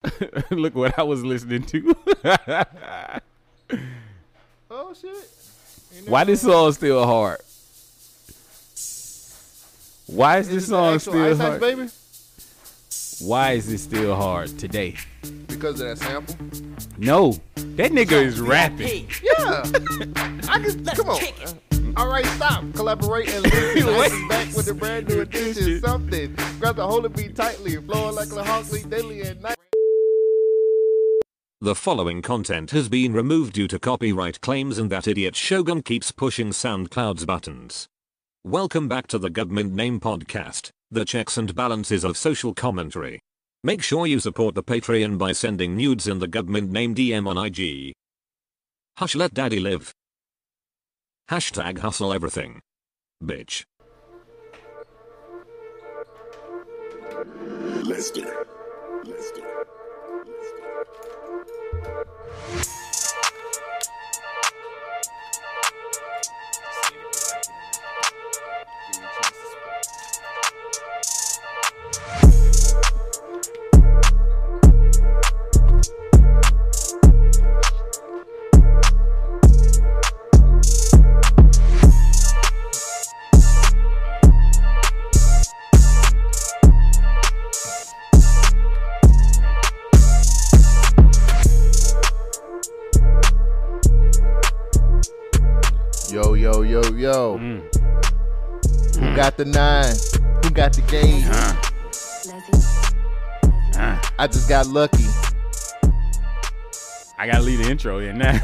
Look what I was listening to. Oh shit. You know Why what this I'm saying? song still hard? Why is this Is it the song actual Ice Oh, still Ice hard? baby? Why is it still hard today? Because of that sample. No, that nigga is rapping. Yeah. I can come on. All right, stop. Collaborate and listen. Ice is back with a brand new edition. Something. Grab the whole beat tightly, flowing like a Hawkley daily at night. The following content has been removed due to copyright claims and that idiot Shogun keeps pushing SoundCloud's buttons. Welcome back to the Government Name Podcast, the checks and balances of social commentary. Make sure you support the Patreon by sending nudes in the Government Name DM on IG. Hush, let daddy live. Hashtag hustle everything. Bitch. Let's do it. Let's do it. Yo, yo, yo, yo. Mm. Who got the nine? Who got the game? I just got lucky. I gotta leave the intro in now.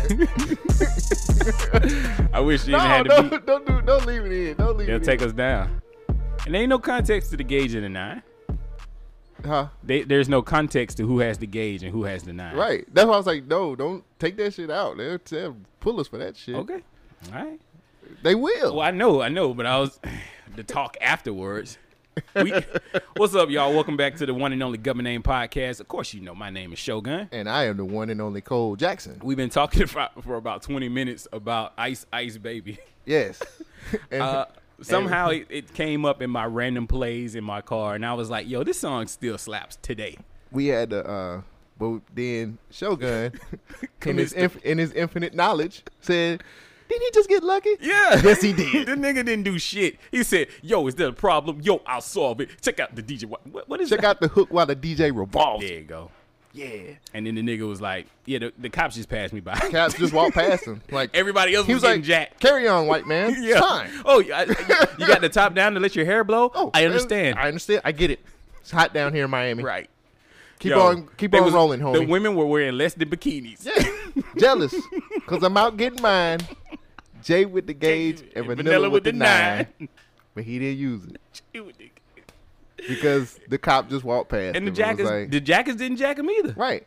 I wish you didn't No, have to be. don't, don't do, don't leave it in. Don't leave They'll it take in. us down. And there ain't no context to the gauge and the nine. Huh? They, there's no context to who has the gauge and who has the nine. Right. That's why I was like, no, don't take that shit out. They'll, they'll pull us for that shit. Okay. All right. They will. Well, I know, I know, but I was the talk afterwards. We, what's up, y'all? Welcome back to the one and only Government Name Podcast. Of course, you know my name is Shogun. And I am the one and only Cole Jackson. We've been talking about, for about 20 minutes about Ice Ice Baby. Yes. and Uh, somehow it, it came up in my random plays in my car, and I was like, yo, this song still slaps today. we had the, uh, but then Shogun, in his Commits the- inf- in his infinite knowledge, said, "Did he just get lucky?" Yeah. Yes, he did. the nigga didn't do shit. He said, yo, is there a problem? Yo, I'll solve it. Check out the DJ. What, what- what is Check that? out the hook while the DJ revolves. There you go. Yeah. And then the nigga was like, yeah, the, the cops just passed me by. Cats just walked past him. Like Everybody else he was was getting like, jacked. "Carry on, white man. It's Yeah. Fine." Oh, you, I- I- you got the top down to let your hair blow? Oh, I understand. I understand. I get it. It's hot down here in Miami. right. Keep Yo, on, keep they on was- rolling, The homie. women were wearing less than bikinis. Yeah. Jealous, cause I'm out getting mine. Jay with the gauge and, vanilla, with, the nine. but he didn't use it nine. because the cop just walked past. him And the was jackers, like- the jackers didn't jack him either. right.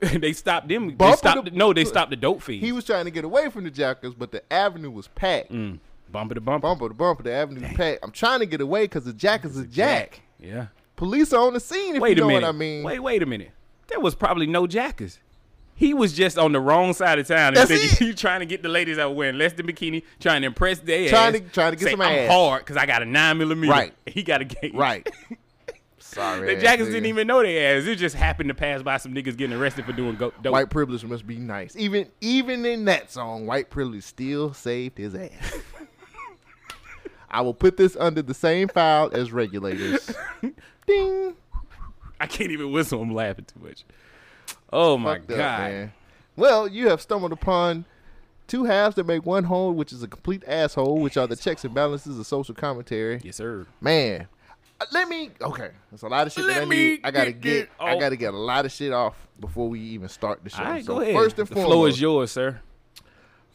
they stopped them. They Bumper stopped. to- no, they stopped the dope fiend. He was trying to get away from the jackers, but the avenue was packed. Mm. bumper to bumper. Bumper to bumper, the avenue was packed. I'm trying to get away because the jackers is jack. Yeah. Police are on the scene. If Wait you know a minute. what I mean. Wait, wait a minute. There was probably no jackers. He was just on the wrong side of town and That's thinking it. he trying to get the ladies out wearing less than bikini, trying to impress their Trying ass, to- trying to get say, some I'm ass." hard because I got a nine millimeter. Right. He got a gauge. Right. Sorry. The ass jackers nigga. didn't even know their ass. It just happened to pass by some niggas getting arrested for doing go- dope. White privilege must be nice. Even even in that song, white privilege still saved his ass. I will put this under the same file as regulators. Ding. I can't even whistle. I'm laughing too much. Oh my Fucked up, god. man. Well, you have stumbled upon two halves that make one whole, which is a complete asshole, which are the checks and balances of social commentary. Yes, sir. Man, uh, let me. Okay, there's a lot of shit Let that I me need. I gotta get get. it Oh, I off. gotta get a lot of shit off before we even start the show. All right, So go ahead. First and the foremost, floor is yours, sir.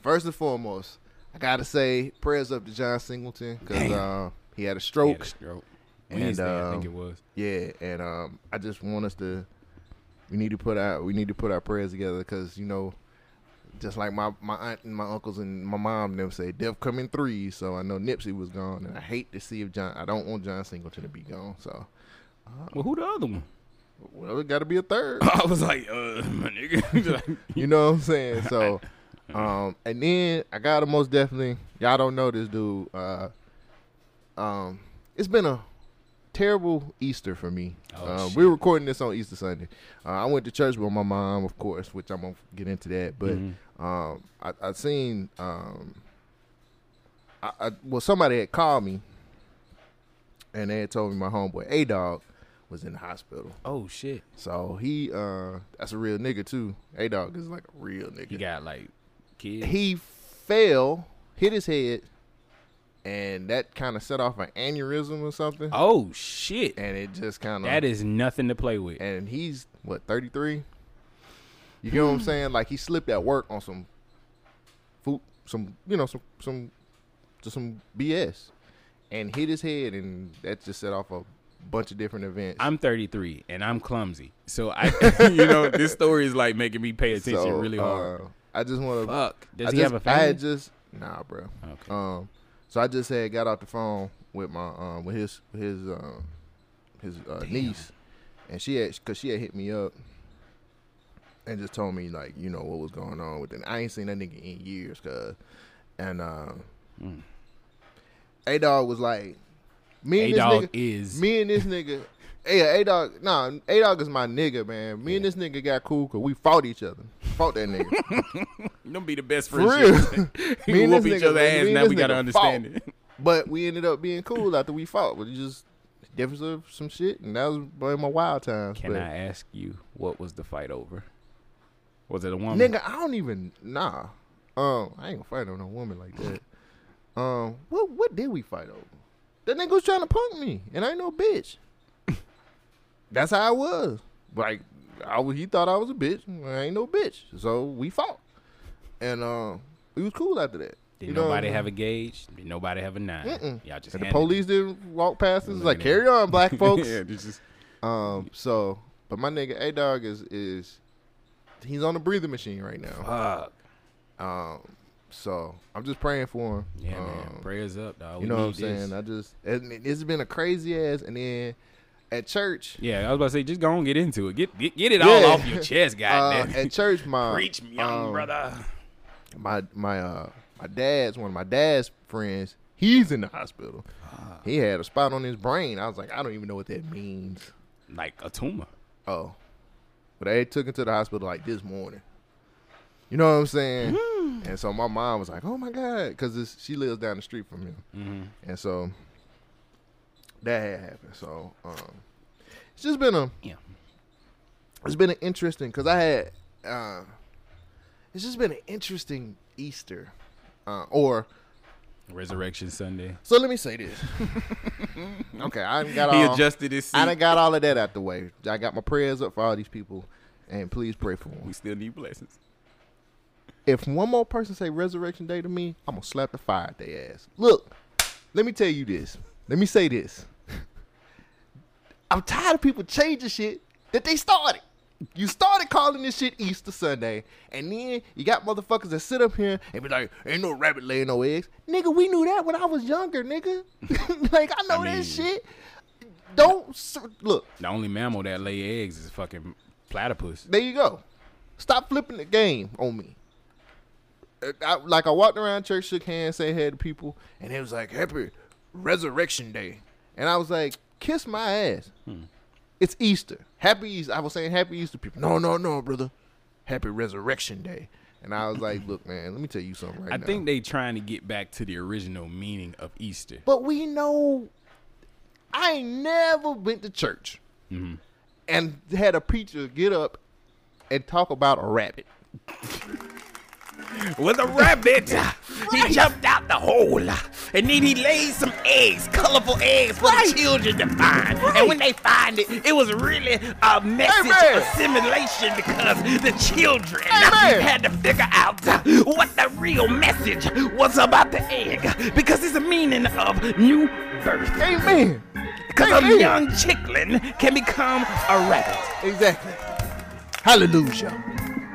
first and foremost, I gotta say prayers up to John Singleton because uh, he had a stroke. And, Wednesday, I think um, it was. Yeah, and um, I just want us to. We need to put our we need to put our prayers together because you know, just like my my aunt and my uncles and my mom and them say, death come in threes. So I know Nipsey was gone, and I hate to see if John. I don't want John Singleton to be gone. So uh, Well, who the other one? well, it got to be a third. I was like, uh, my nigga. You know what I'm saying? So, um, and then I got to most definitely. Y'all don't know this dude. Uh, um, it's been a terrible Easter for me. Oh, Uh, shit. we're recording this on Easter Sunday. Uh, I went to church with my mom, of course, which I'm gonna get into that. But Mm-hmm. um, I, I seen, um, I, I, well, somebody had called me, and they had told me my homeboy A Dog was in the hospital. Oh shit. So he, uh, that's a real nigga too. A Dog is like a real nigga He got like kids. he fell, hit his head, and that kind of set off an aneurysm or something. oh shit. And it just kind of That is nothing to play with. And he's what thirty three. You get what I'm saying? Like he slipped at work on some food, some you know, some some just some BS, and hit his head, and that just set off a bunch of different events. I'm 33 and I'm clumsy, so I, you know, this story is like making me pay attention So, really hard. uh, I just want to Fuck. Does I he just, have a I family? had just nah, bro. Okay. Um, so I just had got off the phone with my um with his with his um his uh, niece, and she had because she had hit me up and just told me like you know what was going on with it. I ain't seen that nigga in years, cause and um, Mm. A Dog was like me and A-Dog this nigga is- me and this nigga. Yeah, A Dog, nah, A Dog is my nigga, man. Me and this nigga got cool because we fought each other. Fought that nigga. Them be the best For friendships. real. we and whoop this each nigga- other ass. me and Now this we gotta nigga understand fought. it. But we ended up being cool after we fought. We just difference of some shit, and that was one of my wild times. Can but, I ask you what was the fight over? Was it a woman? nigga? I don't even nah. Um, I ain't gonna fight on no woman like that. Um, what what did we fight over? That nigga was trying to punk me, and I ain't no bitch. That's how I was. Like I was, he thought I was a bitch. and I ain't no bitch, so we fought, and um, we was cool after that. Did You know what I'm nobody saying? have a gauge? Did nobody have a 9 Mm-mm. Y'all just And the handed it. police didn't walk past us. It's like, Looking at carry on, black folks. yeah, this is Um, so, but my nigga A Dog is is he's on the breathing machine right now. fuck. Um, so I'm just praying for him. Yeah, Um, man. Prayers up, dog. you know what I'm saying? I just and it- it's been a crazy ass, and then at church, yeah, I was about to say, just go on, get into it. Get get, get it all Yeah. off your chest, uh, goddamn. at church, my Preach, young um, brother. my my uh my dad's one of my dad's friends. He's in the hospital. He had a spot on his brain. I was like, I don't even know what that means. Like a tumor. Oh. But they took him to the hospital like this morning. You know what I'm saying? Hmm. and so my mom was like, oh my God. Because she lives down the street from him. Mm-hmm. And so that had happened. So um, it's just been a, Yeah. it's been an interesting, because I had, uh, it's just been an interesting Easter. Uh, or, Resurrection Sunday. so let me say this. okay, I done got He all, adjusted his seat. I done got all of that out the way. I got my prayers up for all these people. And please pray for them. we still need blessings. If one more person say Resurrection Day to me, I'm gonna slap the fire at their ass. Look, let me tell you this. Let me say this. I'm tired of people changing shit that they started. You started calling this shit Easter Sunday, and then you got motherfuckers that sit up here and be like, "Ain't no rabbit laying no eggs, nigga." We knew that when I was younger, nigga. like I know mean- that shit. Don't s- look. The only mammal that lay eggs is fucking platypus. There you go. Stop flipping the game on me. Uh, I, like I walked around church, shook hands, say hey to people, and it was like Happy Resurrection Day, and I was like, kiss my ass. It's Easter. Happy Easter. I was saying Happy Easter, people. No, no, no, brother. Happy Resurrection Day. And I was like, look, man, let me tell you something right I now. think they trying to get back to the original meaning of Easter. But we know I ain't never went to church and had a preacher get up and talk about a rabbit. With a rabbit, he jumped out the hole, and then he laid some eggs, colorful eggs, for the children to find. And when they find it, it was really a message Amen. of simulation because the children Amen. had to figure out what the real message was about the egg because it's a meaning of new birth. Amen. Because a Amen. young chickling can become a rabbit. Exactly. Hallelujah.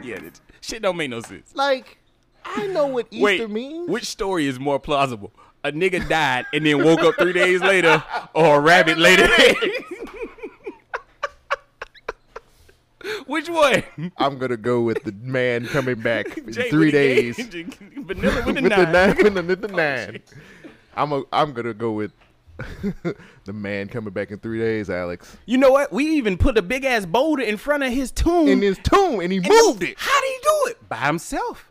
Yeah, that shit don't make no sense. Like, I know what Easter means. Which story is more plausible? A nigga died and then woke up three days later, or a rabbit later? which one? I'm gonna go with the man coming back in Jay, three with the days egg, Vanilla with with the the nine. Oh, nine and the nine. I'm a, I'm gonna go with the man coming back in three days, Alex. You know what? We even put a big ass boulder in front of his tomb. In his tomb, and he And moved the- it. Hmm. How did he do it? By himself.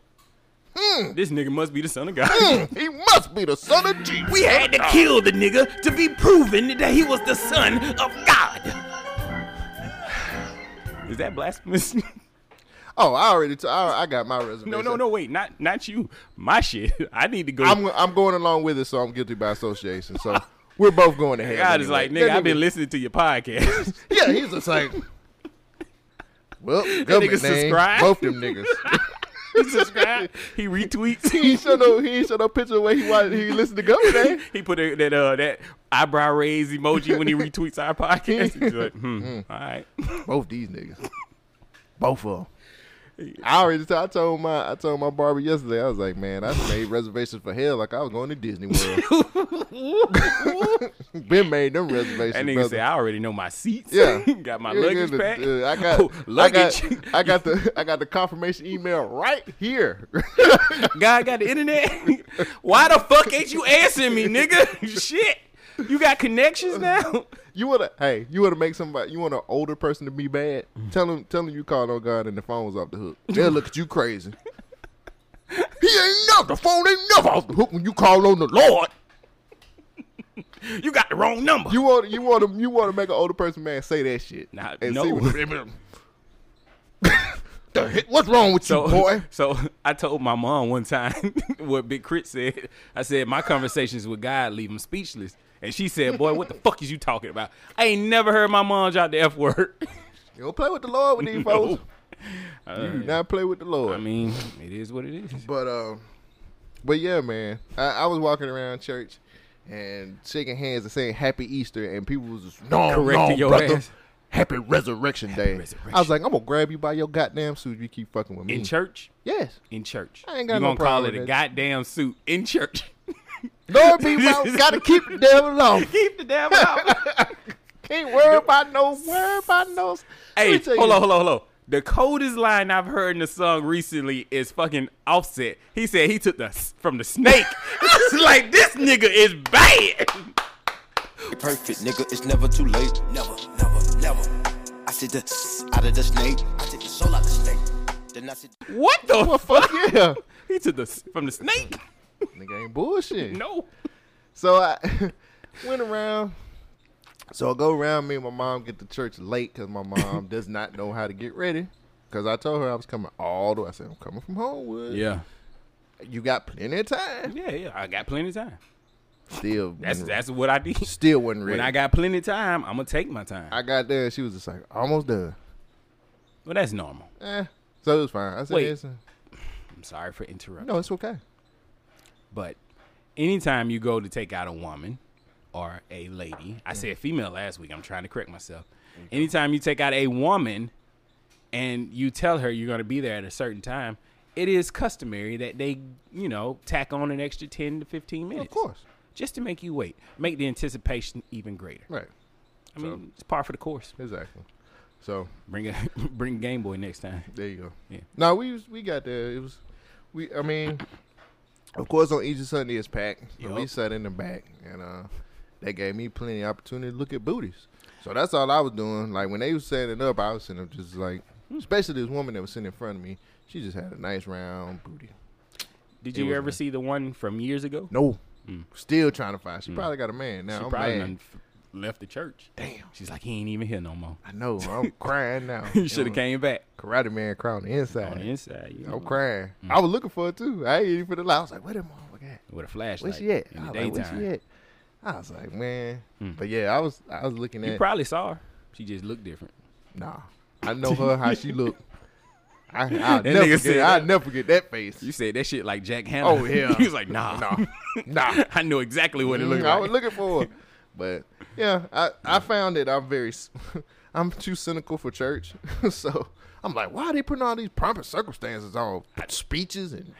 This nigga must be the son of God. He must be the son of Jesus. We had to kill the nigga to be proven that he was the son of God. Is that blasphemous? Oh, I already. T- I, I got my reservation. no, no, no. Wait, not not you. My shit. I need to go. I'm I'm going along with it, so I'm guilty by association. So we're both going to hell. God is anyway. like, nigga, That I've been listening to your podcast. Yeah, he's just like. Well, government nigga name, subscribe? both them niggas. he subscribed. He retweets. he showed no, he showed no picture where he watched, he listened to government name. He put a, that uh, that eyebrow raise emoji when he retweets our podcast. He's like, hmm, all right. Both these niggas, both of them. I already told, I told my I told my barber yesterday. I was like, man, I made reservations for hell like I was going to Disney World. Been made them reservations. That nigga brother. said, I already know my seats. Yeah, got my Yeah, luggage yeah, packed. yeah, I got Oh, luggage. I got, I got the I got the confirmation email right here. God got the internet. Why the fuck ain't you answering me, nigga? Shit. You got connections now? you wanna hey, you wanna make somebody you want an older person to be bad? Tell him tell him you called on God and the phone was off the hook. They'll look at you crazy. he ain't never the phone ain't never off the hook when you call on the Lord. You got the wrong number. You want you want to you want to make an older person man say that shit. Nah, and no. see what, the heck- what's wrong with so, you, boy? so I told my mom one time what Big Crit said. I said, my conversations with God leave him speechless. And she said, boy, what the fuck is you talking about? I ain't never heard my mom drop the F word. You don't play with the Lord with these No. folks. You do not play with the Lord. Uh, I mean, it is what it is. But um, but yeah, man, I, I was walking around church and shaking hands and saying Happy Easter, and people was just no, Correcting no, your brother. ass. Happy Resurrection Day. Resurrection. I was like, I'm gonna grab you by your goddamn suit. if You keep fucking with me. In church? Yes. In church. I ain't got you no gonna call problem it a with that. goddamn suit. In church. Lord be my, gotta keep the devil alone. Keep the damn out. Um, Can't worry about no worry about no. Let me Hey, tell hold you- on, hold on, hold on. The coldest line I've heard in the song recently is fucking Offset. He said he took the s- from the snake. It's like this nigga is bad. perfect, nigga. It's never too late. Never, never, never. I said the out of the snake. I took the soul out the snake. Then I said. What the fuck? Yeah, He took the s- from the snake. nigga ain't bullshit. No. So I went around. So I go around. Me and my mom get to church late because my mom does not know how to get ready. Because I told her I was coming all the way. I said, I'm coming from Homewood. You got plenty of time. yeah, yeah. I got plenty of time. Still, That's wasn't- that's what I did. still wasn't ready. When I got plenty of time, I'm gonna take my time. I got there. She was just like, almost done. Well, that's normal. Eh. So it was fine. I said, Wait. "It's- I'm sorry for interrupting. no, it's okay. But anytime you go to take out a woman or a lady, I said female last week. I'm trying to correct myself. Anytime you take out a woman and you tell her you're going to be there at a certain time, it is customary that they, you know, tack on an extra 10 to 15 minutes. Of course. Just to make you wait, make the anticipation even greater. Right. I mean, it's par for the course. Exactly. So Bring a bring Game Boy next time. There you go. Yeah. No, we was, we got there. It was we. I mean, of course, on Easter Sunday it's packed, but we Yup. sat in the back, and uh, that gave me plenty of opportunity to look at booties. So that's all I was doing. Like when they was setting it up, I was sitting up just like, Hmm. especially this woman that was sitting in front of me. She just had a nice round booty. Did It you was ever Hmm. nice. see the one from years ago? No, still trying to find. She probably got a man now. Mm. She I'm probably mad. done f- left the church. Damn. She's like, he ain't even here no more. I know. I'm crying now. You should have came back. Karate man cry on the inside. on the inside. You know, I'm crying. I was looking for it too. I ain't even for the lie. I was like, where the motherfucker at? Mm. with a flashlight. Where she at? In the I was like, where daytime. Hmm. she at? I was like, man. But yeah, I was I was looking You at probably saw her. She just looked different. nah. I know her how she looked. I I'll nigga never said forget I that. never forget that face. You said that shit like Jack Hanna. Oh yeah. he was like, nah, Nah. Nah. I know exactly what it looked Mm, like. I was looking for her. But yeah, I, I found that I'm very s- I'm too cynical for church. so I'm like, why are they putting all these proper circumstances on speeches and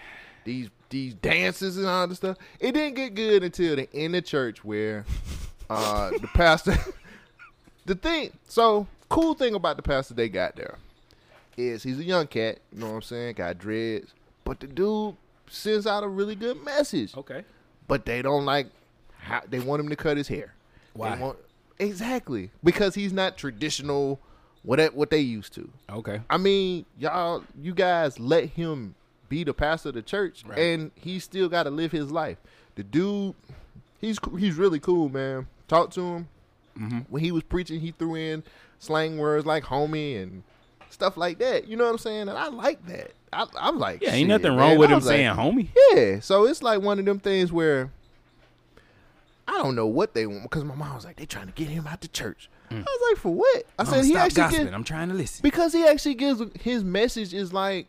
these these dances and all this stuff? It didn't get good until the end of church where uh the pastor the thing so cool thing about the pastor they got there is he's a young cat, you know what I'm saying? Got dreads. But the dude sends out a really good message okay. but they don't like how they want him to cut his hair. Why? They won't- exactly. Because he's not traditional what that- what they used to. Okay. I mean, y'all, you guys let him be the pastor of the church, and he still got to live his life. The dude, he's co- he's really cool, man. Talk to him. Mm-hmm. When he was preaching, he threw in slang words like homie and stuff like that. You know what I'm saying? And I like that. I, I'm like, Yeah, ain't shit, nothing wrong man. with I him was like, saying homie. yeah, so it's like one of them things where I don't know what they want because my mom was like, they trying to get him out the church. Mm. I was like, for what? I Mama, said he stop actually gossiping. get- I'm trying to listen. because he actually gives his message is like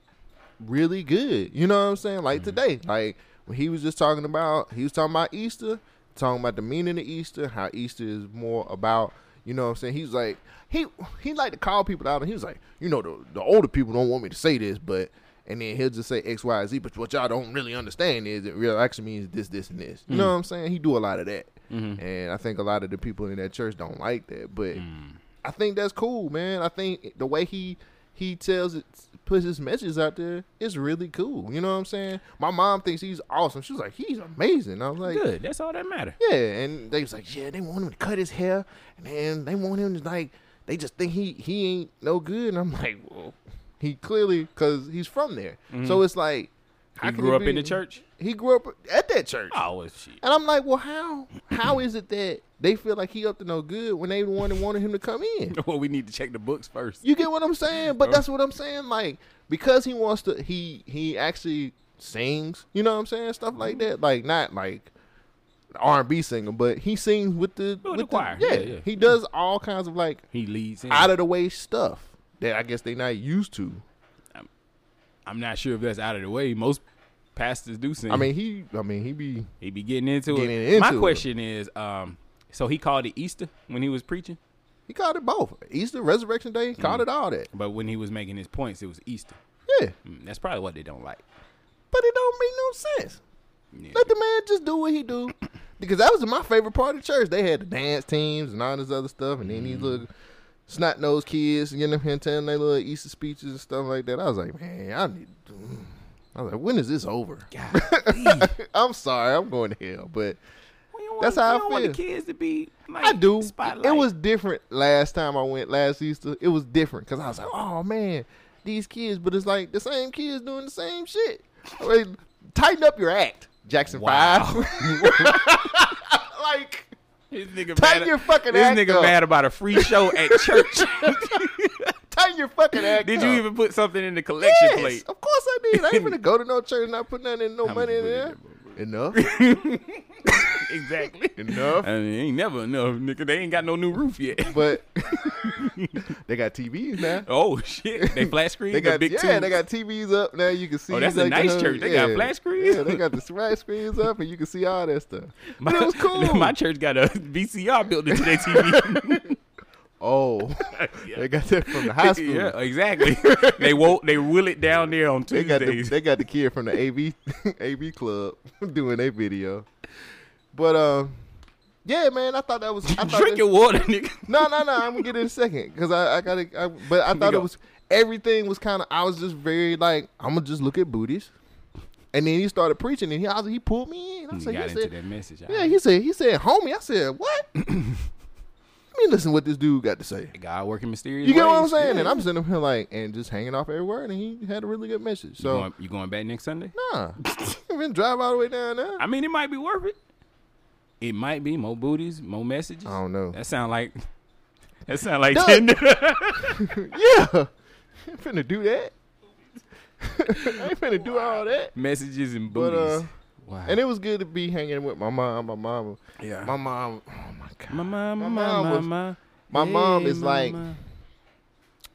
really good. You know what I'm saying? Mm-hmm. Like today, like when he was just talking about, he was talking about Easter, talking about the meaning of Easter, how Easter is more about. You know what I'm saying? He's like he he like to call people out, and he was like, you know, the the older people don't want me to say this, but and then he'll just say X, Y, Z. But what y'all don't really understand is it real actually means this, this, and this. Mm. You know what I'm saying? He do a lot of that, Mm-hmm. and I think a lot of the people in that church don't like that. But Mm. I think that's cool, man. I think the way he he tells it, puts his messages out there is really cool. You know what I'm saying? My mom thinks he's awesome. She was like, he's amazing. I was like, Good. That's all that matter. yeah. And they was like, yeah, they want him to cut his hair, and then they want him to like, they just think he he ain't no good. And I'm like, well, he clearly because he's from there, Mm-hmm. so it's like, how He can grew it up in be- the church. He grew up at that church. Oh well, shit. And I'm like, well, how how is it that they feel like he up to no good when they the one that wanted him to come in? Well, we need to check the books first. You get what I'm saying? But that's what I'm saying. Like because he wants to, he he actually sings. You know what I'm saying? Stuff like that. Like not like R and B singer, but he sings with the With Oh, the with choir. yeah, Yeah, yeah. he does all kinds of like He leads in. out of the way stuff that I guess they not used to. I'm not sure if that's out of the way. Most pastors do sing. I mean he, I mean he be he be getting into it. Getting My into it. question is, um, so he called it Easter when he was preaching, Mm. he called it both Easter Resurrection Day called it all that. but when he was making his points, it was Easter. Yeah, Mm, That's probably what they don't like. but it don't make no sense. Yeah. Let the man just do what he do. Because that was my favorite part of church. They had the dance teams and all this other stuff, and then these Mm-hmm. little snot nosed kids getting up here and telling their little Easter speeches and stuff like that. I was like, man, I need. To, I was like, when is this over? I'm sorry, I'm going to hell, but We don't That's want- how we I don't want the feel. kids to be. Like, I do. Spotlight. It was different last time I went last Easter. It was different because I was like, oh man, these kids, but it's like the same kids doing the same shit. Like, tighten up your act, Jackson Wow. Five. like. This nigga Tighten mad- your fucking This act nigga up. mad about a free show at church. Tighten your fucking act. Did up. you even put something in the collection Yes, plate? of course I did. I ain't finna go to no church and not put nothing in no How much money you in put in there. Enough. exactly. Enough. I mean, ain't never enough, nigga. They ain't got no new roof yet. But they got TVs now. Oh shit! They flat screen. They got big yeah, two. they got TVs up now. You can see. Oh, that's a like, the nice whole- church. They got yeah. flat screens? Yeah, they got the flat screens up, and you can see all that stuff. But it was cool. My church got a VCR built into their TV. oh, Yeah. they got that from the high school. yeah, exactly. they will They wheel it down there on They got the, Tuesdays. they got the kid from the AV AV club doing their video. But um, yeah, man, I thought that was. I thought Drink that- your water, nigga. No, no, no. I'm gonna get it in a second because I, I gotta. I, but I thought go. it was everything was kind of. I was just very like I'm gonna just look at booties, and then he started preaching, and he I was, he pulled me in. I You said, got he into said, that message. yeah, he said, he said, homie. I said, what? Let me listen what this dude got to say. God working mysterious. You get what I'm ways. saying? Yeah. And I'm sitting up here like and just hanging off every word, and he had a really good message. You So going, you going back next Sunday? nah, I'm gonna drive all the way down there. I mean, it might be worth it. It might be more booties, more messages. I don't know. That sound like that sound like Duh. Tinder. Yeah, I'm finna do that. I ain't finna do all that. messages and But, uh, booties. wow. And it was good to be hanging with my mom, my mama. Yeah. My mom, oh my God. my mom, my my mom, mom my was- mom. my mom is like-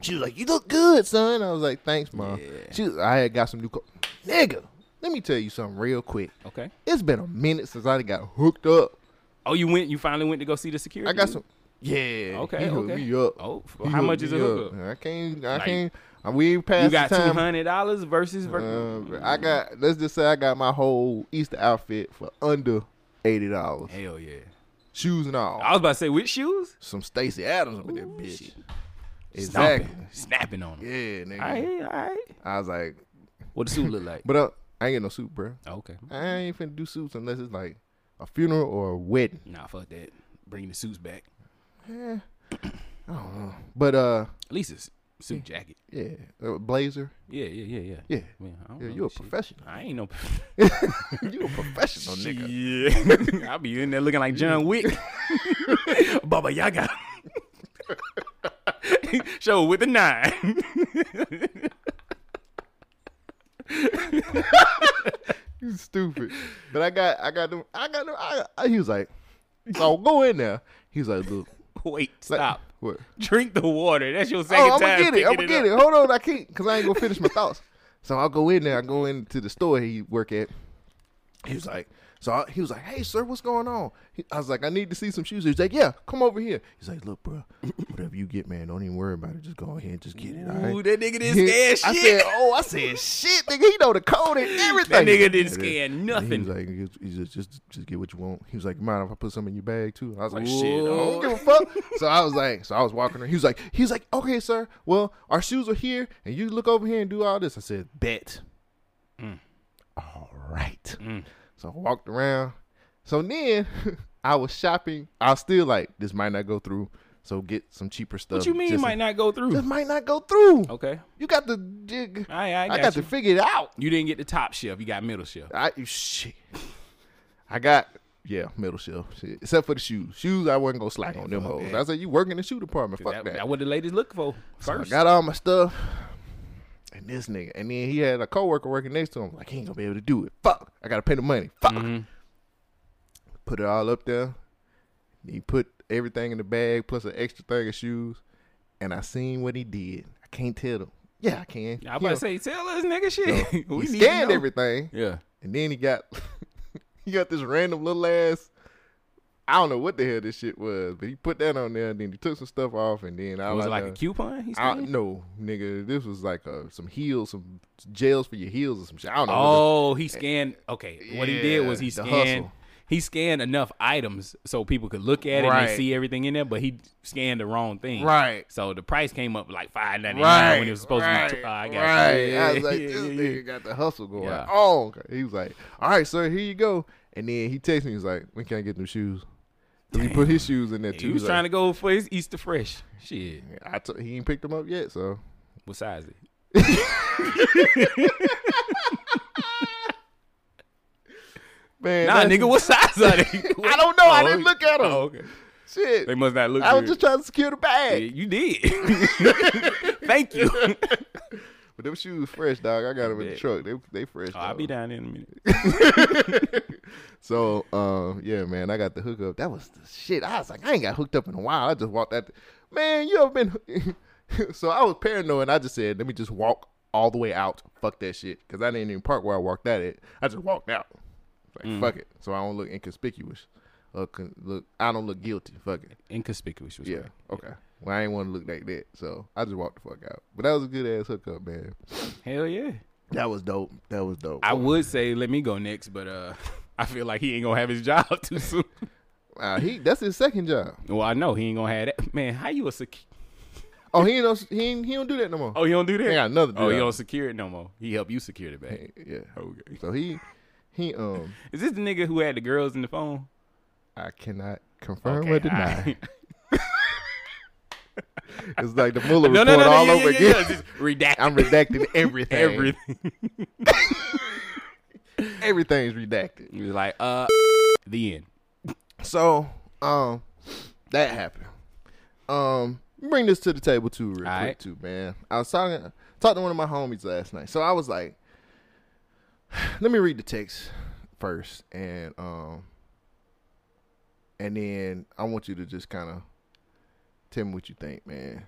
She was like, You look good, son. I was like, Thanks, mom. Yeah. She was, I had got some new. Co- Nigga, let me tell you something real quick. okay. It's been a minute since I done got hooked up. Oh, you went. You finally went to go see the security. I got dude? some. Yeah. He Okay, hooked okay. me up. Oh, f- He how hooked much is me a hookup? I can't. I Like, can't. I- We ain't past You got two the time. hundred dollars versus. Ver- Uh, I got. Let's just say I got my whole Easter outfit for under eighty dollars, Hell yeah! shoes and all. I was about to say with shoes. Some Stacy Adams with that Ooh, bitch. shit. Exactly. Stomping, snapping on them. Yeah, nigga. All right, all right. I was like, What the suit look like? Oh, but uh, I ain't get no suit, bro. okay. I ain't finna do suits unless it's like a funeral or a wedding. Nah, fuck that. bringing the suits back. eh. But uh, At least it's suit jacket. yeah, uh, blazer. Yeah, yeah, yeah, yeah. Yeah, Man, I don't yeah, know you a shit. professional. I ain't no you a professional nigga. Yeah, I'll be in there looking like John Wick, Baba Yaga. Show with the nine. You stupid. But I got, I got them. I got them. I, I, he was like, "So go in there." He's like, "Look, like, Wait, stop. What? Drink the water. That's your second Oh, I'm time. gonna get it. picking I'm gonna get up. it. Hold on, I can't because I ain't gonna finish my thoughts. So I'll go in there. I go into the store he work at. He was like, so I, he was like, "Hey, sir, what's going on?" He, I was like, "I need to see some shoes." He's like, "Yeah, come over here." He's like, "Look, bro, whatever you get, man, don't even worry about it. Just go ahead and just get it." all right?" Ooh, that nigga didn't scare I shit. said, "Oh, I said shit, nigga. He know the code and everything." That nigga didn't And then- scare and nothing. He was like, "Just- he just, "Just, just get what you want." He was like, "Mind if I put some in your bag too?" I was like, Like, shit, "Whoa, oh." I don't give a fuck." so I was like, so I was walking. around. He was like, he was like, "Okay, sir. Well, our shoes are here, and you look over here and do all this." I said, "Bet." Mm. All right. So I walked around. So then I was shopping. I was still like, "This might not go through." So get some cheaper stuff. What you mean just- might not go through? This might not go through. Okay. You got the dig. Aye, aye, I got got you. to figure it out. You didn't get the top shelf. You got middle shelf. I you- shit. I got yeah middle shelf shit. Except for the shoes. Shoes I wasn't gonna slack on them hoes. I said you work in the shoe department. Fuck That, that. that what the ladies look for So I first. got all my stuff. And this nigga, and then he had a coworker working next to him. Like he ain't gonna be able to do it. Fuck. I gotta pay the money. Fuck. Mm-hmm. Put it all up there. He put everything in the bag plus an extra thing of shoes. And I seen what he did. I can't tell them. Yeah, I can. I He about to don't- say, tell us, nigga, shit. so, we he need to scanned know. everything, Yeah. and then he got he got this random little ass. I don't know what the hell this shit was, but he put that on there, and then he took some stuff off, and then I Was was it like a uh, coupon? He I, scanned? no, nigga, this was like uh, some heels, some gels for your heels, or some shit. I don't know. what Oh, he scanned. Okay, what he did was he Yeah, the scanned. hustle. He scanned enough items so people could look at it and Right. see everything in there, but he scanned the wrong thing. Right. So the price came up like five ninety the- nine Right, when it was supposed right, to be. Two, oh, I got right. you. I was like, Yeah, this yeah, yeah. nigga got the hustle going. Yeah. Oh, okay. he was like, "All right, sir, here you go." And then he texted me, he's like, "When can I get new shoes?" 'Cause He put his shoes in there too. He was like- trying to go for his Easter fresh. Shit, I t- he ain't picked them up yet, so what size is it? man, Nah, that's- nigga, what size are they? I don't know. I didn't look at them. Oh, okay. Shit, They must not look. I was good. just trying to secure the Yeah, bag. You did. Thank you. But them shoes fresh, dog. I got them in the Yeah. truck. They they fresh. Oh, I'll dog. be down there in a minute. So, um, yeah, man, I got the hookup. That was the shit. I was like, I ain't got hooked up in a while. I just walked out. The- man, you ever been? so I was paranoid. I just said, let me just walk all the way out. Fuck that shit, because I didn't even park where I walked out at. I just walked out. Like Mm. fuck it, so I don't look inconspicuous. Uh, con- look, I don't look guilty. Fuck it. Inconspicuous. Was Yeah. right. Okay. Well, I ain't want to look like that, so I just walked the fuck out. But that was a good ass hookup, man. Hell yeah. That was dope. That was dope. I would say let me go next, but uh, I feel like he ain't gonna have his job too soon. Uh, he that's his second job. well, I know he ain't gonna have that. Man, how you a sec? Oh, he don't he ain't, he don't do that no more. Oh, you don't do that? They got another Oh, dude. you don't secure it no more. He help you secure it back. yeah. Okay. So he he um Is this the nigga who had the girls in the phone? I cannot confirm Okay, or deny. alright. It's like the Mueller No, report no, no, no, all yeah, over yeah, again. yeah, just redact I'm redacting everything. everything. Everything's redacted. He was like, uh, the end. So um that happened. Um bring this to the table too real quick Alright. too, man. I was talking talked to one of my homies last night. So I was like, let me read the text first and um and then I want you to just kind of tell me what you think, man.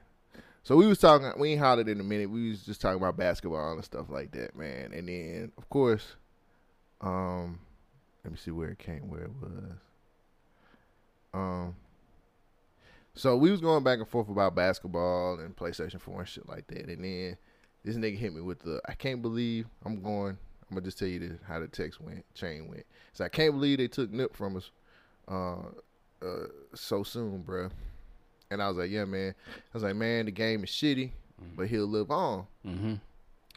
So we was talking, we ain't hollered in a minute. We was just talking about basketball and stuff like that, man. And then, of course, um, let me see where it came, where it was. Um, so we was going back and forth about basketball and PlayStation Four and shit like that. And then this nigga hit me with the, I can't believe I'm going. I'm gonna just tell you this, how the text went, chain went. So I can't believe they took Nip from us, uh, uh, so soon, bruh. And I was like, yeah, man. I was like, man, the game is shitty, but he'll live on. Mm-hmm.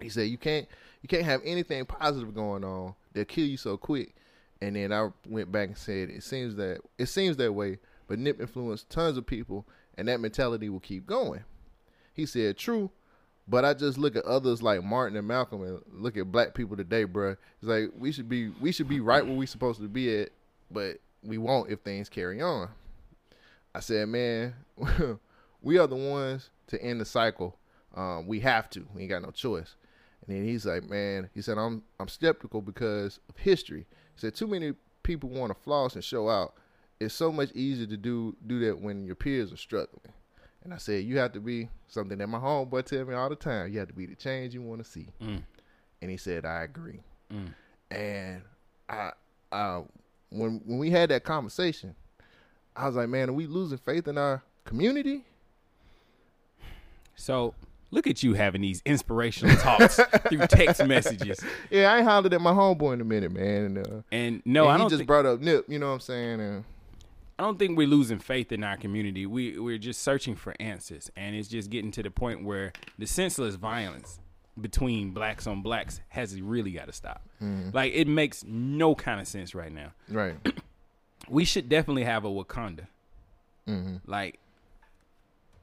He said, you can't, you can't have anything positive going on. They'll kill you so quick. And then I went back and said, it seems that it seems that way, But Nip influenced tons of people, and that mentality will keep going. He said, "True, but I just look at others like Martin and Malcolm, and look at black people today, bruh. It's like we should be we should be right where we supposed to be at, but we won't if things carry on." I said, "Man, we are the ones to end the cycle. Um, we have to. We ain't got no choice." And then he's like, "Man," he said, "I'm I'm skeptical because of history." He said, "Too many people want to floss and show out. It's so much easier to do do that when your peers are struggling." And I said, "You have to be something that my homeboy tell me all the time. You have to be the change you want to see." And he said, "I agree." And I, I, when when we had that conversation, I was like, "Man, are we losing faith in our community?" So look at you having these inspirational talks through text messages. Yeah, I ain't hollered at my homeboy in a minute, man. And, uh, And no, and I he don't just think, brought up Nip. You know what I'm saying? And I don't think we're losing faith in our community. We we're just searching for answers, and it's just getting to the point where the senseless violence between blacks on blacks has really got to stop. Mm-hmm. Like it makes no kind of sense right now. right, we should definitely have a Wakanda. mm-hmm, Like,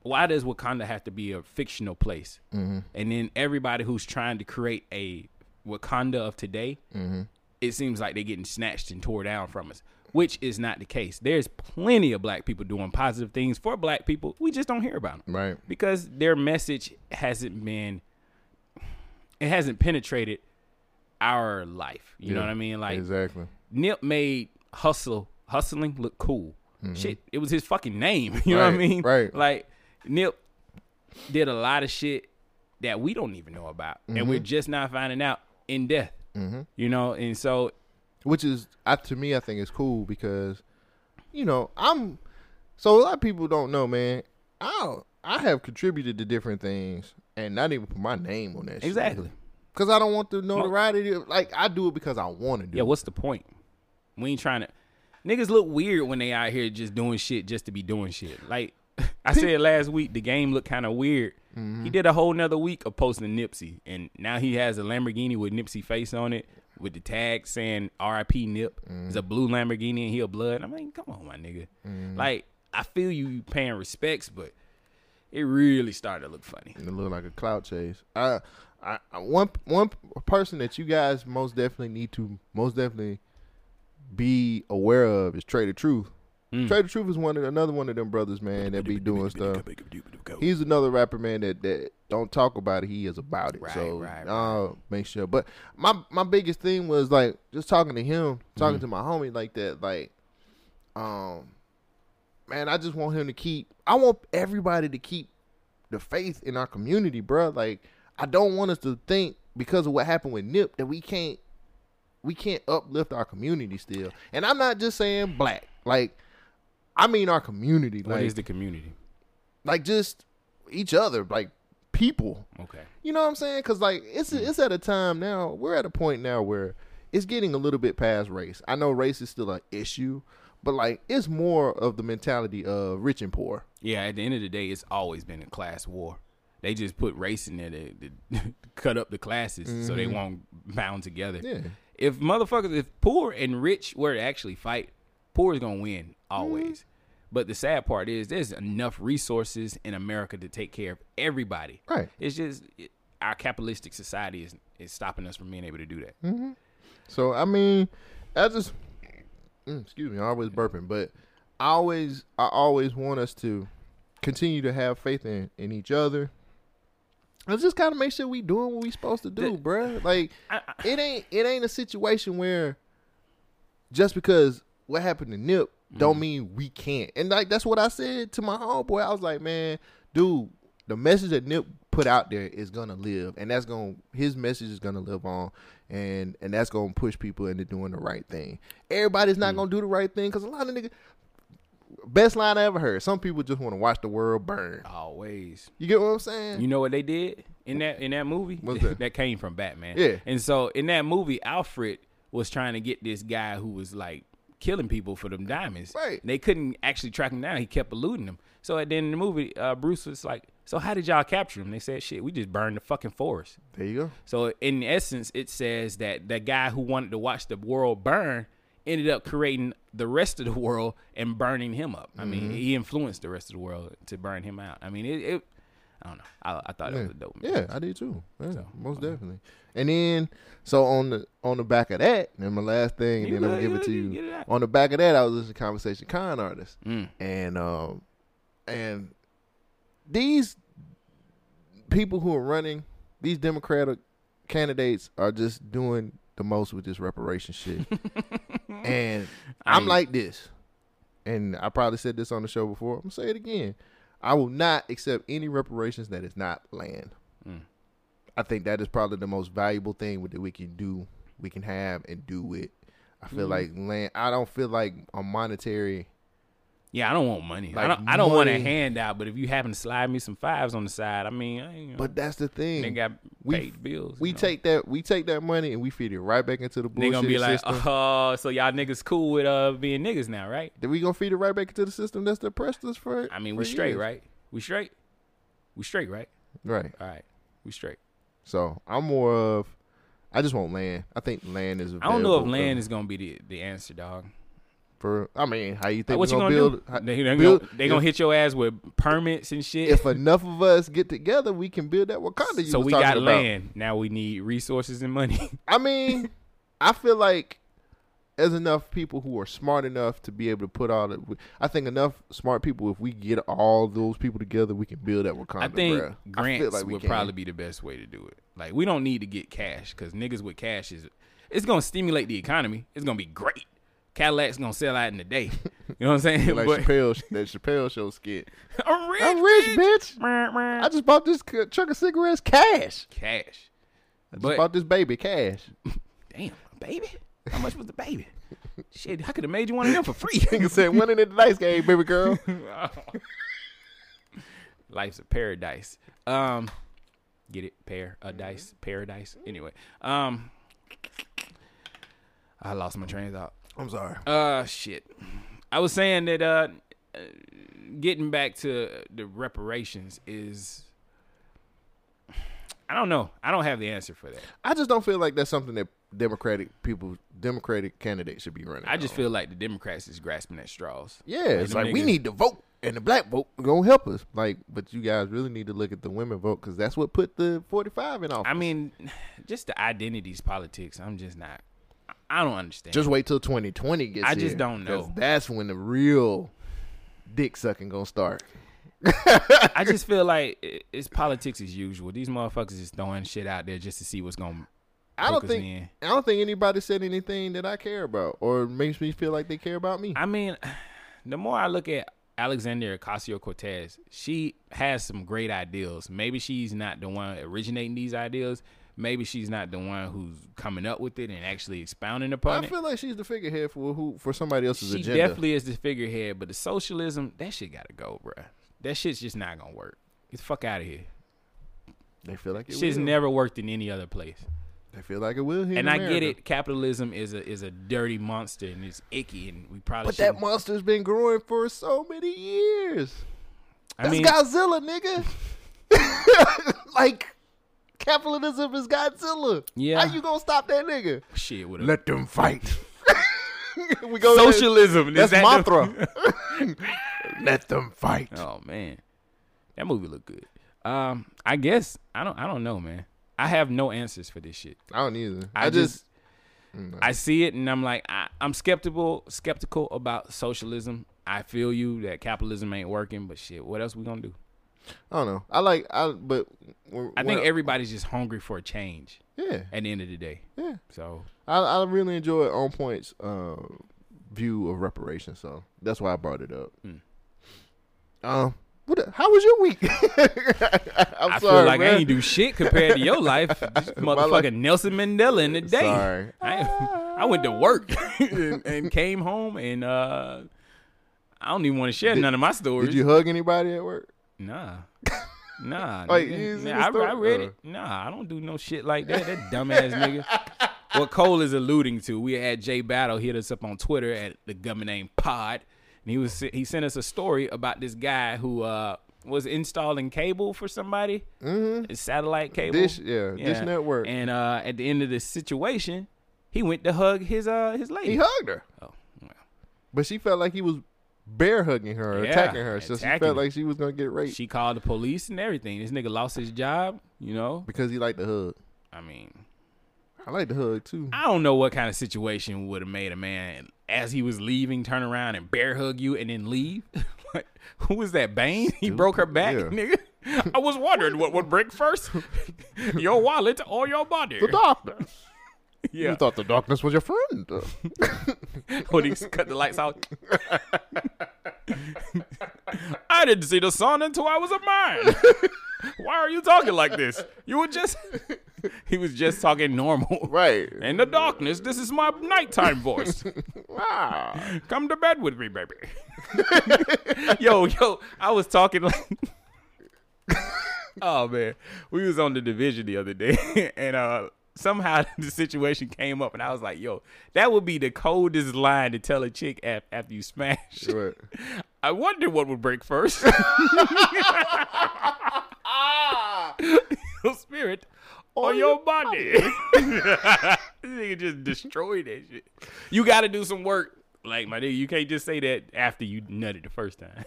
why does Wakanda have to be a fictional place? And then everybody who's trying to create a Wakanda of today, mm-hmm, it seems like they're getting snatched and tore down from us, which is not the case. There's plenty of black people doing positive things for black people. We just don't hear about them right, because their message hasn't been it hasn't penetrated our life you know Yeah, what i mean like exactly. Nip made hustle hustling look cool. Shit, it was his fucking name. You know what I Mm-hmm. Right, mean? right. Like Nip did a lot of shit that we don't even know about, and Mm-hmm. we're just not finding out in death. You know, and so which is I, to me i think is cool because you know i'm so a lot of people don't know man i i have contributed to different things and not even put my name on that exactly. because i don't want the notoriety like i do it because i want to do Yeah, it what's the point? We ain't trying to. Niggas look weird when they out here just doing shit just to be doing shit. Like I said last week, the game looked kind of weird. He did a whole nother week of posting Nipsey, and now he has a Lamborghini with Nipsey face on it with the tag saying "R.I.P. Nip." It's a blue Lamborghini and he a blood. I mean, come on, my nigga. Mm-hmm. Like I feel you, you paying respects, but it really started to look funny. it looked like a cloud chase i I, I, one one person that you guys most definitely need to most definitely be aware of is Trader Truth. Hmm. Trader Truth is one of another one of them brothers, man, that be doing stuff. He's another rapper, man, that, that don't talk about it. He is about it. Right, so right, uh, make sure. But my my biggest thing was like just talking to him, talking Hmm. to my homie like that, like um man, I just want him to keep I want everybody to keep the faith in our community, bruh. Like I don't want us to think because of what happened with Nip that we can't we can't uplift our community still. And I'm not just saying black. Like I mean our community. What like is the community? like just each other, like people. Okay. You know what I'm saying? Because like Hmm. it's it's at a time now. We're at a point now where it's getting a little bit past race. I know race is still an issue, but like it's more of the mentality of rich and poor. Yeah, at the end of the day, it's always been a class war. They just put race in there to, to cut up the classes so they won't bound together. Mm-hmm. Yeah. If motherfuckers, if poor and rich were to actually fight, poor is gonna win always. Mm-hmm. But the sad part is, there's enough resources in America to take care of everybody. Right. It's just it, our capitalistic society is is stopping us from being able to do that. So I mean, I just mm, excuse me, I always burping, but I always I always want us to continue to have faith in in each other. Let's just kind of make sure we doing what we supposed to do, bruh. Like it ain't it ain't a situation where just because what happened to Nip don't mean we can't. And like that's what I said to my homeboy. I was like, man, dude, the message that Nip put out there is gonna live, and that's gonna his message is gonna live on, and and that's gonna push people into doing the right thing. Everybody's not gonna do the right thing because a lot of niggas. Best line I ever heard. Some people just want to watch the world burn. Always. You get what I'm saying? You know what they did in that in that movie? What's that? came from Batman. Yeah. And so in that movie, Alfred was trying to get this guy who was like killing people for them diamonds. Right. They couldn't actually track him down. He kept eluding them. So at the end of the movie, uh, Bruce was like, "So how did y'all capture him?" They said, "Shit, we just burned the fucking forest." there you go. So in essence, it says that the guy who wanted to watch the world burn ended up creating the rest of the world and burning him up. I Mm-hmm. mean, he influenced the rest of the world to burn him out. I mean, it. it I don't know. I, I thought it was a dope. Yeah, I did too. Yeah, most definitely. And then, so on the on the back of that, and my last thing, and You then I'm gonna good, give it to you you. get it out. Mm. on the back of that, I was listening to conversation con artists, and um, and these people who are running these Democratic candidates are just doing the most with this reparation shit. and I'm like this, and I probably said this on the show before. I'm gonna say it again. I will not accept any reparations that is not land. Mm. I think that is probably the most valuable thing that we can do, we can have and do with. I Mm-hmm. feel like land. I don't feel like a monetary. Yeah, I don't want money. I Like don't. I don't want a money. handout. But if you happen to slide me some fives on the side, I mean, I, you know, But that's the thing. they got we- paid bills. we you know. take that we take that money and we feed it right back into the They bullshit gonna be like, system. oh, so y'all niggas cool with uh being niggas now, right? Then we gonna feed it right back into the system that's depressed us for. I mean, for we straight, years. right? We straight. We straight, right? Right. All right, we straight. So I'm more of. I just want land. I think land is. I don't know if available land is gonna be the, the answer, dog. for. I mean, how you think Like, what we you gonna, gonna build? do? how- they they build- gonna, they gonna if- hit your ass with permits and shit. If enough of us get together, we can build that Wakanda. You so was we talking got about. land. Now we need resources and money. I mean, I feel like there's enough people who are smart enough to be able to put all the. I think enough smart people. If we get all those people together, we can build that Wakanda. I think bruh. I feel grants like we would can. probably be the best way to do it. Like we don't need to get cash because niggas with cash is it's gonna stimulate the economy. It's gonna be great. Cadillac's gonna sell out in a day. You know what I'm saying? like but Chappelle, that Chappelle show skit. I'm rich. I'm rich, bitch. bitch. I just bought this c- truck of cigarettes cash. cash. I just But- bought this baby cash. Damn, a baby. How much was the baby? Shit, I could have made you one of them for free. Nigga said, winning at the dice game, baby girl. Life's a paradise. Um, get it? Pair Mm-hmm. a dice, paradise. Anyway, um, I lost my train of thought. I'm sorry. Uh, shit. I was saying that uh, uh, getting back to the reparations is. I don't know. I don't have the answer for that. I just don't feel like that's something that Democratic people, Democratic candidates should be running. I just on. feel like the Democrats is grasping at straws. yeah, it's them like we niggas- need to vote, and the black vote gonna help us. Like, but you guys really need to look at the women vote because that's what put the 45 in office. I mean, just the identities politics. I'm just not. I- I don't understand. just wait till 2020 gets. I just here, don't know. 'cause That's when the real dick sucking gonna start. I just feel like i- it's politics as usual. These motherfuckers is throwing shit out there just to see what's going. I don't Focus think in. I don't think anybody said anything that I care about or makes me feel like they care about me. I mean, the more I look at Alexandria Ocasio Cortez, she has some great ideals. Maybe she's not the one originating these ideas. Maybe she's not the one who's coming up with it and actually expounding upon I it. feel like she's the figurehead for who for somebody else's she agenda. definitely is the figurehead, but the socialism, that shit gotta go, bruh. That shit's just not gonna work. Get the fuck out of here. they feel like it Shit's will. never worked in any other place. They feel like it will. Here in And I get America. it. Capitalism is a is a dirty monster and it's icky, and we probably. But that shouldn't- monster's been growing for so many years. I That's mean, Godzilla, nigga. like capitalism is Godzilla. Yeah. How you gonna stop that nigga? shit. With a, Let them fight. we go there- socialism. That's is that the- Mothra. Let them fight. oh man, that movie looked good. Um, I guess I don't. I don't know, man. I have no answers for this shit. I Mm, don't either. I, just, I see it and I'm like, I, I'm skeptical, skeptical about socialism. I feel you that capitalism ain't working, but shit, what else we gonna do? I don't know. I like I but when- I when- think everybody's just hungry for a change yeah. at the end of the day. Yeah. So I, I really enjoy On Point's uh, view of reparations, so that's why I brought it up. Hmm. Um, what? the- how was your week? I'm sorry, I feel like man. I ain't do shit compared to your life, This motherfucking life- Nelson Mandela in the day. Sorry. I, I went to work and, and came home, and uh, I don't even want to share none of my stories. Did you hug anybody at work? Nah. Nah, Wait, nigga. you ain't seen Nah, the I, story? I read Uh. it. Nah, I don't do no shit like that. That dumbass nigga. What Cole is alluding to, we had Jay Battle hit us up on Twitter at the government name Pod, and he was he sent us a story about this guy who uh, was installing cable for somebody, mm-hmm. satellite cable, Dish- yeah, Dish Network. And uh, at the end of the situation, He went to hug his uh his lady. He hugged her, oh, well, but she felt like he was bear hugging her, or Yeah, attacking her. So she attacking felt her. like she was gonna get raped she called the police and everything. This nigga lost his job. You know, because he liked the hug. I mean, I like the hug too. I don't know what kind of situation would have made a man as he was leaving turn around and bear hug you and then leave. like, who was that? Bane? He broke her back, yeah. nigga. I was wondering what would break first, your wallet or your body. the darkness. yeah. You thought the darkness was your friend. when he cut the lights out. I didn't see the sun until I was a man. Why are you talking like this? You were just he was just talking normal. right. In the darkness, this is my nighttime voice. Wow. Come to bed with me, baby. yo, yo, I was talking like Oh man. We was on the division the other day and uh somehow the situation came up and I was like, yo, that would be the coldest line to tell a chick af- after you smash. Right. I wonder what would break first. your spirit or, your, body. this nigga just destroyed that shit. You got to do some work. Like, my nigga, you can't just say that after you nutted the first time.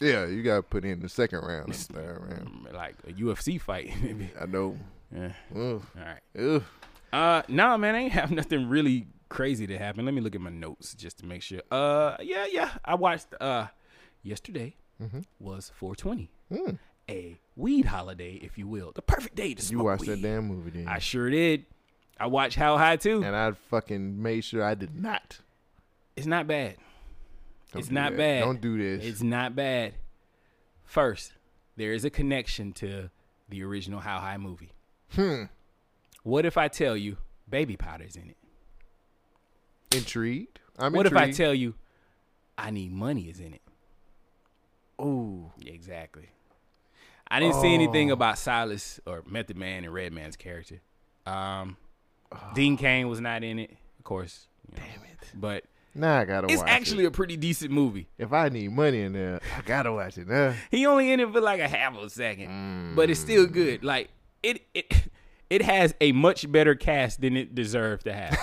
Yeah, you got to put in the second round, and the third round. like a UFC fight. maybe. I know. Yeah. Ugh. All right. Ugh. Uh, nah, man, I ain't have nothing really crazy to happen. Let me look at my notes just to make sure. Uh, yeah, yeah. I watched uh yesterday Mm-hmm. was 420, Mm. a weed holiday, if you will, the perfect day to smoke You watched weed. that damn movie, then, I sure did. I watched How High too. and I fucking made sure I did not. It's not bad. Don't it's do not that. bad. Don't do this. It's not bad. First, there is a connection to the original How High movie. Hmm. What if I tell you baby powder's in it? intrigued. I'm what if I intrigued. tell you I need money is in it? Ooh. Exactly. I didn't see anything Oh. about Silas or Method Man and Redman's character. Um, Oh. Dean Kane was not in it, of course. Damn it. But Nah, I gotta it's watch actually it. a pretty decent movie. If I need money in there, I gotta watch it. Nah. He only in it for like a half of a second, but it's still Mm. good. Like it, it, it has a much better cast than it deserved to have.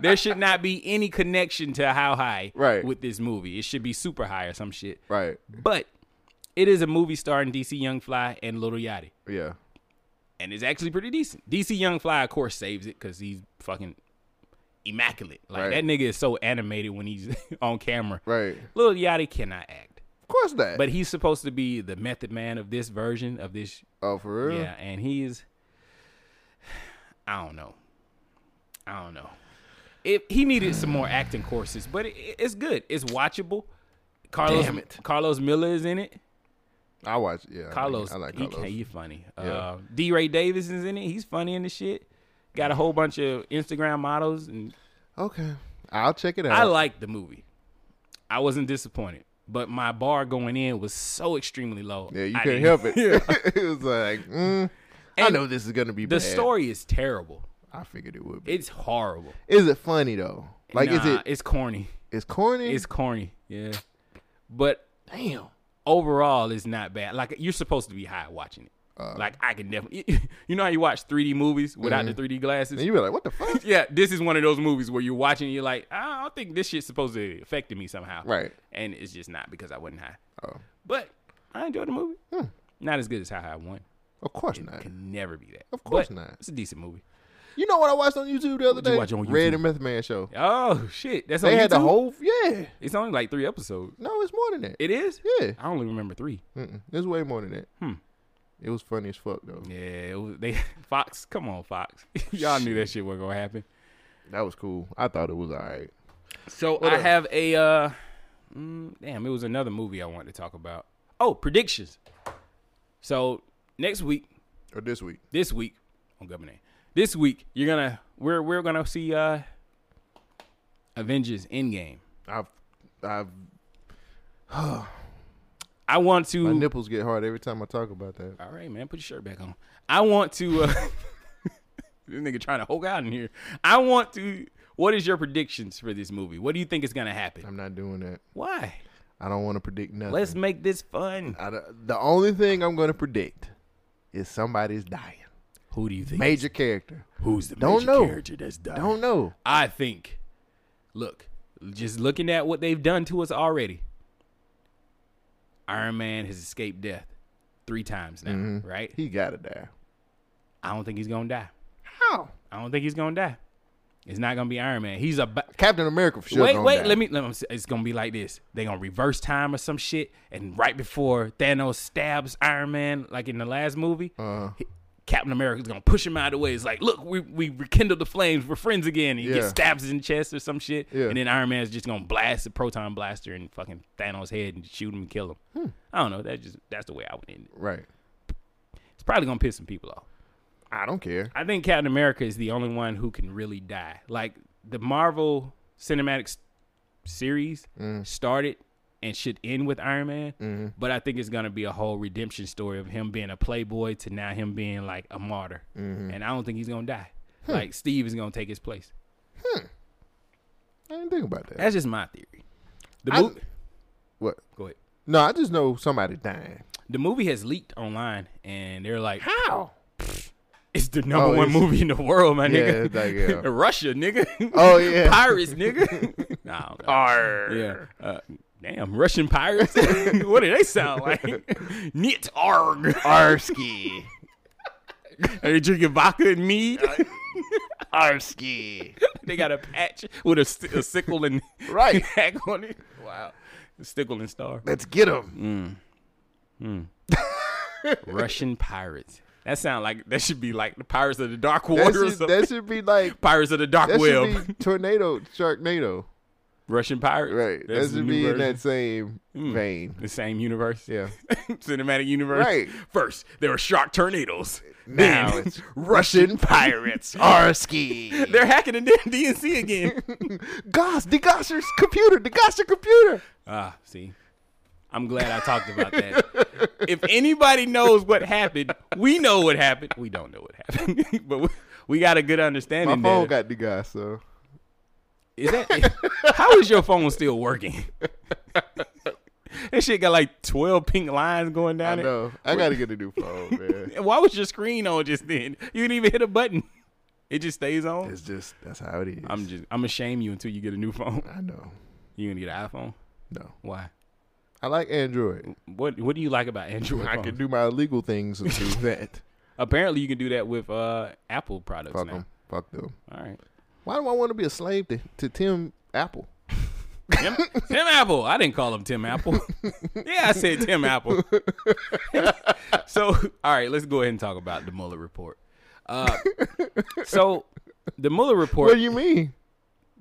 there should not be any connection to how high Right. with this movie. It should be super high or some shit. Right. But it is a movie starring DC Young Fly and Little Yachty, Yeah. and it's actually pretty decent. DC Young Fly, of course, saves it because he's fucking immaculate. Like Right. that nigga is so animated when he's on camera. Right. Little Yachty cannot act. Of course that. But he's supposed to be the method man of this version of this. oh, for real. Yeah, and he is. I don't know. I don't know. If he needed some more acting courses, but it, it's good. It's watchable. Carlos Damn it. Carlos Miller is in it. I watch. it. Yeah. Carlos, I like, I he like can- Carlos. he funny. Yeah. Uh, D. Ray Davis is in it. He's funny in the shit. Got a whole bunch of Instagram models, and Okay. I'll check it out. I liked the movie. I wasn't disappointed, but my bar going in was so extremely low. Yeah, you I couldn't didn't- help it. it was like, mm, I And know this is gonna be The bad. story is terrible. I figured it would be. It's horrible. Is it funny though? Like, is Nah, it? It's corny. It's corny. It's corny. Yeah, but damn. overall, it's not bad. Like you're supposed to be high watching it. Uh. like I can definitely. You know how you watch 3D movies without the 3D glasses. Mm-hmm. And you were like, what the fuck? yeah, this is one of those movies where you're watching and you're like, "Ah, I don't think this shit's supposed to affect me somehow. Right. And it's just not because I wasn't high. Oh. But I enjoyed the movie. Not as good as How High One. Hmm. of course not. Can never be that. Of course But not. It's a decent movie. You know what I watched on YouTube the other you day? watch on YouTube? Red and Method Man show. Oh shit! That's They on had the YouTube? whole. Yeah. It's only like three episodes. No, Oh, it's more than that. It is? Yeah. I only remember three. Mm-mm. It's way more than that. Hmm. It was funny as fuck though. Yeah, it was, they Fox. Come on, Fox. Y'all knew that shit wasn't gonna happen. That was cool. I thought it was alright. So I have a uh, mm, damn. It was another movie I wanted to talk about. Oh, predictions. So next week, Or this week. this week on Governor, this week you're gonna we're we're gonna see uh, Avengers Endgame. I've, I've I want to. my nipples get hard every time I talk about that. All right, man, put your shirt back on. I want to. Uh, this nigga trying to hook out in here. I want to. What is your predictions for this movie? What do you think is gonna happen? I'm not doing that. Why? I don't want to predict nothing. Let's make this fun. I don't- the only thing I'm going to predict is somebody's dying. Who do you think? Major character. Who's the Don't major know. character that's dying? Don't know. I think. Look, just looking at what they've done to us already. Iron Man has escaped death three times now, right? Mm-hmm. He gotta die. I don't think he's gonna die. How? I don't think he's gonna die. It's not gonna be Iron Man. He's a ba- Captain America for sure. wait, gonna wait. die. Let me. Let me. It's gonna be like this. They gonna reverse time or some shit, and right before Thanos stabs Iron Man, like in the last movie, Uh-huh. he- Captain America's gonna push him out of the way. It's like, look, we we rekindled the flames. We're friends again. And he Yeah. gets stabs in the chest or some shit, Yeah. and then Iron Man's just gonna blast the proton blaster in fucking Thanos' head and shoot him and kill him. I don't know. That just that's the way I would end it. Hmm. Right. It's probably gonna piss some people off. I don't care. I think Captain America is the only one who can really die. Like the Marvel cinematic s- series Mm. started and should end with Iron Man, Mm-hmm. but I think it's gonna be a whole redemption story of him being a playboy to now him being like a martyr, Mm-hmm. and I don't think he's gonna die. Hmm. Like Steve is gonna take his place. I didn't think about that. That's just my theory. The I- movie, What? go ahead. No, I just know somebody dying. The movie has leaked online, and they're like, How? "It's the number Oh, one it's- movie in the world, my Yeah, nigga." it's like, yeah. Russia, nigga. Oh, yeah. pirates, nigga. nah, I don't know. Yeah. Uh, damn, Russian pirates. what do they sound like? Nit arg. Arsky. Are they drinking vodka and mead? Uh, Arsky. they got a patch with a, st- a sickle and Right. hack on it. Wow. Sickle and star. Let's get him. Russian pirates. That sound like that should be like the Pirates of the Dark Water That or should, something. that should be like Pirates of the Dark that Web. should be tornado, sharknado. Russian pirates. Right. that That's the should new be in version. that same vein. The same universe. Yeah. Cinematic universe. Right. First, there were shark tornadoes. Now Then- it's Russian pirates. Arsky. They're hacking the damn DNC again. Goss, the Gosser's computer, the Gosser computer. ah, see. I'm glad I talked about that. if anybody knows what happened, we know what happened. We don't know what happened, but we, we got a good My understanding. phone there. got the Goss, so Is that how is your phone still working? that shit got like 12 pink lines going I down know. I gotta get a new phone, man. it. Why was your screen on just then? You didn't even hit a button. It just stays on. It's just that's how it is. I'm just I'm gonna shame you until you get a new phone. I know. You gonna get an iPhone? No. Why? I like Android. What What do you like about Android? I phones? can do my illegal things and do that. Apparently, you can do that with uh, Apple products Fuck now. them. Fuck them. All right. Why do I want to be a slave to, to Tim Apple? Tim, Tim Apple. I didn't call him Tim Apple. yeah, I said Tim Apple. so, all right, let's go ahead and talk about the Mueller report. Uh, so, the Mueller report. What do you mean?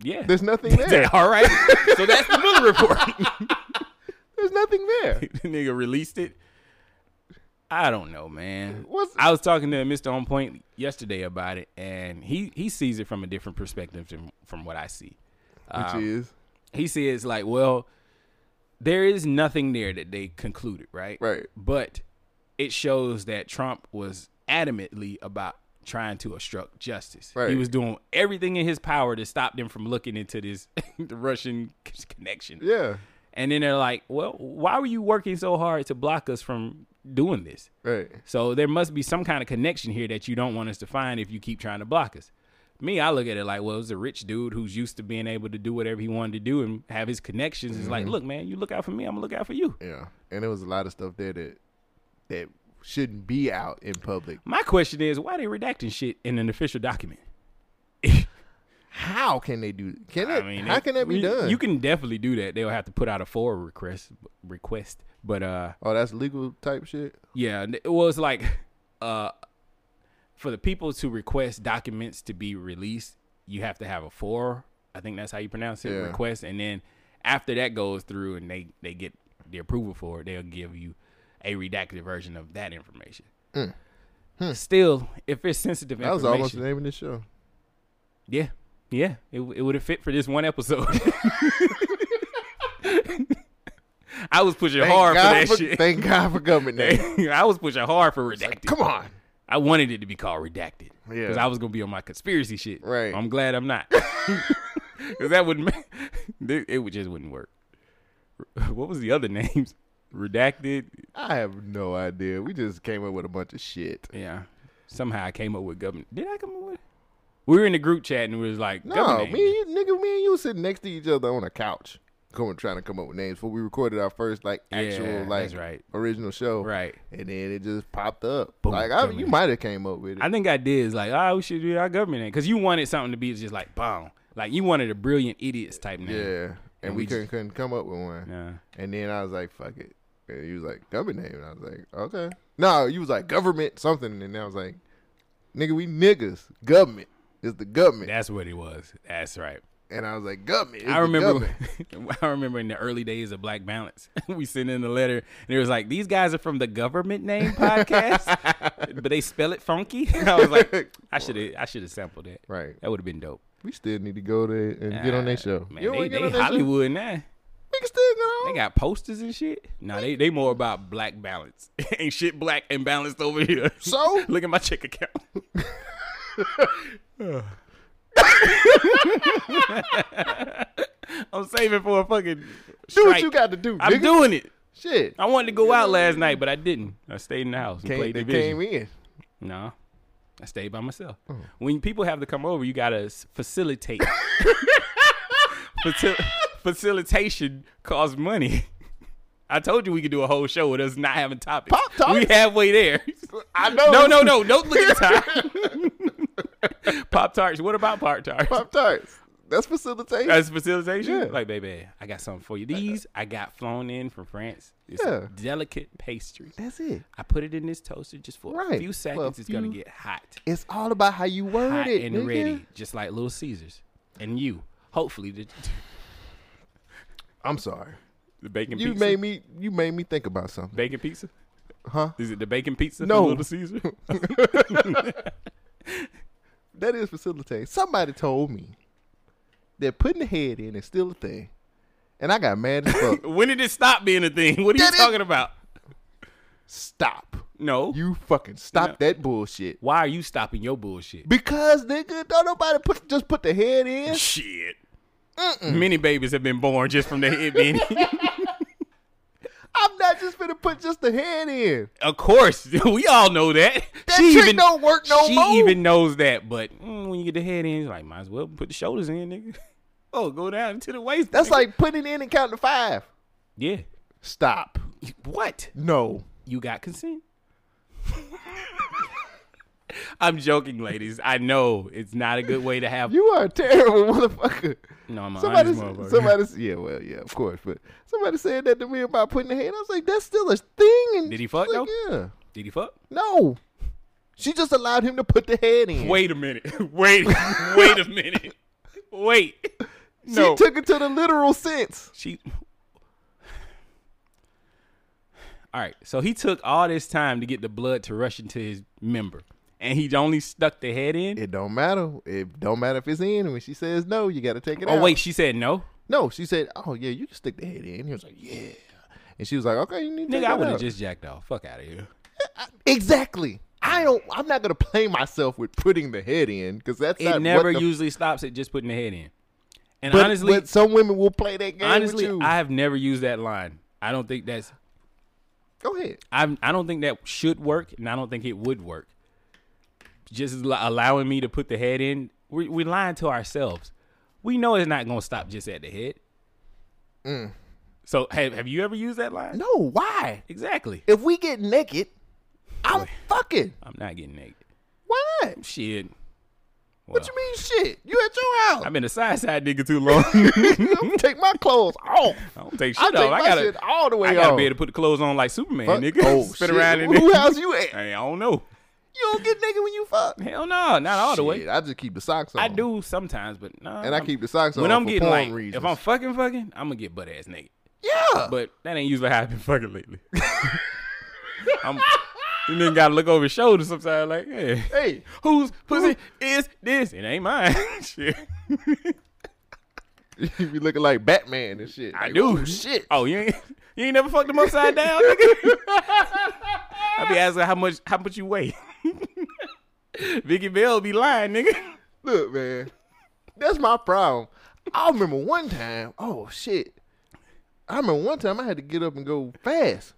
yeah. There's nothing there. all right. So that's the Mueller report. There's nothing there. nigga released it. I don't know, man. What's- I was talking to Mr. On Point yesterday about it, and he he sees it from a different perspective than from what I see. Um, Which is he says like, well, there is nothing there that they concluded, right? Right. But it shows that Trump was adamantly about trying to obstruct justice. He Right. was doing everything in his power to stop them from looking into this the Russian connection. yeah. And then they're like, well, why were you working so hard to block us from doing this? Right. So there must be some kind of connection here that you don't want us to find if you keep trying to block us. Me, I look at it like, well, it's a rich dude who's used to being able to do whatever he wanted to do and have his connections. It's like, look, man, you look out for me, I'm gonna look out for you. Mm-hmm. Yeah. And there was a lot of stuff there that that shouldn't be out in public. My question is, why they redacting shit in an official document? How can they do? Can that? how they- can that be you- done? You can definitely do that. They'll have to put out a forward request, request. But uh, oh, that's legal type shit. Yeah, n- well, it's like uh, for the people to request documents to be released, you have to have a four. I think that's how you pronounce it. Yeah. Request, and then after that goes through, and they they get the approval for it, they'll give you a redacted version of that information. Still, if it's sensitive Mm. Hmm. That was information, almost the name of this show. yeah, yeah, it w- it would have fit for this one episode. I was pushing hard for God that for, shit. Thank God for government name. I was pushing hard for redacted. Come on. I wanted it to be called redacted. Yeah. Because I was gonna be on my conspiracy shit. Right. I'm glad I'm not. Because that wouldn't. ma- It it would just wouldn't work. What was the other names? Redacted. I have no idea. We just came up with a bunch of shit. Yeah. Somehow I came up with government. Did I come up with? We were in the group chat and we was like, No, government me name. and you, nigga, me and you sitting next to each other on a couch, going trying to come up with names before we recorded our first like actual Yeah, like that's right. original show, Right. And then it just popped up. Boom, like I, you government. might have came up with it. I think I did. It's like, ah, we should do our government name because you wanted something to be just like, boom, like you wanted a brilliant idiots type name. yeah, and, And we, we couldn't just- couldn't come up with one. Nah. And then I was like, fuck it. And he was like, government name. And I was like, okay. No, you was like government something, and I was like, nigga, we niggas. Government is the government. That's what it was. That's right. and I was like, government. is I the remember, government." I remember in the early days of Black Balance, we sent in a letter and it was like, "These guys are from the Government Name Podcast, but they spell it funky." I was like, "I should have, I should have sampled that. Right. That would have been dope." Ah, We still need to go there and get on that show. Man, You don't they, wanna get they on that show? Hollywood now. We can still go. They got posters and shit. Nah, they they more about black balance. Ain't shit black and balanced over here. So? look at my check account. I'm saving for a fucking. do what strike. you got to do, I'm nigga. doing it. Shit. I wanted to go out last night, but I didn't. I stayed in the house and Came- played they division. came in. Oh. No, I stayed by myself. When people have to come over, you gotta s- facilitate. Facil- facilitation costs money. I told you we could do a whole show with us not having topics. Pop-Tarts? We halfway there. I know. No, no, no! Don't look at the time. Pop tarts. What about Pop tarts? Pop tarts. That's facilitation. As facilitation, Yeah. like baby, I got something for you. These I got flown in from France. It's Yeah. a delicate pastry. That's it. I put it in this toaster just for Right. a few For a seconds. It's gonna few- get hot, It's all about how you word hot it, and nigga. ready, just like Little Caesars and you. Hopefully, the, I'm sorry. the bacon You pizza. made me. You made me think about something. bacon pizza? Huh? Is it the bacon pizza? No. from Little Caesar. That is facilitate. Somebody told me that putting the head in is still a thing, and I got mad as fuck. when did it stop being a thing? What are That you is- talking about? Stop. No. You fucking stop that bullshit. Why are you stopping your bullshit? Because nigga, don't nobody put just put the head in. Shit. Mm. Mm. Many babies have been born just from their head being. I'm not just gonna put just the head in. of course, we all know that. That trick don't work no she more. even knows that, but mm, when you get the head in, it's like, might as well put the shoulders in, nigga. Oh, go down to the waist. That's nigga. like putting it in and counting to five. yeah. Stop. What? No. You got consent? I'm joking, ladies. I know it's not a good way to have. You are a terrible motherfucker. no, I'm a Somebody, honest motherfucker. somebody, yeah, well, yeah, of course, but somebody said that to me about putting the head. I was like, that's still a thing. And Did he she's fuck, like, Yeah, Did he fuck? no. She just allowed him to put the head in. Wait a minute. Wait. wait a minute. Wait. she no. took it to the literal sense. She. All right, so he took all this time to get the blood to rush into his member, and he only stuck the head in. It don't matter. It don't matter if it's in. When she says no, you got to take it out. oh wait, she said no. no. She said, oh yeah, you can stick the head in. He was like, yeah, and she was like, okay, you need. to Nigga, take I that would have out." just jacked off. Fuck out of here. Exactly. I don't. I'm not gonna play myself with putting the head in because that's It not never what the, usually stops at just putting the head in. And But, honestly, but some women will play that game. honestly, with you. I have never used that line. I don't think that's. go ahead. I'm. I don't think that should work, and I don't think it would work. Just li- allowing me to put the head in, we we lying to ourselves. We know it's not gonna stop just at the head. So have have you ever used that line? Mm. No, why? Exactly. If we get naked, I'm fucking. I'm not getting naked. Why? Shit. What you mean, shit? You at your house? I've been a side side nigga too long. I'm gonna take my clothes off. I don't take I shit take off. my I gotta shit all the way I gotta off. be able to put the clothes on like Superman, Fuck. nigga. Oh, Spin shit. around in Who there. house you at? Hey, I don't know. You don't get naked when you fuck. Hell no, not all the way. Shit, I just keep the socks on. I do sometimes, but no. And I keep the socks on when I'm for getting porn like, reasons. if I'm fucking fucking, I'm gonna get butt ass naked. Yeah. But that ain't usually how I've been fucking lately. I'm, you then gotta look over his shoulder sometimes, like, hey, Hey. whose pussy is this? It ain't mine. Shit. you be looking like Batman and shit. I Like, do. "Ooh, Shit. Oh, you ain't you ain't never fucked them upside down, nigga. I be asking how much how much you weigh. Vicky Bell be lying, nigga. Look, man, that's my problem. I remember one time. Oh shit! I remember one time I had to get up and go fast.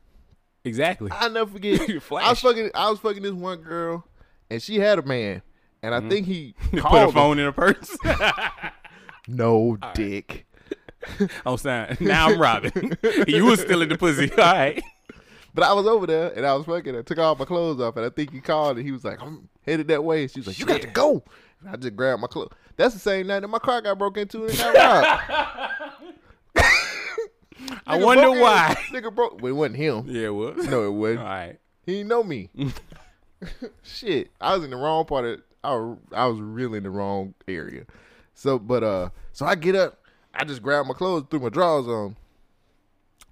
Exactly. I never forget. You I was flash. fucking. I was fucking this one girl, and she had a man, and I think he Mm-hmm. Put a called her. phone in her purse. No dick. I'm saying now I'm robbing. you was still in the pussy. All right. But I was over there and I was fucking. I took all my clothes off and I think he called and he was like, "I'm headed that way." And she was like, "You got to go." And I just grabbed my clothes. That's the same night that my car got broke into and got robbed. I Nigga wonder broke in- why. Nigga broke. Well, it wasn't him. Yeah, what? No, it All wasn't. right. He didn't know me. Shit, I was in the wrong part of. I was, I was really in the wrong area. So, but uh, so I get up. I just grab my clothes, threw my drawers on.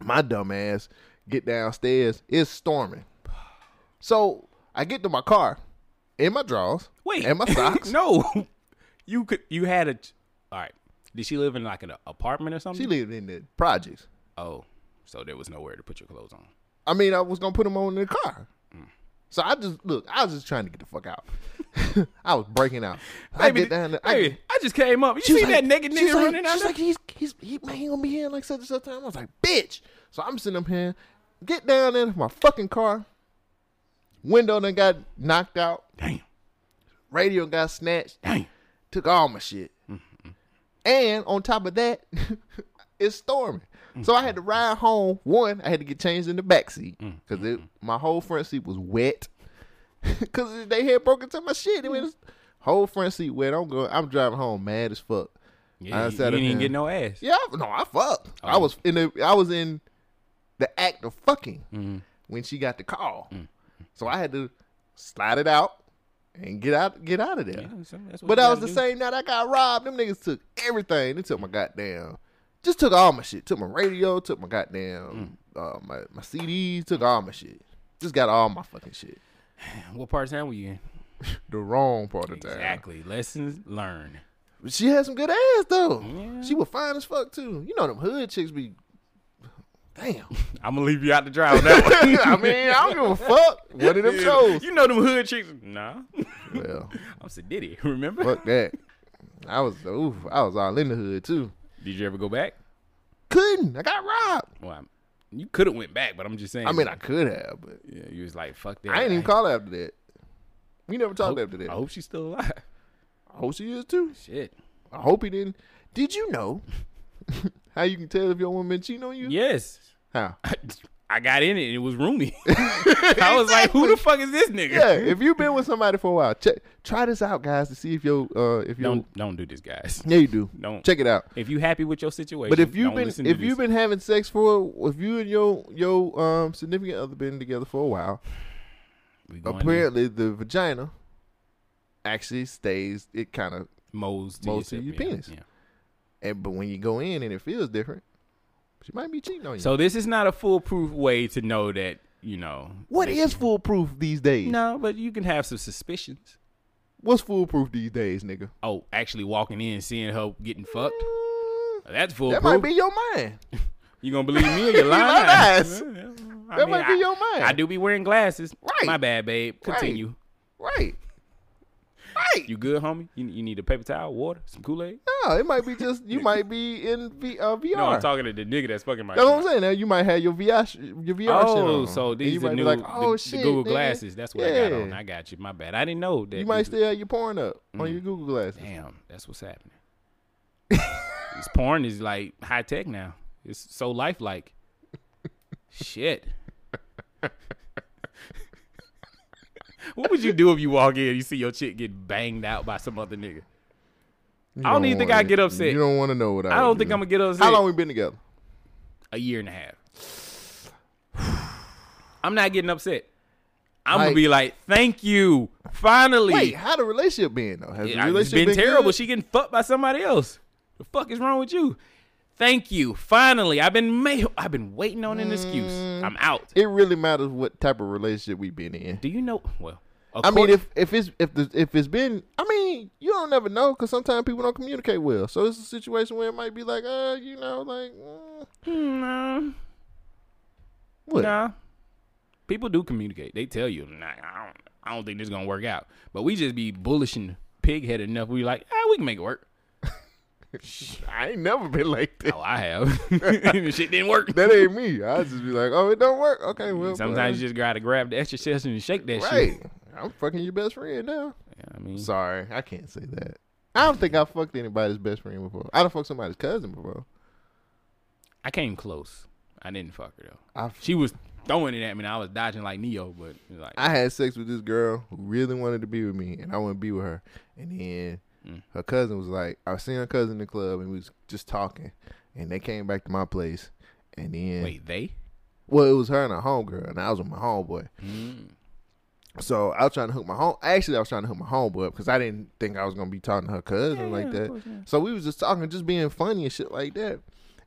My dumb ass get downstairs. It's storming. So I get to my car, in my drawers, Wait. and my socks. no. You could. You had a. ch- All right. Did she live in like an apartment or something? She lived in the projects. Oh, so there was nowhere to put your clothes on. I mean, I was gonna put them on in the car. So I just look. I was just trying to get the fuck out. I was breaking out. I get down. There, I, baby, I, just came up. You see was that like- naked she nigga was like- running she out was there? like, he's, he's, he, man, he gonna be here in like such and such time. I was like, bitch. So I'm sitting up here, get down in my fucking car. Window done got knocked out. damn, Radio got snatched. damn. Mm. Took all my shit. And on top of that, it's storming. Mm. So I had to ride home. One, I had to get changed in the back seat Mm. because Mm-hmm. my whole front seat was wet because they had broken to my shit. Mm. It was whole front seat wet. I'm going. I'm driving home mad as fuck. Yeah, you, you sat up didn't even there. get no Oh. ass. Yeah, I- no, I fucked. I was in the I was in the act of fucking Mm-hmm. when she got the call. Mm. So I had to slide it out and get out get out of there. so that's what but you that was gotta the do. same night I got robbed. Them niggas took everything. They took my goddamn just took all my shit. Took my radio, took my goddamn Mm. uh, my, my CDs, took all my shit. Just got all my fucking shit. What part of town were you in? The wrong part of town. Exactly. Lessons learned. But she had some good ass though. Yeah. She was fine as fuck too. You know them hood chicks be damn. I'm gonna leave you out to dry on that one. I mean, I don't give a fuck. One of them shows. You know them hood chicks. Nah, Well, I'm Sadiddy. Remember? fuck that. I was oof, I was all in the hood too. Did you ever go back? Couldn't. I got robbed. Well, I'm- you could have went back, but I'm just saying. I mean, I could have, but yeah, you was like, fuck that. I ain't even called call her after that. We never talked after that. I hope she's still alive. I hope she is too. Shit. I hope he didn't. Did you know how you can tell if your woman been cheating on you? Yes. How? I got in it and it was roomy. I was like, who the fuck is this nigga? Yeah. If you've been with somebody for a while, check, try this out, guys, to see if your uh if your Don't don't do this, guys. yeah you do Don't. check it out. If you happy with your situation, But if you've don't been listen to if this. you've been having sex for if you and your your um significant other been together for a while, We going apparently the vagina actually stays it kind of in moles to moles to your yourself, yeah, penis. yeah. and but when you go in and it feels different, oh, she might be cheating on you. So this is not a foolproof way to know that you know what that- is foolproof these days? No, but you can have some suspicions. What's foolproof these days, nigga? Oh, actually walking in and seeing her getting fucked. Mm. That That's foolproof. might be your mind. You gonna believe me or your lying lying eyes? eyes. I That might be I- your mind. I do be wearing glasses. Right. My bad, babe. Continue. Right. Right. You good, homie? You, you need a paper towel, water, some Kool Aid? no, it might be just you might be in v, uh, VR. No, I'm talking to the nigga that's fucking my. That's what I'm saying. Now you might have your VR, sh- your VR shit Oh, on. so And these you are might new be like, the- oh the, shit, Google nigga. glasses. That's what I got on. Yeah. I got you. My bad. I didn't know that. You might this- still have your porn up on your Google glasses. Mm. Damn, that's what's happening. this porn is like high tech now. It's so lifelike. Shit. what would you do if you walk in and you see your chick get banged out by some other nigga? You I don't even think wanna- I get upset. You don't want to know what I. I don't would think do. I'm gonna get upset. How long we been together? A year and a half. I'm not getting upset. I'm gonna Like- be like, thank you. Finally. Wait, how the relationship been though? Has the Yeah, It's relationship been terrible. good? She getting fucked by somebody else. The fuck is wrong with you? Thank you. Finally, I've been ma- I've been waiting on an excuse. Mm, I'm out. It really matters what type of relationship we been in. Do you know? Well, of I mean, course- if if it's if the, if it's been, I mean, you don't never know because sometimes people don't communicate well. So it's a situation where it might be like, uh, you know, like uh, Hmm, no, what? nah. People do communicate. They tell you, nah, I don't, I don't think this gonna work out. But we just be bullish and pig-headed enough. We like, ah, we can make it work. I ain't never been like that. Oh, I have. Shit didn't work. That ain't me. I just be like, oh, it don't work. Okay, well, Sometimes you just gotta grab the extra chest and shake that right. shit. I'm fucking your best friend now. Yeah, I mean, Sorry, I can't say that. I don't think I fucked anybody's best friend before. I done fucked somebody's cousin before. I came close. I didn't fuck her though. I She was throwing it at me, and I was dodging like Neo. But like, I had sex with this girl who really wanted to be with me, and I wouldn't be with her. And then Mm. her cousin was like, I was seeing her cousin in the club, and we was just talking, and they came back to my place, and then wait, they? well, it was her and her homegirl, and I was with my homeboy. Mm. So I was trying to hook my home. Actually, I was trying to hook my homeboy up because I didn't think I was gonna be talking to her cousin like that. So we was just talking, just being funny and shit like that.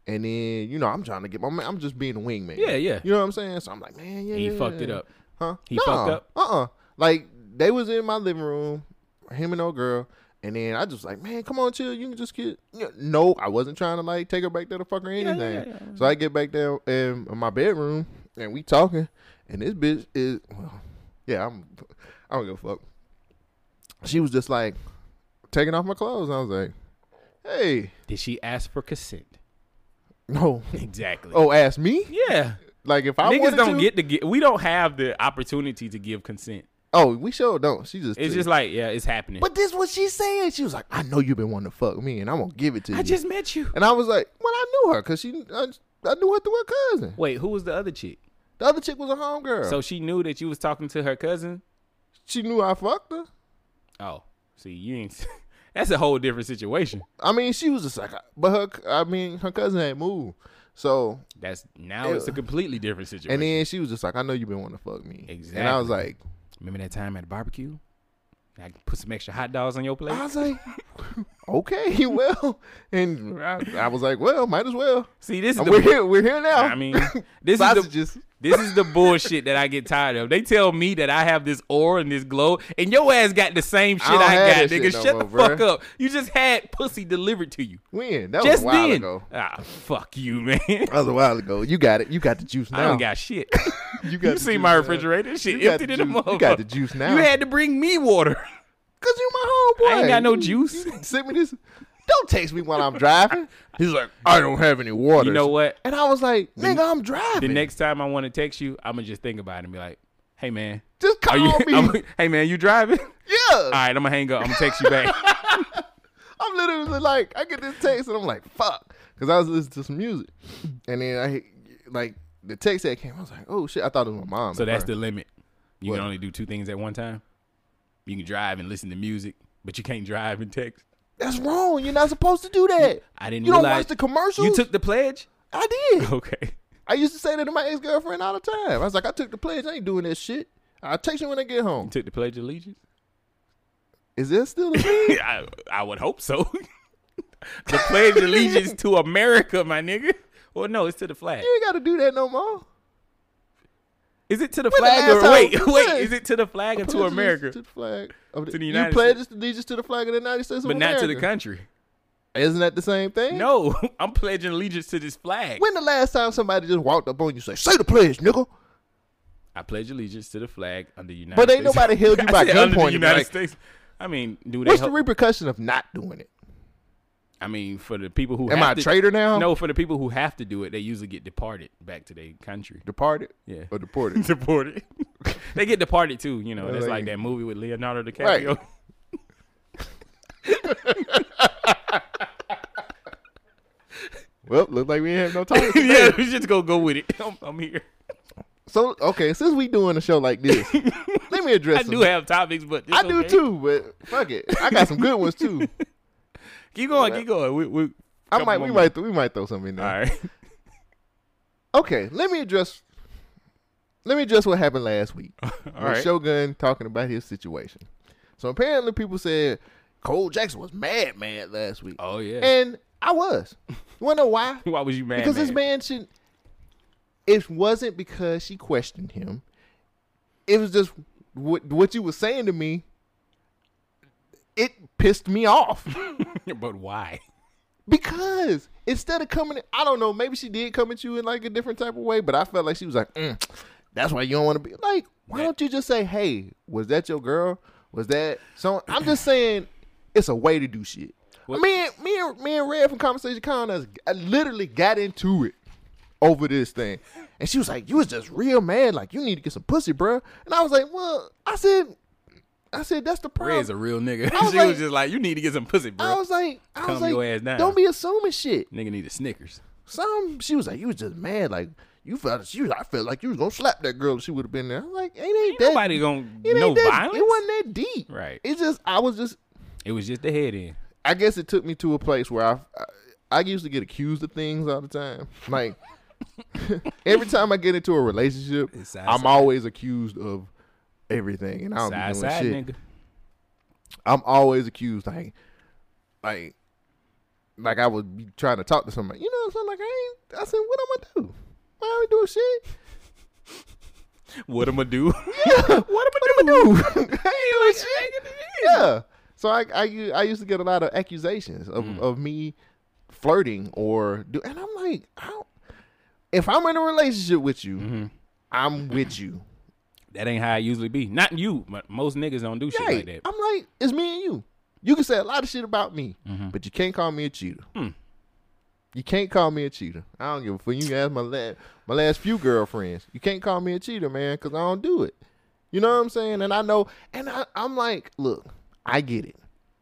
And then you know I'm trying to get my man. I'm just being a wingman. Yeah, yeah. You know what I'm saying? So I'm like, man, yeah. He yeah, fucked it yeah. up. Huh? He fucked up? Uh uh Like they was in my living room, him and old girl, and then I just like, man, come on, chill. You can just get. Yeah, No, I wasn't trying to like take her back there to fuck her or anything. So I get back there in my bedroom and we talking, and this bitch is well, yeah, I'm. I don't give a fuck. She was just like taking off my clothes. And I was like, hey, Did she ask for consent? no. Exactly. Oh, ask me? yeah. Like if I Niggas wanted don't to- get to get. We don't have the opportunity to give consent. Oh, we sure don't. She just. It's just like, yeah, it's happening. But this what she saying. She was like, I know you've been wanting to fuck me, and I'm gonna give it to I you. just met you. and I was like, well, I knew her because she, I, I knew her through her cousin. Wait, who was the other chick? The other chick was a homegirl, So so she knew that you was talking to her cousin. she knew I fucked her. Oh, see, you ain't. That's a whole different situation. I mean, Oh, she was just like, but her, I mean, her cousin had moved, so That's now it's a completely different situation. and then she was just like, I know you've been wanting to fuck me, And I was like, Remember that time at the barbecue? I put some extra hot dogs on your plate. I was like, okay, well, and I, I was like, well, might as well. See, this is And the we're here, we're here now. I mean, this is Sausages. the this is the bullshit that I get tired of. They tell me that I have this aura and this glow, and your ass got the same shit I don't I, have got, that nigga. shit no Shut the more, fuck bruh. up. You just had pussy delivered to you. when that was just a while then. ago. Ah, fuck you, man. That was a while ago. You got it. You got the juice now. I don't got shit. You You, the see juice my now. refrigerator? Shit You got empty the to the juice- motherfucker. you got the juice now. You had to bring me water. Cause you my homeboy. I ain't got no You- juice. You send me this. Don't text me while I'm driving. He's like, I don't have any water. You know what? And I was like, nigga, I'm driving. The next time I want to text you, I'm gonna just think about it and be like, "Hey, man, just are call you? me. Uh. I'm- hey, man, you driving? yeah. All right, I'm gonna hang up. I'm gonna text you back. I'm literally like, I get this text and I'm like, fuck, because I was listening to some music, and then I hit- like the text that came. I was like, oh shit, I thought it was my mom. So at that's first. the limit. You What? can only do two things at one time. You can drive and listen to music, but you can't drive and text. that's wrong. You're not supposed to do that. I didn't. You don't realize watch the commercials. You took the pledge. I did. Okay. I used to say that to my ex girlfriend all the time. I was like, I took the pledge. I ain't doing that shit. I'll text you when I get home. Took the pledge of allegiance. Is that still a thing? I, I would hope so. the pledge of allegiance to America, my nigga. Well, no, it's to the flag. you ain't got to do that no more. Is it to the When the flag last or time wait, you wait? pledged? Is it to the flag or to Pledge America? allegiance To the flag. Of the, To the you United pledge allegiance to the flag of the United States of But not America. to the country. Isn't that the same thing? No, I'm pledging allegiance to this flag. When the last time somebody just walked up on you and say, say the pledge, nigga? I pledge allegiance to the flag under United But ain't States. nobody held you I by said under the gunpoint. and be United Like, States. I mean, do they? what's the Help? repercussion of not doing it? I mean, for the people who Am have I a to- traitor now? No, for the people who have to do it, they usually get departed back to their country. Departed? Yeah. Or deported? deported. they get departed too. You know, that's like- like, that movie with Leonardo DiCaprio. Right. well, look like we ain't have no time. yeah, we just gonna go with it. I'm, I'm here. so, okay, since we doing a show like this, let me address I some- do have topics, but it's I do okay. too, but fuck it. I got some good ones too. Keep going, keep going. We, we, I couple might, more we minutes. might, we might throw something in there. All right. Okay, let me address. Let me address what happened last week. All right. Shogun talking about his situation. So apparently, people said Cole Jackson was mad, mad last week. Oh, yeah. and I was. You wanna know why? Why was you mad? because this man? man should. It wasn't because she questioned him. It was just what what you were saying to me. It pissed me off. but why? Because instead of coming, I don't know, maybe she did come at you in like a different type of way, but I felt like she was like, "Mm, "That's why you don't want to be like." Why don't you just say, "Hey, was that your girl? Was that so?" I'm just saying, it's a way to do shit. What- Me and me and me and Red from Conversation Con us I literally got into it over this thing, and she was like, "You was just real mad. Like you need to get some pussy, bruh. And I was like, "Well," I said, I said, that's the problem. Red's a real nigga. I was she like- Oh. was just like, you need to get some pussy, bro. I was like, I Calm was like, your ass down. don't be assuming shit. nigga need a Snickers. Some she was like, you was just mad, like you felt. She was, like, I felt like you was gonna slap that girl. if She would have been there. I'm like, it ain't, that. Nobody gonna it no ain't that. violence. It wasn't that deep. Right. It's just I was just. It was just the head in. I guess it took me to a place where I, I, I used to get accused of things all the time. Like every time I get into a relationship, It's side I'm side. always accused of everything, and I don't Side be doing side shit. nigga. I'm always accused like like like I would be trying to talk to somebody. You know what I'm saying? Like I ain't I said, what I'm gonna do? I ain't doing shit. What am I do? What am I gonna do? I ain't doing shit. Yeah. So I, I u- I used to get a lot of accusations of, Mm. of me flirting or do and I'm like, I don't, if I'm in a relationship with you, I'm with you. Mm-hmm. that ain't how I usually be. Not you, but most niggas don't do shit Right. like that. I'm like, it's me and you. You can say a lot of shit about me, Mm-hmm. but you can't call me a cheater. Hmm. You can't call me a cheater. I don't give a fuck. You can ask my last my last few girlfriends. You can't call me a cheater, man, because I don't do it. You know what I'm saying? And I know, and I, I'm like, look, I get it.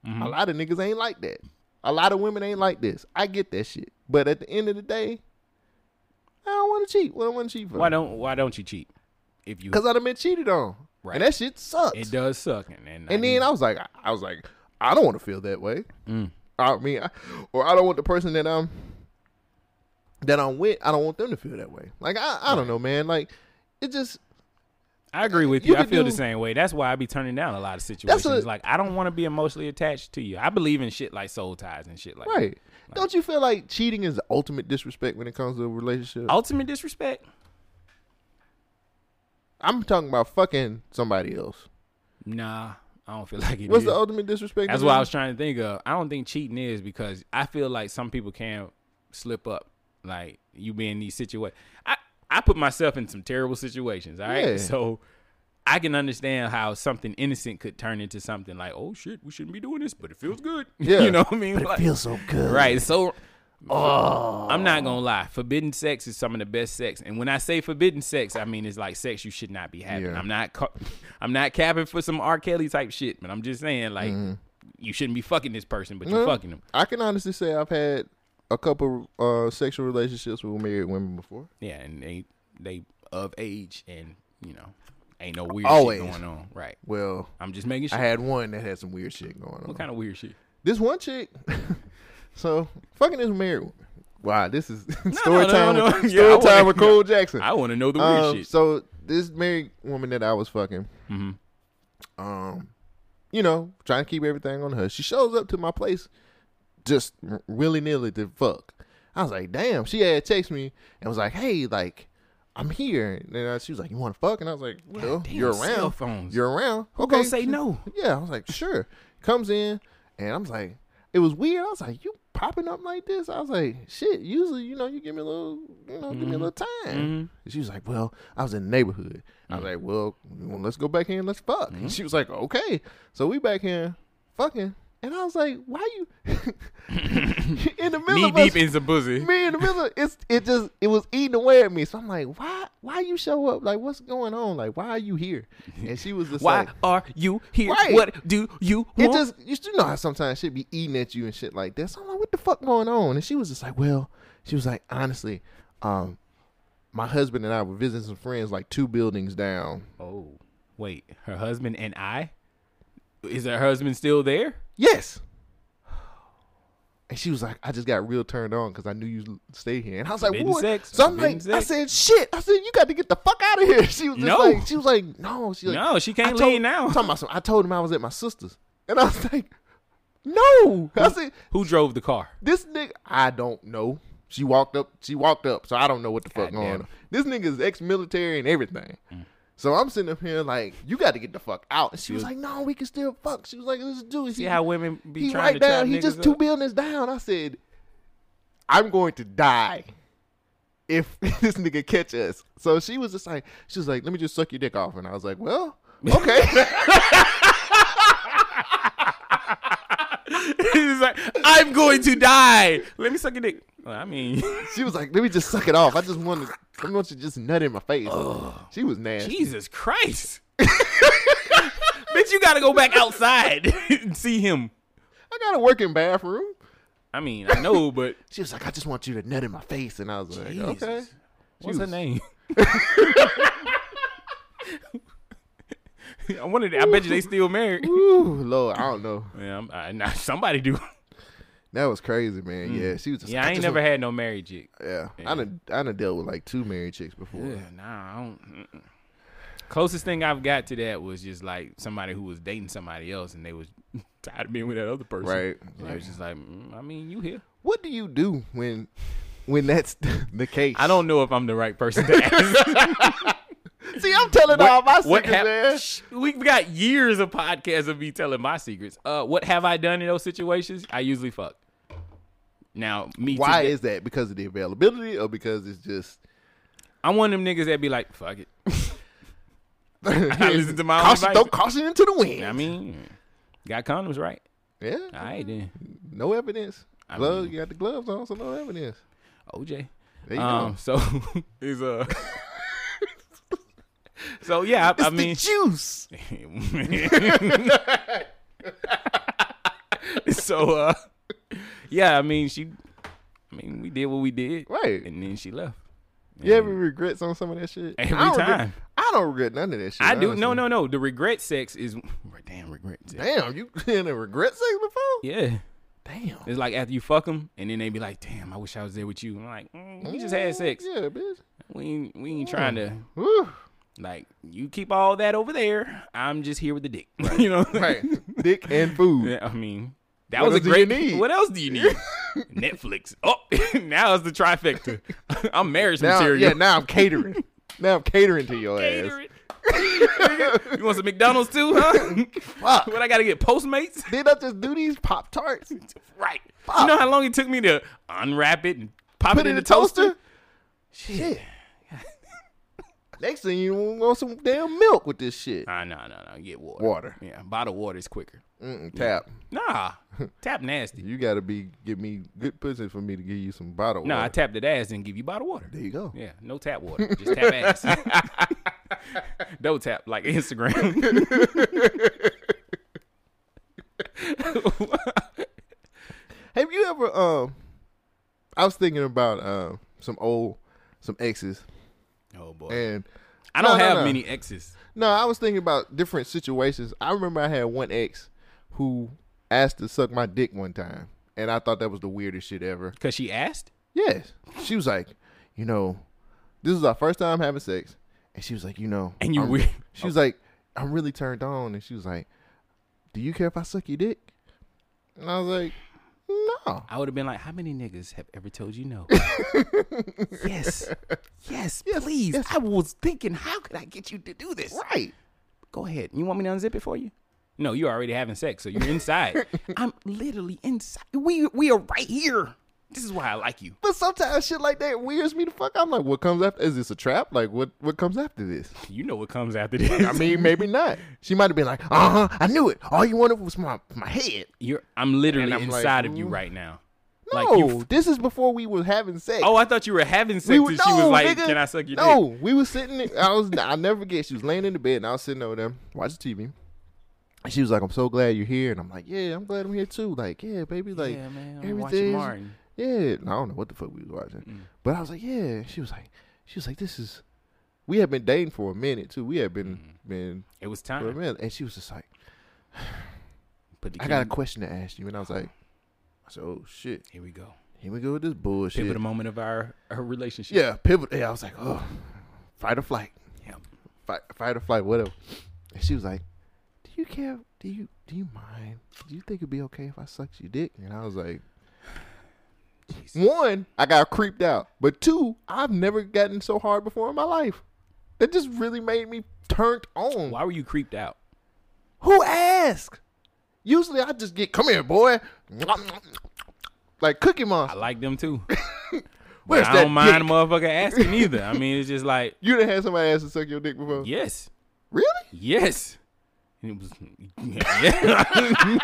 Mm-hmm. A lot of niggas ain't like that. A lot of women ain't like this. I get that shit. But at the end of the day, I don't want to cheat. What I want to cheat for? Why don't Why don't you cheat? If you, Because I've been cheated on. Right. And that shit sucks. it does suck. And, and, And then I was like, I was like, I don't want to feel that way. Mm. I mean, I, or I don't want the person that I'm that I'm with. I don't want them to feel that way. Like I, I don't know, man. Like it just I agree with you you. I could feel do- the same way. That's why I be turning down a lot of situations. a- like I don't want to be emotionally attached to you. I believe in shit like soul ties and shit like that. right. Don't you feel like cheating is the ultimate disrespect when it comes to a relationship? ultimate disrespect. I'm talking about fucking somebody else. Nah, I don't feel like it. What's is. the ultimate disrespect? That's to what I them? was trying to think of. I don't think cheating is because I feel like some people can slip up. Like you be in these situations. I I put myself in some terrible situations. All right, Yeah. so I can understand how something innocent could turn into something like, oh shit, we shouldn't be doing this, but it feels good. Yeah. you know what I mean? Like- so good. Right. So I'm not gonna lie. Forbidden sex is some of the best sex, and when I say forbidden sex, I mean it's like sex you should not be having. Yeah. I'm not, ca- I'm not capping for some R. Kelly type shit, but I'm just saying like Mm-hmm. you shouldn't be fucking this person, but you're Yeah. fucking them. I can honestly say I've had a couple uh, sexual relationships with married women before. Yeah, and they they of age, and you know ain't no weird Always. shit going on. Right. Well, I'm just making I sure. had one that had some weird shit going on. what kind of weird shit? this one chick. so fucking this married woman. Wow, this is no, story no, time. no. with- Yeah, Story I wanna- time with Cole Jackson. I want to know the weird Um, shit. So this married woman that I was fucking, Mm-hmm. um, you know, trying to keep everything on her. She shows up to my place, just willy nilly to fuck. I was like, damn. She had texted me and was like, hey, like. I'm here, and then I- she was like, "You want to fuck?" And I was like, "Well, damn, you're cell around. phones. You're around. Who gonna say no? yeah, I was like, sure. Comes in, and I'm like, it was weird. I was like, you popping up like this? I was like, shit. Usually, you know, you give me a little, you know, give Mm-hmm. me a little time. And she was like, well, I was in the neighborhood. I Mm. was like, well, well, let's go back here and let's fuck. Mm-hmm. And she was like, okay. So we back here fucking, and I was like, why you in the middle Knee of us- deep in some pussy. me in the middle. of- It's it just it was eating away at me. So I'm like, why why you show up? Like, what's going on? Like, why are you here? And she was just Why like, are you here? Right. What do you it want? just you you know how sometimes shit be eating at you and shit like this. I'm like, what the fuck going on? And she was just like, well, she was like, honestly, um, my husband and I were visiting some friends like two buildings down. Oh, wait. Her husband and I? Is her husband still there? Yes. And she was like, I just got real turned on because I knew you stay here. And I was like, Forbidden what? sex, So I'm forbidden like, I said, sex. shit. I said, you got to get the fuck out of here. She was just No. like, she was like, no. She like, No, she can't I told- leave now. I'm talking about some, I told him I was at my sister's. And I was like, no. I said, Who drove the car? this nigga, I don't know. She walked up. She walked up. So I don't know what the fuck Goddamn. Mm. going on. This nigga's ex-military and everything. So I'm sitting up here like, you got to get the fuck out. And she was like, no, we can still fuck. She was like, let's do it. See how women be he trying right to down. down, He just two buildings down. I said, I'm going to die if this nigga catch us. So she was just like, she was like, let me just suck your dick off, and I was like, well, okay. He's like, I'm going to die. Let me suck your dick. Well, I mean, she was like, let me just suck it off. I just wanted, I want you to just nut in my face. She was nasty. Jesus Christ. Bitch, you gotta go back outside and see him. I got a working bathroom. I mean, I know, but She was like, I just want you to nut in my face. And I was like, Jesus. okay. what's her Juice. name? I wanted. I bet you they still married. Ooh, Lord, I don't know. Yeah, I'm, I, nah, somebody do. That was crazy, man. Yeah, she was. Just, Mm. Yeah, I ain't just never want- had no married chick. Yeah, I done, I done dealt with like two married chicks before. Yeah, nah, I don't. mm-mm. Closest thing I've got to that was just like somebody who was dating somebody else and they was tired of being with that other person. Right, And it right. was just like, mm, I mean, you here. What do you do when, when that's the case? I don't know if I'm the right person to ask. see. I'm telling all my what secrets, hap- man. Shh, We've got years of podcasts of me telling my secrets. Uh, what have I done in those situations? I usually fuck. Now, me Why today- is that? Because of the availability, or because it's just I'm one of them niggas that be like, fuck it. I listen to my own caution, advice. don't caution into the wind. I mean, got condoms right. All yeah, right then, no evidence. I Gloves, mean- you got the gloves on, so no evidence. OJ. There you Um, go. so is uh. so yeah, I, I mean, juice. so uh, yeah, I mean, she, I mean, we did what we did, Right. And then she left. You ever regrets on some of that shit? Every I don't Regret, time. I don't regret none of that shit. I do. No, honestly. no, no. The regret sex is damn regret sex. Damn, you in a regret sex before? Yeah, Damn. it's like after you fuck them, and then they be like, "Damn, I wish I was there with you." And I'm like, mm, "We just had sex. Yeah, bitch. We ain't, we ain't trying to Woo. like you keep all that over there. I'm just here with the dick. you know, Right. Dick and food. Yeah, I mean, that What was a else do you great. need? What else do you need? Netflix. Oh, now it's the trifecta. I'm marriage Now, material. yeah, now I'm catering. now I'm catering to your ass. Catering. you want some McDonald's too, huh? Fuck. What I got to get Postmates? Did I just do these Pop Tarts? Right. You know how long it took me to unwrap it and pop Put it it in the toaster? toaster? Shit. Next thing you want some damn milk with this shit. Ah, no, no, no. Get water. Water. Yeah, bottled water is quicker. Mm-mm, Mm, tap. Nah, tap nasty. You gotta be give me good pussy for me to give you some bottle. Nah, I water. tapped it ass and give you bottled water. there you go. Yeah, no tap water. Just tap ass. Double tap, like Instagram. Have you ever um I was thinking about um some old some exes oh, boy. and I No, don't no, have no. many exes. No, I was thinking about different situations. I remember I had one ex who asked to suck my dick one time, and I thought that was the weirdest shit ever. Because she asked? Yes, she was like, you know, this is our first time having sex, and she was like, you know, And you I'm- weird. She was like, I'm really turned on, and she was like, do you care if I suck your dick? And I was like, no. I would have been like, how many niggas have ever told you no? yes. Yes, please. yes. I was thinking, how could I get you to do this? Right. Go ahead. You want me to unzip it for you? No, you're already having sex, so you're inside. I'm literally inside. We we are right here. This is why I like you. But sometimes shit like that weirds me the fuck. I'm like, what comes after? Is this a trap? Like, what what comes after this? You know what comes after this. I mean, maybe not. She might have been like, "Uh huh, I knew it. All you wanted was my my head." you're I'm "Mm-hmm." literally And I'm like, inside of you mm. right now. No, Like you this is before we was having sex. Oh, I thought you were having sex we and she was no, like, nigga. Can I suck your dick? No, we was sitting. there- I was. I never forget. She was laying in the bed, and I was sitting over there watching TV. And she was like, "I'm so glad you're here," and I'm like, "Yeah, I'm glad I'm here too." Like, yeah, baby, like Yeah, man, I'm watching everything. Martin. Mm. Yeah, and I don't know what the fuck we was watching, but I was like, "Yeah." She was like, "She was like, this is." We had been dating for a minute too. We had been been Mm. It was for a time. minute, and she was just like. Put the I got a key- question to ask you, and I was like, I said, "Oh shit, Here we go. here we go with this bullshit." Pivot the moment of our, our relationship. yeah, pivot. Yeah, I was like, "Oh, fight or flight, Yep. fight, fight or flight, whatever." And she was like, "Do you care? Do you do you mind? Do you think it'd be okay if I sucked your dick?" And I was like, "One, I got creeped out, but two, I've never gotten so hard before in my life. That just really made me turned on. Why were you creeped out? Who asked? Usually, I just get, come here, boy." Like Cookie Monster. I like them too. Where's I don't that mind dick? a motherfucker asking either. I mean, it's just like, You done had somebody ask to suck your dick before? yes, Really? yes. And it was, yeah.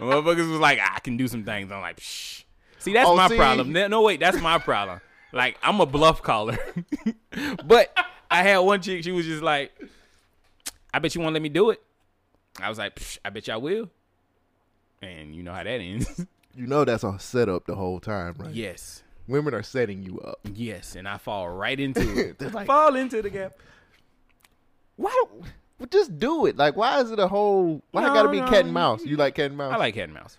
motherfuckers was like, "Ah, I can do some things. I'm like, shh. See, that's Oh, my see? problem. No, no, wait, that's my problem. Like, I'm a bluff caller. but I had one chick, she was just like, I bet you won't let me do it. I was like, "Psh, I bet y'all will. And you know how that ends. You know that's a setup the whole time, right? yes. Women are setting you up. Yes. And I fall right into it. They're like- fall into the gap. Why? Well, just do it. Like, why is it a whole? Why it No, gotta be no, cat you- and mouse? You like cat and mouse? I like cat and mouse.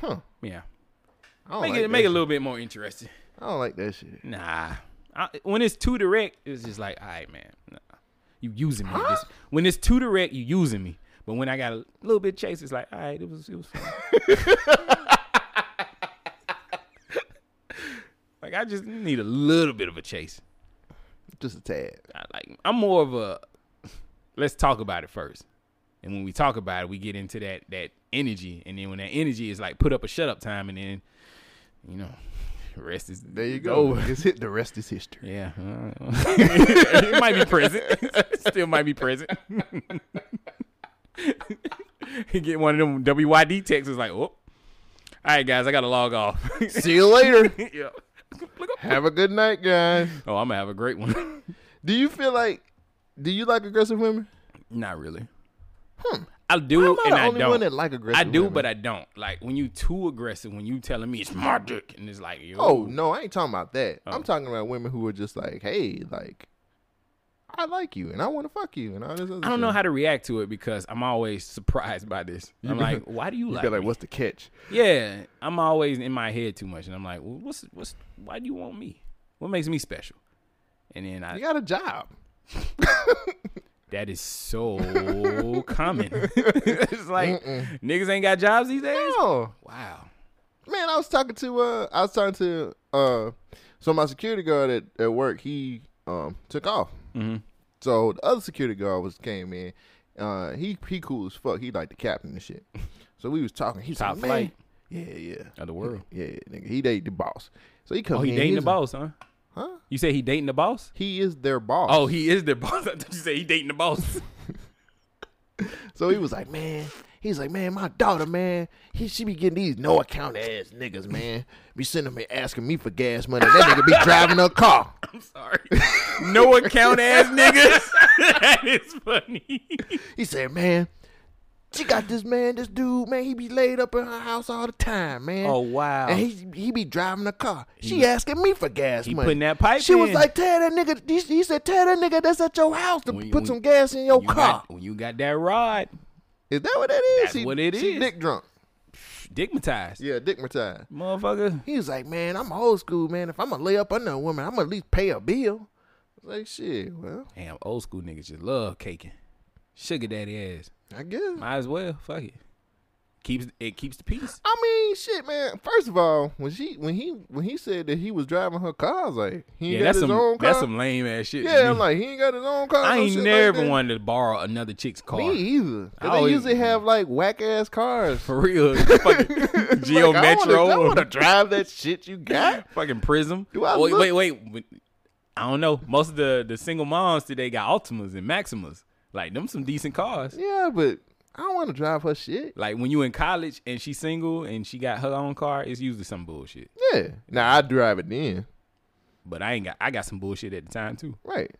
Huh? Yeah. I don't like Make it make it that a little bit more interesting. shit. I don't like that shit. Nah. I, when it's too direct, it's just like, all right, man. Nah. You using me. This, when it's too direct, you using me. But when I got a little bit chase, it's like, all right, it was it was fun. like I just need a little bit of a chase. Just a tad. I, like I'm more of a let's talk about it first. And when we talk about it, we get into that that energy. And then when that energy is like put up a shut up time and then you know, rest is There you is go. over. It's hit. The rest is history. Yeah. uh-huh. it might be present. Still might be present. you get one of them WYD texts it's like, oh. All right, guys, I got to log off. See you later. yeah. Have a good night, guys. Oh, I'm going to have a great one. Do you feel like? Do you like aggressive women? Not really. Hmm. I do Am I and the I only don't. one that like aggressive? I do, women? but I don't. Like when you too aggressive, when you telling me it's my dick, and it's like, yo, Oh no, I ain't talking about that. Oh. I'm talking about women who are just like, hey, like, I like you and I want to fuck you and all this. Other I don't know how to react to it because I'm always surprised by this. I'm like, why do you, You like? feel like, me? what's the catch? Yeah, I'm always in my head too much, and I'm like, well, what's what's why do you want me? What makes me special? And then I You got a job. that is so common. it's like niggas ain't got jobs these days. Oh Wow. man, I was talking to uh, I was talking to uh, so my security guard at, at work, he um took off. Mm-hmm. So the other security guard was came in. Uh, he he cool as fuck. He like the captain and shit. So we was talking. He's like, Top man, flight. Yeah, yeah, Of the world. yeah. Nigga, he date the boss. So he comes. Oh, he in, dating the he's- boss, huh? Huh? You say he dating the boss? He is their boss. Oh, he is the boss. I thought you said he dating the boss. So he was like, man, he's like, man, my daughter, man, he she be getting these no account ass niggas, man, be sending me asking me for gas money. That nigga be driving her car. I'm sorry. No account ass niggas. that is funny. He said, man, she got this man, this dude, man, he be laid up in her house all the time, man. Oh, wow. And he he be driving the car. She asking me for gas he money. putting that pipe She was in. like, tell that nigga. He, he said, tell that nigga that's at your house to When- put when- some gas in your You car. got, when you got that rod, Is that what that is? That's She- what it she is. Dick drunk. digmatized. Yeah, dick matized. Motherfucker. He was like, man, I'm old school, man. If I'm gonna lay up under a woman, I'm gonna at least pay a bill. I was like, shit, well, Damn, old school niggas just love caking. Sugar daddy ass. I guess. Might as well. Fuck it. Keeps it keeps the peace. I mean, shit, man. First of all, when she, when he, when he said that he was driving her car, I was like, he ain't Yeah, got that's his some own car. that's some lame ass shit. to me. yeah, I'm like, he ain't got his own car. I no ain't shit never like that. wanted to borrow another chick's car. Me either. 'Cause I They always- usually have like whack ass cars. For real. Fucking Geo like, Metro. I or want to drive that shit you got. fucking Prism. Do I wait, look- wait, wait, wait. I don't know. Most of the, the single moms today got Ultimas and Maximas. Like them some decent cars. Yeah, but I don't want to drive her shit. Like when you in college and she's single and she got her own car, it's usually some bullshit. Yeah. Now I drive it then. But I ain't got I got some bullshit at the time too. Right.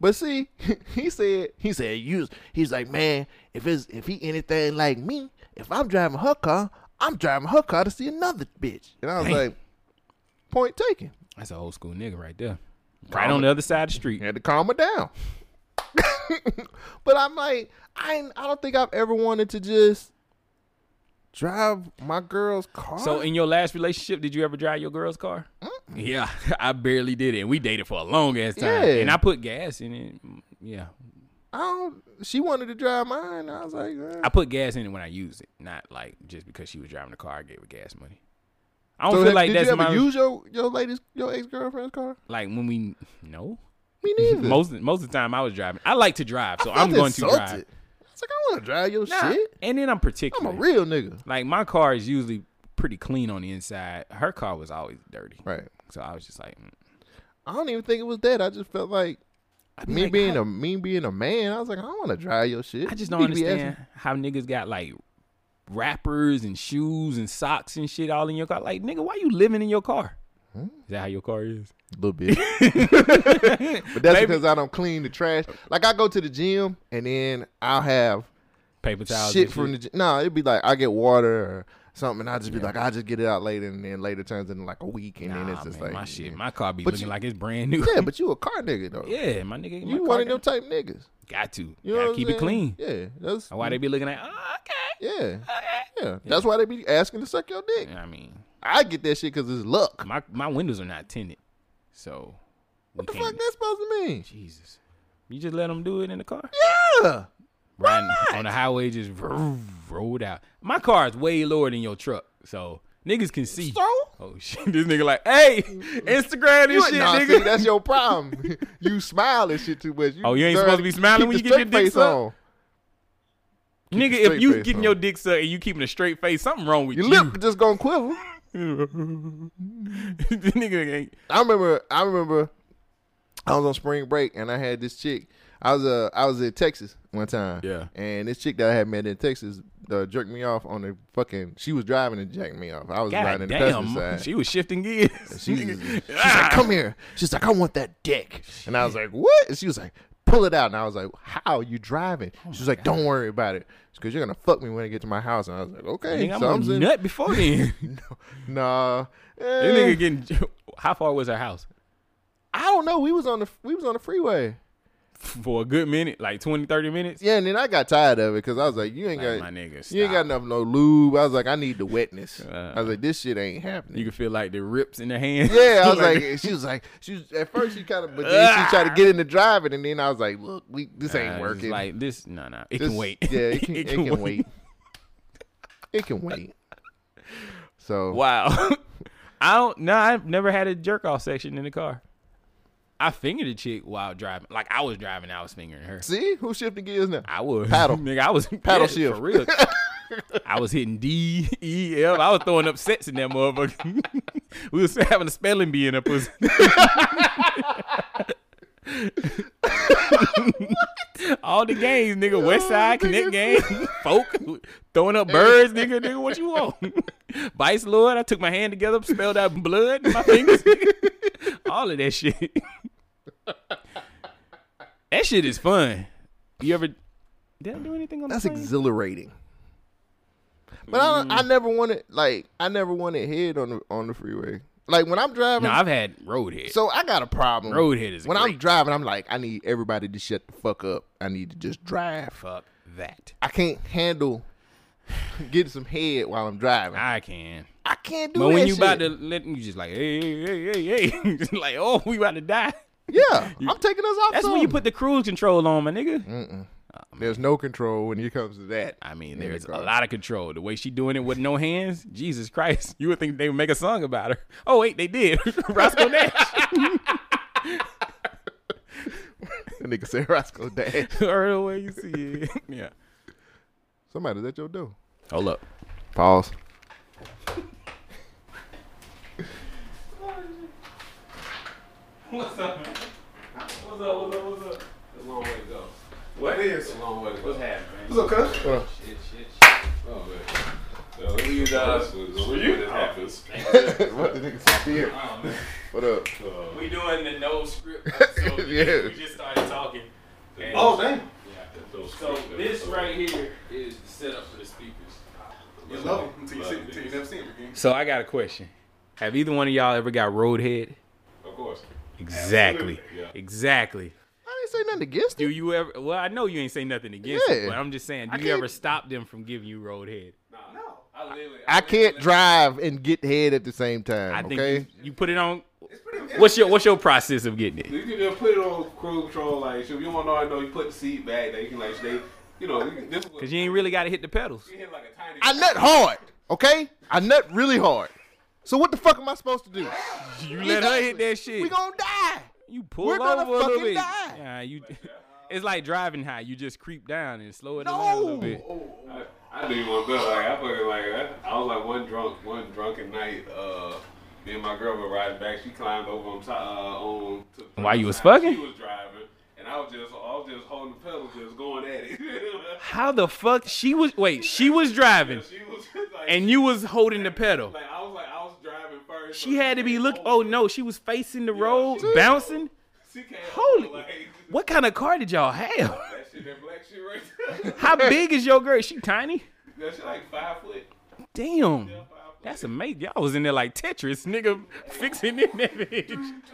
But see, he said he said you he's like, man, if it's if he anything like me, if I'm driving her car, I'm driving her car to see another bitch. And I was Damn. like, point taken. That's an old school nigga right there. Right on the other side of the street. Had to calm her down. but I'm like, I ain't- I don't think I've ever wanted to just drive my girl's car. So in your last relationship, did you ever drive your girl's car? Yeah, I barely did it. And we dated for a long ass time. Yeah. And I put gas in it. Yeah. I don't Um, she wanted to drive mine. I was like, eh. I put gas in it when I used it, not like just because she was driving the car, I gave her gas money. I don't so feel have- like did that's you ever my use your your lady's your ex girlfriend's car? like when we no. Me neither. Most most of the time I was driving. I like to drive, so I I'm felt going insulted. to drive. I was like, I want to drive your Nah, shit. And then I'm I'm particular. a real nigga. like my car is usually pretty clean on the inside. Her car was always dirty. Right. So I was just like, mm. I don't even think it was that. I just felt like I'd be me like, being how- a me being a man. I was like, I want to drive your shit. I just You don't need to be understand how niggas got like wrappers and shoes and socks and shit all in your car. Like, nigga, why you living in your car? Is that how your car is? asking- Hmm? little bit. but that's Maybe- because I don't clean the trash. Like I go to the gym and then I'll have paper towels. shit and from the no. Nah, it'd be like I get water or something. And I just be like, I just get it out later, and then later turns into like a week, and then Nah, it's just man, like my shit. yeah. My car be But looking you- like it's brand new. yeah, but you a car nigga though. Yeah, my nigga. my you car one of them got, type niggas. got to. You know gotta what I'm keep it saying? clean. Yeah, that's Why they be looking at? Oh, okay. yeah, okay. yeah. That's why they be asking to suck your dick. I mean, I get that shit because it's luck. my my windows are not tinted, so we What the can't. fuck that supposed to mean? Jesus, you just let them do it in the car. Yeah. Riding on the highway, just vroom, rolled out. My car is way lower than your truck, so niggas can see. So? Oh shit! This nigga like, hey, Instagram this You- shit, nah, nigga. see, that's your problem. you smile and shit too much. Oh, you ain't deserve supposed to be smiling keep when the you get your straight dick face sucked? on. nigga, a straight if you face getting on. your dick sucked and you keeping a straight face, something wrong with Your you. lip just gonna quiver. This nigga ain't. I remember. I remember. I was on spring break and I had this chick. I was uh I was in Texas one time. Yeah. And this chick that I had met in Texas uh, jerked me off on the fucking. She was driving and jerked me off. I was riding in God the passenger damn, side. she was shifting gears. She was- Nigga, she's Ah. like, come here. She's like, I want that dick. And I was like, what? And she was like, pull it out. And I was like, how you driving? Oh she was like, don't worry about it. Because you're going to fuck me when I get to my house. And I was like, okay. nigga, I'm so I'm a saying, nut before then. nah. Eh, This nigga getting. How far was her house? I don't know. We was on the we was on the freeway. For a good minute, like 20, 30 minutes. Yeah, and then I got tired of it because I was like, you ain't Like, got my nigga, you ain't got enough stop. no lube. I was like, I need the wetness. I was like, this shit ain't happening. Uh. You can feel like the rips in the hand. Yeah, I was like, eh, she was like, she was, at first she kind of, but then she tried to get into driving, and then I was like, look, we this Nah, ain't it's working. Like this, no, no, it This- can wait. Yeah, it can, it can, wait. It can wait. So Wow, I don't. No, I've never had a jerk off section in the car. I fingered a chick while driving. Like I was driving, I was fingering her. see who's shifting gears now? I was Paddle. nigga. I was Paddle yeah, shift. for real. I was hitting D E L. I was throwing up sets in that motherfucker. we was having a spelling bee in a pussy. All the games, Oh, nigga. West Side Connect game, folk throwing up birds, nigga. Nigga, what you want? Vice Lord. I took my hand together, spelled out blood in my fingers. All of that shit. that shit is fun. You ever? Did I do anything on That's the plane? exhilarating. But I, don't- I never wanted like I never wanted head on the on the freeway. Like when I'm driving, No, I've had roadhead. so I got a problem. Roadhead is when I'm great. driving. I'm like, I need everybody to shut the fuck up. I need to just drive. Fuck that. I can't handle getting some head while I'm driving. I, I can. can't do But that when you shit. about to let you just like hey hey hey hey hey, just like oh we about to die. yeah, I'm taking us off. That's when you Oh, something. put the cruise control on, my nigga. There's no control when it comes to that. I in mean, the there's a car. lot of control. The way she doing it with no hands, Jesus Christ! You would think they would make a song about her. Oh wait, they did. Roscoe Nash. That nigga said Roscoe Dash. or the way you see it. Yeah. Somebody's at your door. Hold up. Pause. What's up? man? What's up? What's up? What's up? It's a long way to go. What is? a long way to go? What's happening? Man? What's up, cuz? Shit, shit, shit. Oh, man. Uh, you guys, you? It happens. What the nigga said here? Oh, man. What up? Uh, We doing the no script episode. Yeah. We just started talking. And Oh, dang. So this right here is the setup for the speakers. You love them until you, see, until you never see them again. So I got a question. Have either one of y'all ever got roadhead? Of course. Exactly. Absolutely, yeah. Exactly. I didn't say nothing against Do you. you ever? Well, I know you ain't say nothing against it, Yeah. but I'm just saying. Do you can't- ever stop them from giving you roadhead? No. I live it. I can't drive and get head at the same time. I think okay. you, you put it on. It's pretty What's your What's your process of getting it? You can just put it on cruise control. Like, if you don't already know, you put the seat back there. You can, like, stay. You know, you can, this is what. Cause you ain't really got to hit the pedals. you hit like a tiny. I nut hard. Okay. I nut really hard. So what the fuck am I supposed to do? You let her hit that shit. We gonna die. You pull We're over gonna a little fucking bit. die. Yeah, you. It's like driving high. You just creep down and slow it down a No. little bit. I, I do one better. Like I fucking like I, I was like one drunk, one drunken night. Uh, me and my girl were riding back. She climbed over on top. Uh, on. To the While you was side. fucking? She was driving, and I was just I was just holding the pedal, just going at it. How the fuck she was? Wait, she was driving she was just like, and you was holding the pedal. like I was like I was driving first. so She had to be came look. Oh over. no, she was facing the road, bouncing. She came Holy, over, like, what kind of car did y'all have? That shit shit, that black shit right there. How big is your girl? Is she tiny? that shit like five foot. Damn. Five foot. That's amazing. Y'all was in there like Tetris, nigga, fixing it that bitch. Hey,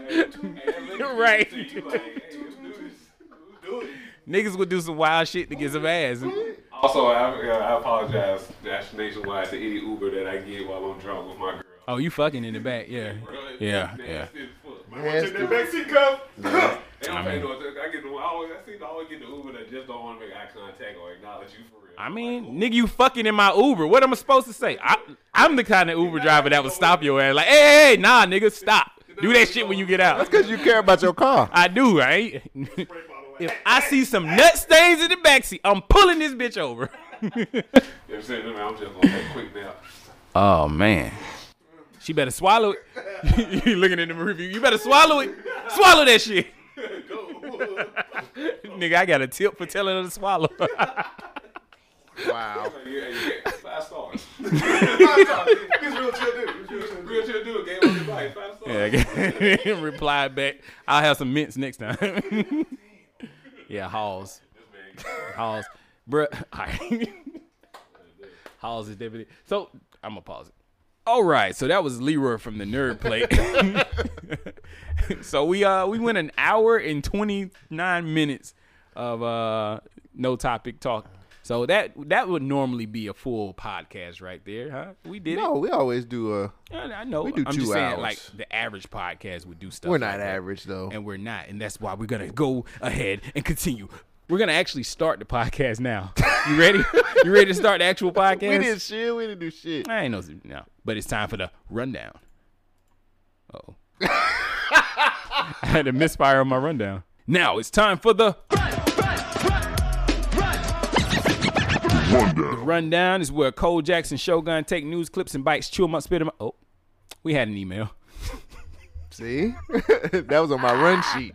hey, that nigga do Right. this to you, like, hey, let's do this. Let's do it. Niggas would do some wild shit to get some ass. Also, I, uh, I apologize that's nationwide to any Uber that I get while I'm drunk with my girl. Oh, you fucking in the back, yeah. Bro, Yeah, that's yeah. nasty as fuck. My Nasty. watching that Mexico. They don't I pay mean- no attention. I get the I always I see I always get the Uber that just don't want to make eye contact or acknowledge you for real. I I'm mean, nigga, you fucking in my Uber. What am I supposed to say? I, I'm the kind of Uber driver that would stop your ass. Like, hey, hey, nah, nigga, stop. Do that shit when you get out. Because you care about your car. I do, right? if I see some nut stains in the backseat, I'm pulling this bitch over. You know what I'm saying? I'm just gonna take a quick nap. Oh man. She better swallow it. you looking in the review. You better swallow it. Swallow that shit. Nigga, I got a tip for telling her to swallow. Wow. Yeah, yeah, yeah. Five stars. Five stars. This real chill dude. This real- real chill dude gave us advice. Five stars. Reply back. I'll have some mints next time. yeah, Halls. This Halls. Bruh. All right. Halls is definitely. So, I'm going to pause it. All right. So, that was Leroy from the Nerd Plate. so, we uh we went an hour and 29 minutes of uh no topic talk. So, that that would normally be a full podcast right there, huh? We did No, it. we always do. Uh, I I know. we do I'm two just saying, hours. like, the average podcast would do stuff. we're like not that average though. and we're not, and that's why we're gonna go ahead and continue. We're gonna actually start the podcast now. You ready? you ready to start the actual podcast? We did shit. We didn't do shit. I ain't no no, but it's time for the rundown. Oh, I had a misfire on my rundown. Now it's time for the One down. rundown. Is where Cole Jackson, Shogun take news clips and bites, chew 'em up, spit 'em. out. Oh, we had an email. See, that was on my run sheet.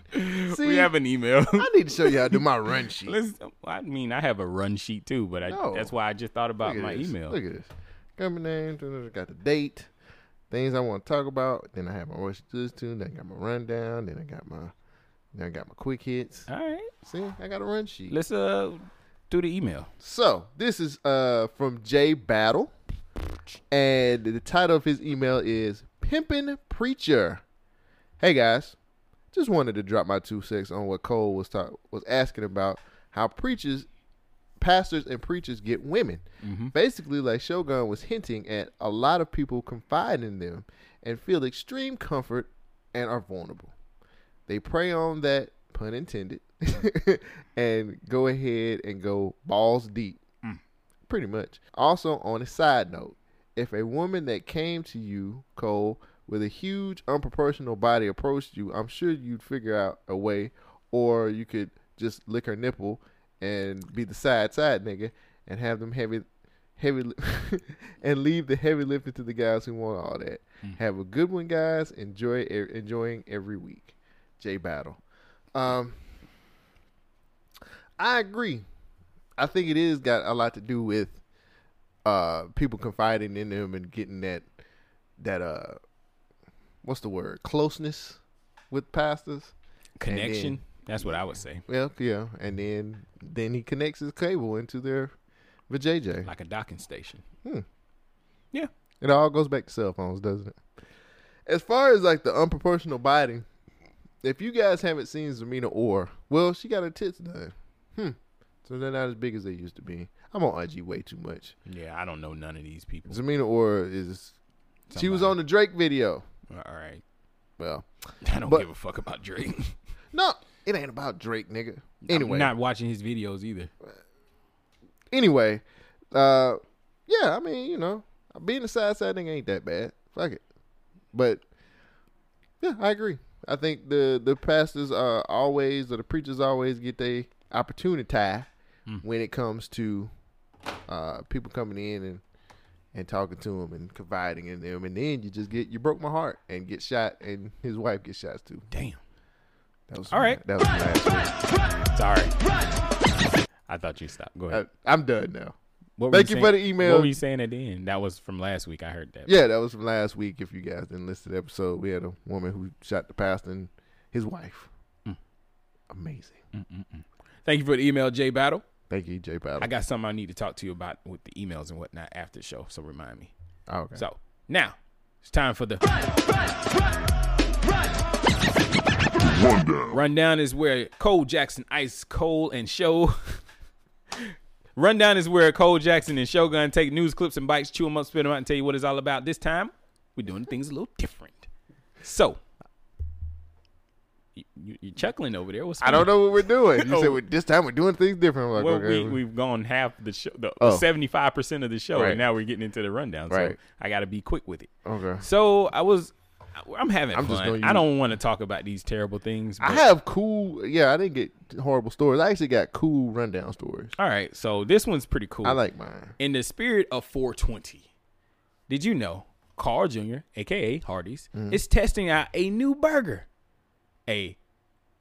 See, We have an email. I need to show you how to do my run sheet. Let's- I mean, I have a run sheet too, but I, No. that's why I just thought about Look at my this. email. Look at this. Company name, da, da, da, got the date, things I want to talk about. Then I have my worst to listen to. Then I got my rundown. Then I got my, then I got my quick hits. All right. See, I got a run sheet. Let's uh do the email. So this is uh from Jay Battle, and the title of his email is "Pimpin' Preacher." Hey guys, just wanted to drop my two cents on what Cole was talk- was asking about how preachers, pastors, and preachers get women. Mm-hmm. Basically, like Shogun was hinting at, a lot of people confide in them and feel extreme comfort and are vulnerable they prey on that pun intended and go ahead and go balls deep pretty much also on a side note if a woman that came to you cole with a huge unproportional body approached you i'm sure you'd figure out a way or you could just lick her nipple and be the side side nigga and have them heavy heavy li- and leave the heavy lifting to the guys who want all that Hmm. have a good one guys enjoy e- enjoying every week J Battle. Um, I agree. I think it is got a lot to do with uh people confiding in them and getting that that uh what's the word closeness with pastors. Connection. That's what I would say. Well, yeah, and then then he connects his cable into their vajayjay. Like a docking station. Hmm. Yeah. It all goes back to cell phones, doesn't it? As far as like the unproportional biting, if you guys haven't seen Zamina Orr, well, she got her tits done. Hmm. So they're not as big as they used to be. I'm on IG way too much. Yeah, I don't know none of these people. Zamina Orr is. She was Somebody. on the Drake video. All right. Well, I don't But- give a fuck about Drake. no, it ain't about Drake, nigga. Anyway, I'm not watching his videos either. anyway, uh, yeah, I mean, you know, being a side side nigga ain't that bad. Fuck it. But yeah, I agree. I think the the pastors uh always or the preachers always get their opportunity Hmm. when it comes to uh people coming in and and talking to them and confiding in them, and then you just get you broke my heart and get shot, and his wife gets shot too. Damn. That was All right. That was last week. Sorry. I thought you stopped. Go ahead. I, I'm done now. What were thank you for saying- the email. What were you saying at the end? That was from last week. I heard that. Yeah, that was from last week. If you guys didn't listen to the episode, we had a Mm. woman who shot the pastor and his wife. Amazing. Thank you for the email, Jay Battle. Thank you, J Battle. mm, I got something I need to talk to you about with the emails and whatnot after the show, so remind me. Oh, okay. So now it's time for the One down. rundown is where Cole Jackson, Ice Cole, and Show. rundown is where Cole Jackson and Shogun take news clips and bites, chew them up, spit them out, and tell you what it's all about. This time, we're doing things a little different. So, you, you, you're chuckling over there. What's I don't know what we're doing. You Oh. said we, this time we're doing things different. I'm like, Well, okay, we, we've gone half the show, the Oh. seventy-five percent of the show, Right. and now we're getting into the rundown. So Right. I got to be quick with it. okay. So I was, I'm having I'm just fun. gonna I use- don't want to talk about these terrible things. I but- have cool. Yeah, I didn't get horrible stories. I actually got cool rundown stories. All right, so this one's pretty cool. I like mine. In the spirit of 420, did you know Carl Jr., aka Hardee's, Mm-hmm. is testing out a new burger, a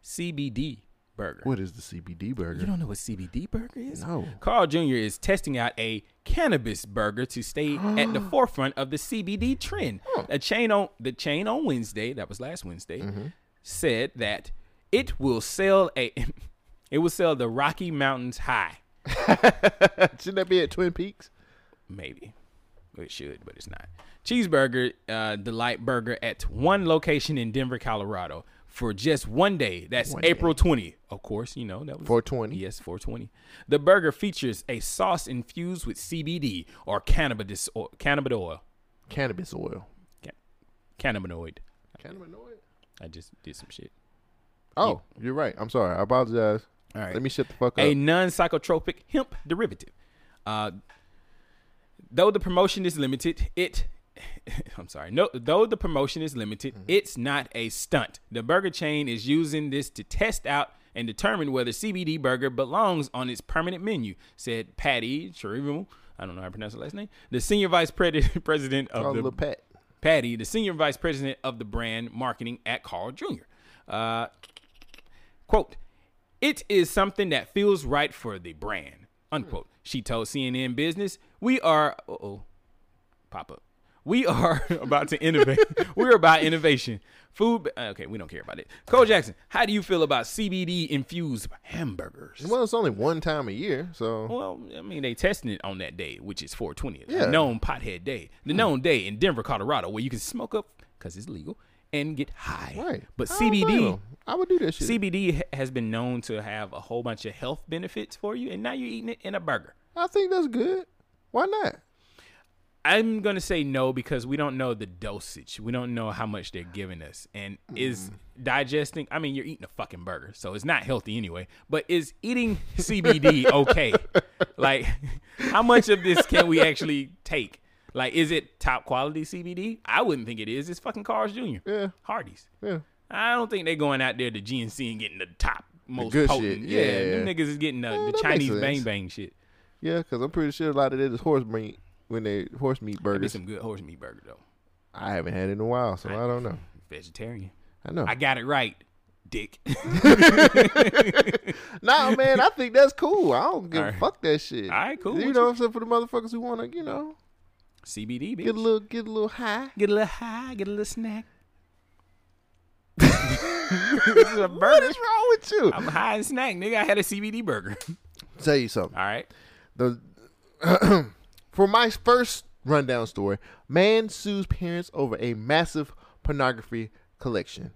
CBD burger. What is the CBD burger? You don't know what CBD burger is? No. Carl Jr. is testing out a cannabis burger to stay at the forefront of the CBD trend. A chain on the chain on Wednesday, that was last Wednesday, Mm-hmm. said that it will sell a it will sell the Rocky Mountains high. Shouldn't that be at Twin Peaks? Maybe. It should, but it's not. Cheeseburger, uh, Delight Burger at one location in Denver, Colorado for just one day. That's One day. April 20th. Of course, you know, that was 420. Yes, 420. The burger features a sauce infused with CBD or cannabis or cannabinoid. oil. Cannabis oil. Ca- cannabinoid. Cannabinoid. I just did some shit. Oh, you're right. I'm sorry. I apologize. All right. Let me shut the fuck up. a non psychotropic hemp derivative. Uh, though the promotion is limited, it I'm sorry. No, though the promotion is limited, Mm-hmm. it's not a stunt. The burger chain is using this to test out and determine whether CBD burger belongs on its permanent menu," said Patty Chirivimu. I don't know how to pronounce her last name. The senior vice pre- president of oh, the little Pat. Patty, the senior vice president of the brand marketing at Carl Jr. Uh, quote, it is something that feels right for the brand, unquote. She told CNN Business, we are, oh, pop up. We are about to innovate. We're about innovation. Food, uh, okay, we don't care about it. Cole Jackson, how do you feel about CBD infused hamburgers? Well, it's only one time a year, so Well, I mean, they testing it on that day, which is 420, a Yeah. Hmm. known pothead day, the known day in Denver, Colorado, where you can smoke up because it's legal and get high. right. But I don't blame CBD, 'em. I would do that shit. CBD ha- has been known to have a whole bunch of health benefits for you, and now you're eating it in a burger. I think that's good. Why not? I'm gonna say no because we don't know the dosage. We don't know how much they're giving us, and is Mm. digesting. I mean, you're eating a fucking burger, so it's not healthy anyway. But is eating CBD okay? Like, how much of this can we actually take? Like, is it top quality CBD? I wouldn't think it is. It's fucking Carl's Jr. Yeah. Hardee's. Yeah. I don't think they're going out there to GNC and getting the top most good shit. potent. Yeah, Yeah. them niggas is getting the, the that makes Chinese sense. bang bang shit. Yeah, because I'm pretty sure a lot of it is horse meat when they horse meat That'd be burgers. some good horse meat burger though. I haven't had it in a while, so I, don't know. Vegetarian. I know. I got it right, dick. nah, man, I think that's cool. I don't give a Alright. fuck that shit. Alright, cool. You What know what I'm saying? For the motherfuckers who want to, you know, CBD, bitch. get a little, get a little high. get a little high, get a little snack. What is wrong with you? I'm high and snack, nigga. I had a CBD burger. tell you something. All right. the for my first rundown story, man sues parents over a massive pornography collection.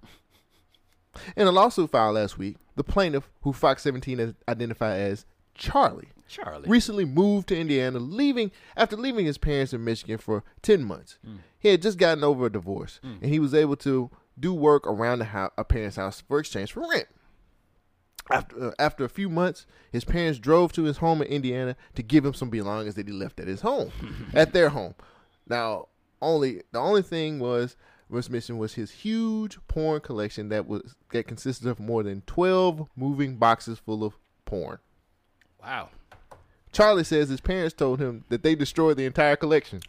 In a lawsuit filed last week, the plaintiff, who Fox 17 has identified as Charlie, Charlie. recently moved to Indiana, leaving after leaving his parents in Michigan for 10 months. Mm. He had just gotten over a divorce, and he was able to do work around the house, a parent's house for exchange for rent. After, uh, after a few months, his parents drove to his home in Indiana to give him some belongings that he left at his home, at their home. Now, only the only thing was was missing was his huge porn collection that was that consisted of more than twelve moving boxes full of porn. wow. Charlie says his parents told him that they destroyed the entire collection.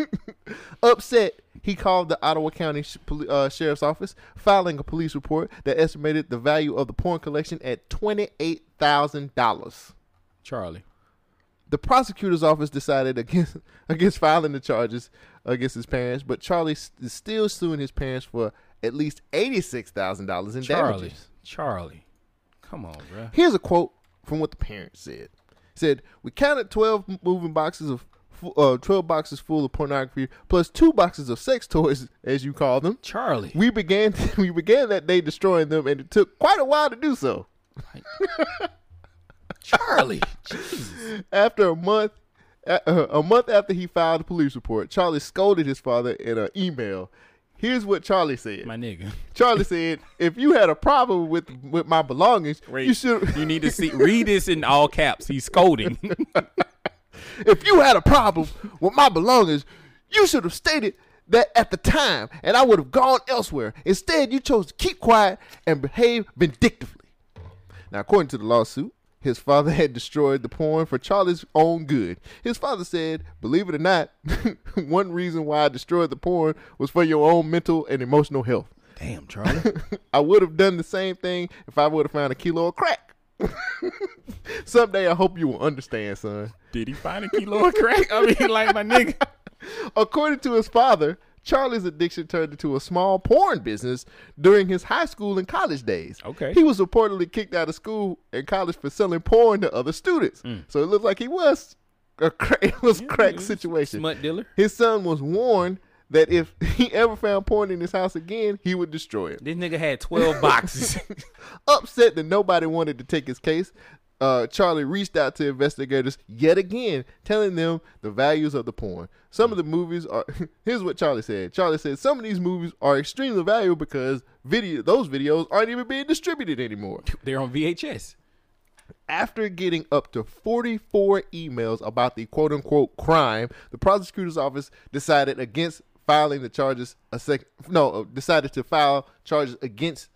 Upset, he called the Ottawa County sh- poli- uh, Sheriff's Office, filing a police report that estimated the value of the porn collection at $28,000. Charlie. The prosecutor's office decided against against filing the charges against his parents, but Charlie s- is still suing his parents for at least $86,000 in Charlie. damages. Charlie. Come on, bro. Here's a quote from what the parents said. Said we counted twelve moving boxes of fu- uh, twelve boxes full of pornography plus two boxes of sex toys, as you call them. Charlie. We began we began that day destroying them, and it took quite a while to do so. Charlie. Jesus. After a month, a- uh, a month after he filed the police report, Charlie scolded his father in an email. Here's what Charlie said. My nigga. Charlie said, "If you had a problem with with my belongings, you should. You need to see read this in all caps. He's scolding. If you had a problem with my belongings, you should have stated that at the time, and I would have gone elsewhere. Instead, you chose to keep quiet and behave vindictively." Now, according to the lawsuit, his father had destroyed the porn for Charlie's own good. His father said, "Believe it or not, one reason why I destroyed the porn was for your own mental and emotional health. Damn, Charlie. I would have done the same thing if I would have found a kilo of crack." Someday I hope you will understand, son. Did he find a kilo of crack? I mean, like my nigga. According to his father, Charlie's addiction turned into a small porn business during his high school and college days. Okay. He was reportedly kicked out of school and college for selling porn to other students. Mm. So it looked like he was a cra- it was crack situation. Smut dealer. His son was warned that if he ever found porn in his house again, he would destroy it. This nigga had twelve boxes. Upset that nobody wanted to take his case, uh, Charlie reached out to investigators yet again, telling them the values of the porn. Some of the movies are. Here's what Charlie said. Charlie said some of these movies are extremely valuable because video those videos aren't even being distributed anymore. They're on VHS. After getting up to 44 emails about the quote unquote crime, the prosecutor's office decided against filing the charges a sec no, uh, decided to file charges against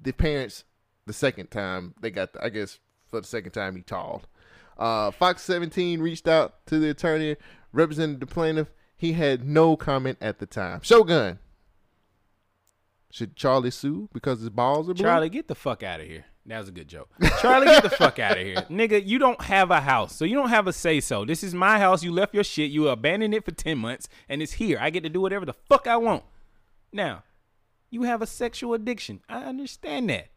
the parents the second time they got the, I guess for the second time he called. Uh, Fox 17 reached out to the attorney representing the plaintiff. He had no comment at the time. Shogun. Should Charlie sue because his balls are blue? Charlie, get the fuck out of here. That was a good joke. Charlie, get the fuck out of here. Nigga, you don't have a house, so you don't have a say so. This is my house. You left your shit. You abandoned it for 10 months, and it's here. I get to do whatever the fuck I want. Now, you have a sexual addiction. I understand that.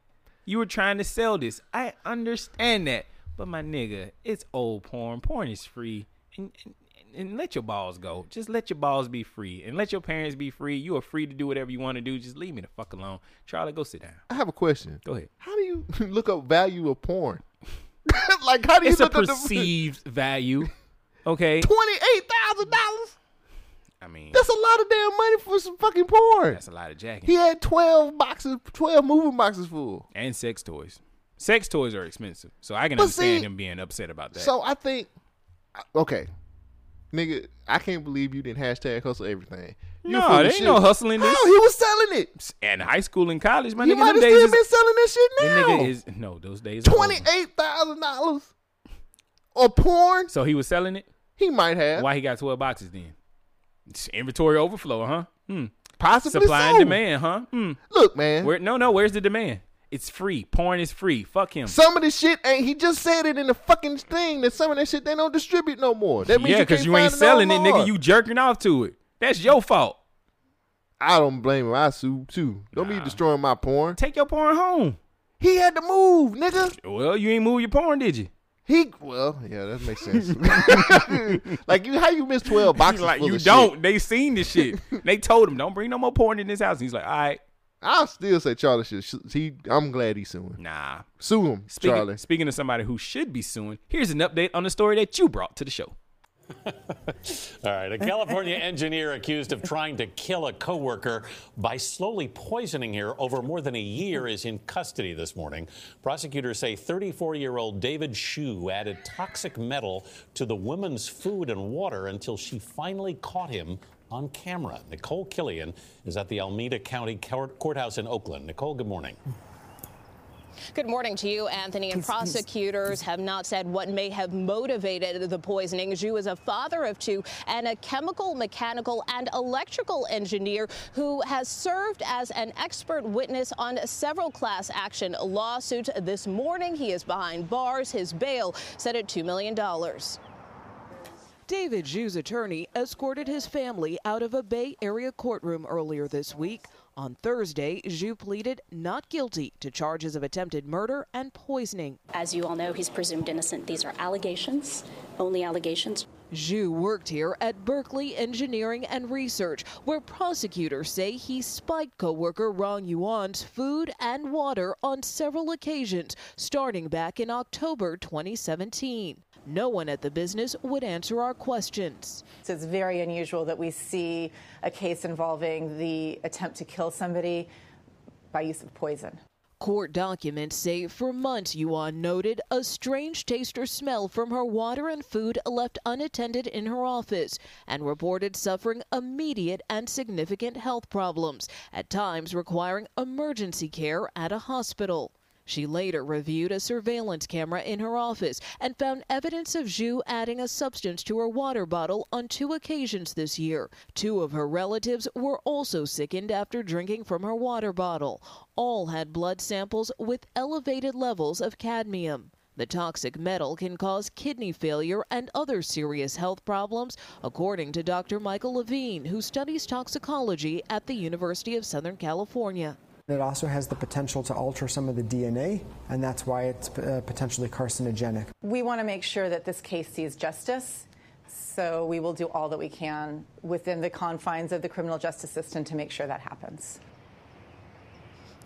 You were trying to sell this. I understand that. But my nigga, it's old porn. Porn is free. And, and, and let your balls go. Just let your balls be free. And let your parents be free. You are free to do whatever you want to do. Just leave me the fuck alone. Charlie, go sit down. I have a question. Go ahead. How do you look up value of porn? like how do you It's a look up perceived value. Okay. twenty eight thousand dollars? I mean, That's a lot of damn money for some fucking porn. that's a lot of He jacking. had twelve boxes, twelve moving boxes full. And sex toys. Sex toys are expensive. So I can But understand see- him being upset about that. So I think, okay, nigga, I can't believe you didn't hashtag hustle everything. You No, full of there ain't no hustling How this. he was selling it? and high school and college, my He nigga, might them have days still is- been selling that shit That now. nigga is no those days. are over. twenty eight thousand dollars. Or porn, So he was selling it. he might have. Why he got twelve boxes then? It's inventory overflow, huh? Hmm. Possibly Supply and so. demand, huh? Hmm. Look, man. Where? No, no. Where's the demand? It's free. Porn is free. Fuck him. Some of the shit ain't. He just said it in the fucking thing that some of that shit they don't distribute no more. That means yeah, because because you, ain't selling it, nigga. You jerking off to it. That's your fault. I don't blame him. I sue too. Don't be destroying my porn. Take your porn home. He had to move, nigga. Well, you ain't move your porn, did you? He well, yeah, that makes sense. like you, how you miss twelve He's boxes? like full you of don't. Shit? They seen this shit. they told him don't bring no more porn in this house. And he's like, all right, I'll still say Charlie should. sue- He, I'm glad he's suing. nah. Sue him, Speaking, Charlie. speaking of somebody who should be suing, here's an update on the story that you brought to the show. All right, a California engineer accused of trying to kill a coworker by slowly poisoning her over more than a year is in custody this morning. Prosecutors say 34-year-old David Shu added toxic metal to the woman's food and water until she finally caught him on camera. Nicole Killian is at the Alameda County Court- Courthouse in Oakland. Nicole, good morning. Good morning to you, Anthony. And prosecutors have not said what may have motivated the poisoning. Zhu is a father of two and a chemical, mechanical, and electrical engineer who has served as an expert witness on several class action lawsuits. This morning, he is behind bars. His bail set at $2 million. David Zhu's attorney escorted his family out of a Bay Area courtroom earlier this week. On Thursday, Zhu pleaded not guilty to charges of attempted murder and poisoning. As you all know, he's presumed innocent. These are allegations, only allegations. Zhu worked here at Berkeley Engineering and Research, where prosecutors say he spied coworker Rong Yuan's food and water on several occasions, starting back in October 2017. No one at the business would answer our questions. So it's very unusual that we see a case involving the attempt to kill somebody by use of poison. Court documents say for months, Yuan noted a strange taste or smell from her water and food left unattended in her office and reported suffering immediate and significant health problems, at times requiring emergency care at a hospital. She later reviewed a surveillance camera in her office and found evidence of Zhu adding a substance to her water bottle on two occasions this year. Two of her relatives were also sickened after drinking from her water bottle. All had blood samples with elevated levels of cadmium. The toxic metal can cause kidney failure and other serious health problems, according to Dr. Michael Levine, who studies toxicology at the University of Southern California. It also has the potential to alter some of the DNA, and that's why it's uh, potentially carcinogenic. We want to make sure that this case sees justice, so we will do all that we can within the confines of the criminal justice system to make sure that happens.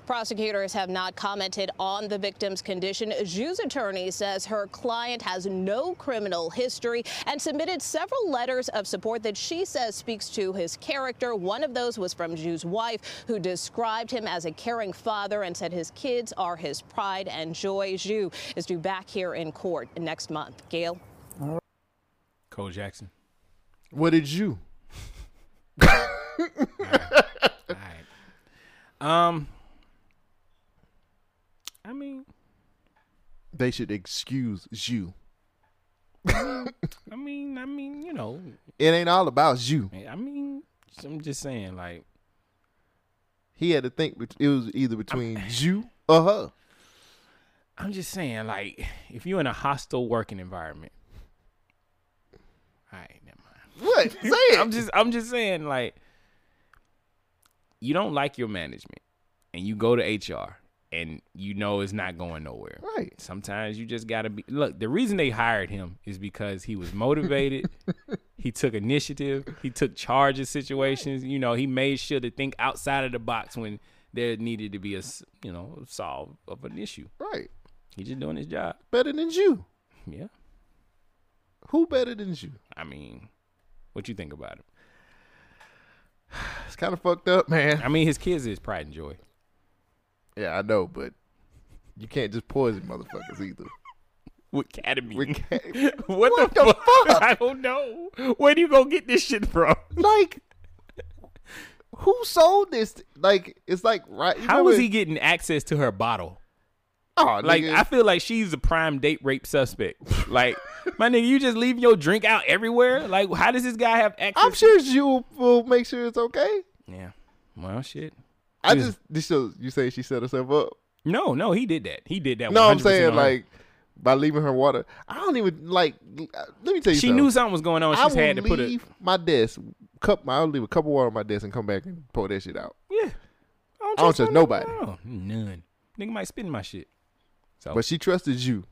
Prosecutors have not commented on the victim's condition. Zhu's attorney says her client has no criminal history and submitted several letters of support that she says speaks to his character. One of those was from Zhu's wife, who described him as a caring father and said his kids are his pride and joy. Zhu is due back here in court next month. Gail? Cole Jackson. What did you? All right. Um, I mean, They should excuse you. I mean, I mean, you know, It ain't all about you. I mean, I'm just saying, like, He had to think bet- it was either between you or her. I'm just saying, like, if you're in a hostile working environment, all right, never mind. What? Say it. I'm just, I'm just saying, like, you don't like your management, and you go to HR, and you know it's not going nowhere. Right. Sometimes you just gotta be. Look, the reason they hired him is because he was motivated. he took initiative. He took charge of situations. You know, he made sure to think outside of the box when there needed to be a, s- you know, solve of an issue. Right. He's just doing his job. Better than you. Yeah. Who better than you? I mean, what you think about it? It's kind of fucked up, man. I mean, his kids is pride and joy. Yeah, I know, but you can't just poison motherfuckers either. With cadmium. With ca- what, the, fuck? I don't know. Where do you go get this shit from? like, who sold this? Like, it's like right. How was he getting access to her bottle? Oh, Like, nigga. I feel like she's a prime date rape suspect. Like, my nigga, you just leaving your drink out everywhere? Like, how does this guy have access? I'm sure you will make sure it's okay. Yeah. Well, shit. I just this shows you say she set herself up. No, no, he did that. He did that. No, I'm 100% saying on her. like by leaving her water. I don't even like. Let me tell you, she something. knew something was going on. I She's will had to put a leave my desk. Cup. I'll leave a cup of water on my desk and come back and pour that shit out. yeah. I don't trust nobody. Oh, none. Nigga might spin my shit. But she trusted you.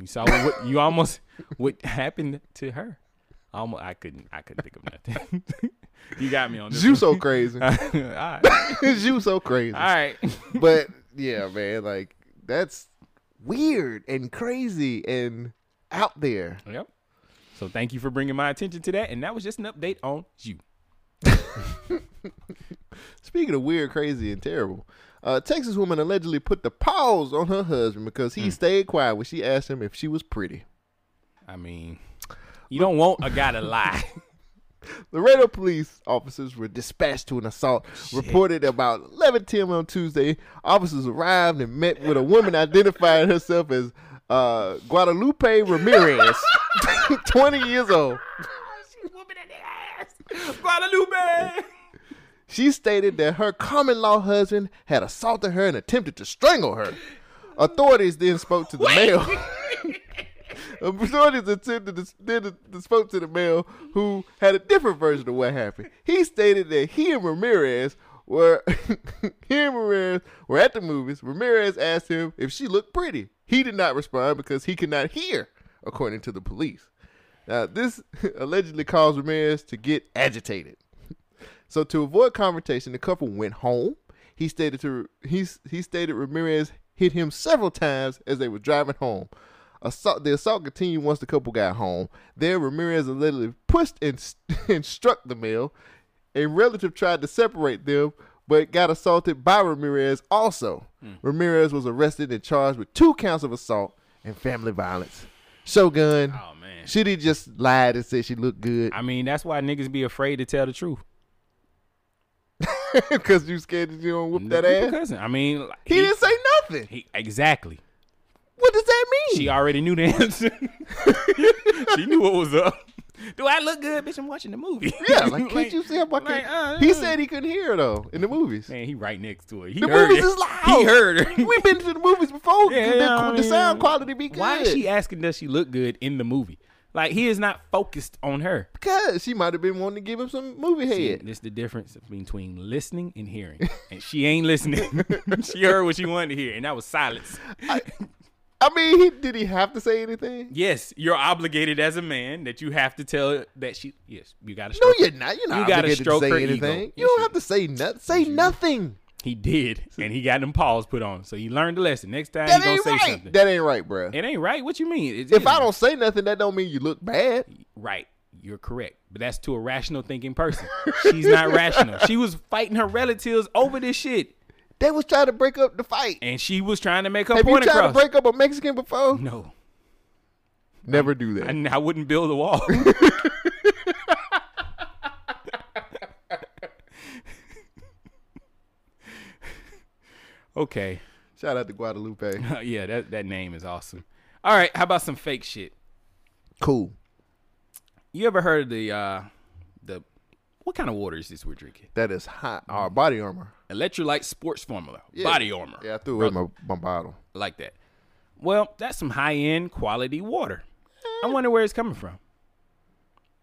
You saw what, what you almost what happened to her. Almost, I couldn't. I couldn't think of nothing. you got me on this. You one. so crazy. All right. you so crazy. All right. But yeah, man, like that's weird and crazy and out there. Yep. So thank you for bringing my attention to that, and that was just an update on you. Speaking of weird, crazy, and terrible, uh, Texas woman allegedly put the pause on her husband because Hmm. he stayed quiet when she asked him if she was pretty. I mean, you don't want a guy to lie. Laredo police officers were dispatched to an assault reported about 11 p.m. on Tuesday. Officers arrived and met with a woman identifying herself as uh, Guadalupe Ramirez, 20 years old. Guadalupe. She stated that her common law husband had assaulted her and attempted to strangle her. Authorities then spoke to the male. Authorities attended to, did, did- spoke to the male who had a different version of what happened. He stated that he and Ramirez were he and Ramirez were at the movies. Ramirez asked him if she looked pretty. He did not respond because he could not hear, according to the police. Now, this allegedly caused Ramirez to get agitated. So to avoid confrontation, the couple went home. He stated to he he stated Ramirez hit him several times as they were driving home. Assault, the assault continued once the couple got home. There, Ramirez allegedly pushed and, st- and struck the male. A relative tried to separate them, but got assaulted by Ramirez also. Ramirez was arrested and charged with two counts of assault and family violence. Shogun, oh, man. should he just lied and said she looked good? I mean, that's why niggas be afraid to tell the truth. Because you scared that you don't whoop that ass? Cousin. I mean, like, He didn't say nothing. He, exactly. What does that mean? She already knew the answer. she knew what was up. Do I look good, bitch? I'm watching the movie. Yeah, like, can't you see how I like, can uh, He uh. said he couldn't hear though in the movies. Man, he right next to it. He the heard movies it. is loud. He heard her. We've been to the movies before. Yeah, the, yeah, I the mean, sound quality be good. Why is she asking does she look good in the movie? Like he is not focused on her. Because she might have been wanting to give him some movie See, head. this the difference between listening and hearing. And she ain't listening. she heard what she wanted to hear, and that was silence. I mean, he, did he have to say anything? Yes, you're obligated as a man that you have to tell that she. Yes, you got to. No, you're not. You're not you gotta obligated to stroke say her anything. ego. You don't have to say nothing. Say nothing. He did, and he got them paws put on, so he learned the lesson. Next time That he ain't gonna right. say something. That ain't right, bruh. It ain't right. What you mean? It's- If I don't say nothing, that don't mean you look bad. Right. You're correct. But that's to a rational thinking person. She's not rational. She was fighting her relatives over this shit. They was trying to break up the fight. And she was trying to make her have you point tried across. to break up a Mexican before? no. Never do that. And I wouldn't build a wall. okay. Shout out to Guadalupe. yeah, that, that name is awesome. All right, how about some fake shit? Cool. You ever heard of the uh the what kind of water is this we're drinking? That is hot. Our body armor. Electrolyte sports formula. Yeah. Body armor. Yeah, I threw away my, my bottle. like that. Well, that's some high end quality water. I wonder where it's coming from.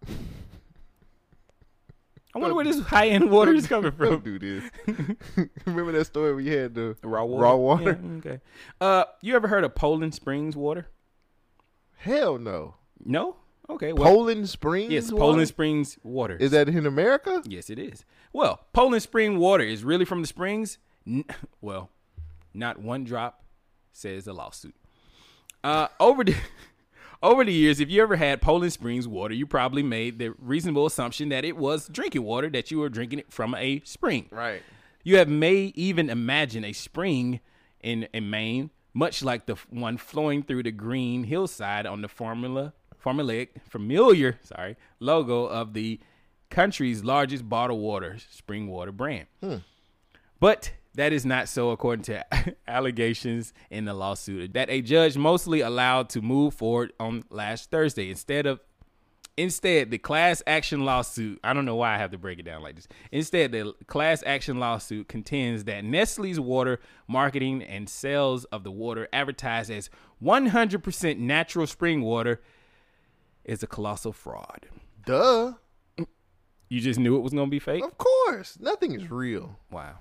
I wonder where this high end water is coming Don't from. do this. Remember that story we had the Raw water. Raw water? Yeah, okay. Uh, you ever heard of Poland Springs water? Hell no. No. Okay. Poland Springs. Yes, water? Poland Springs water. Is that in America? Yes, it is. Well, Poland Spring water is really from the springs. N- well, not one drop, says the lawsuit. Uh, over the over the years, if you ever had Poland Springs water, you probably made the reasonable assumption that it was drinking water that you were drinking it from a spring. Right. You have may even imagine a spring in in Maine, much like the f- one flowing through the green hillside on the formula formulaic familiar sorry logo of the country's largest bottled water spring water brand. But that is not so, according to allegations in the lawsuit that a judge mostly allowed to move forward on last Thursday. Instead of, instead the class action lawsuit. I don't know why I have to break it down like this. Instead, the class action lawsuit contends that Nestle's water marketing and sales of the water advertised as 100% natural spring water is a colossal fraud. Duh. You just knew it was going to be fake. Of course. Nothing is real. Wow.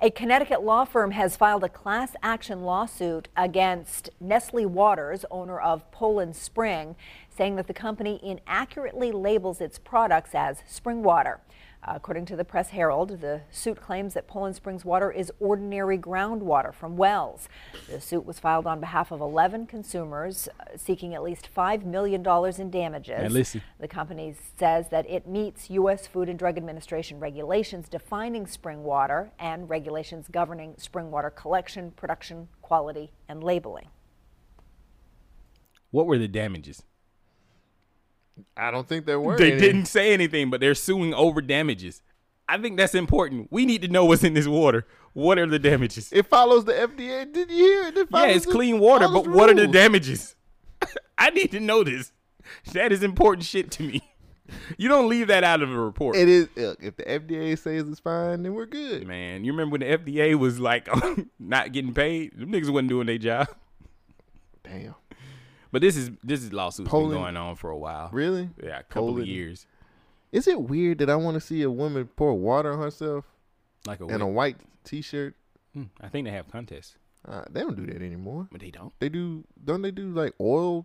A Connecticut law firm has filed a class action lawsuit against Nestle Waters, owner of Poland Spring, saying that the company inaccurately labels its products as spring water. According to the Press Herald, the suit claims that Poland Springs water is ordinary groundwater from wells. The suit was filed on behalf of 11 consumers uh, seeking at least $5 million in damages. Now listen. The company says that it meets U.S. Food and Drug Administration regulations defining spring water and regulations governing spring water collection, production, quality, and labeling. What were the damages? I don't think there were. They any. didn't say anything, but they're suing over damages. I think that's important. We need to know what's in this water. What are the damages? It follows the FDA. Did you hear it? it yeah, follows it's the- clean water, follows but what are the rules. damages? I need to know this. That is important shit to me. You don't leave that out of a report. It is. Look, if the FDA says it's fine, then we're good. Man, you remember when the FDA was like not getting paid? Them niggas wasn't doing their job. Damn. But this is this is lawsuit been Poland- going on for a while. Really? Yeah, a couple of Poland- years. Is it weird that I want to see a woman pour water on herself? Like a in a wig. white t-shirt. Hmm, I think they have contests. Uh, they don't do that anymore. But they don't. They do. Don't they do like oil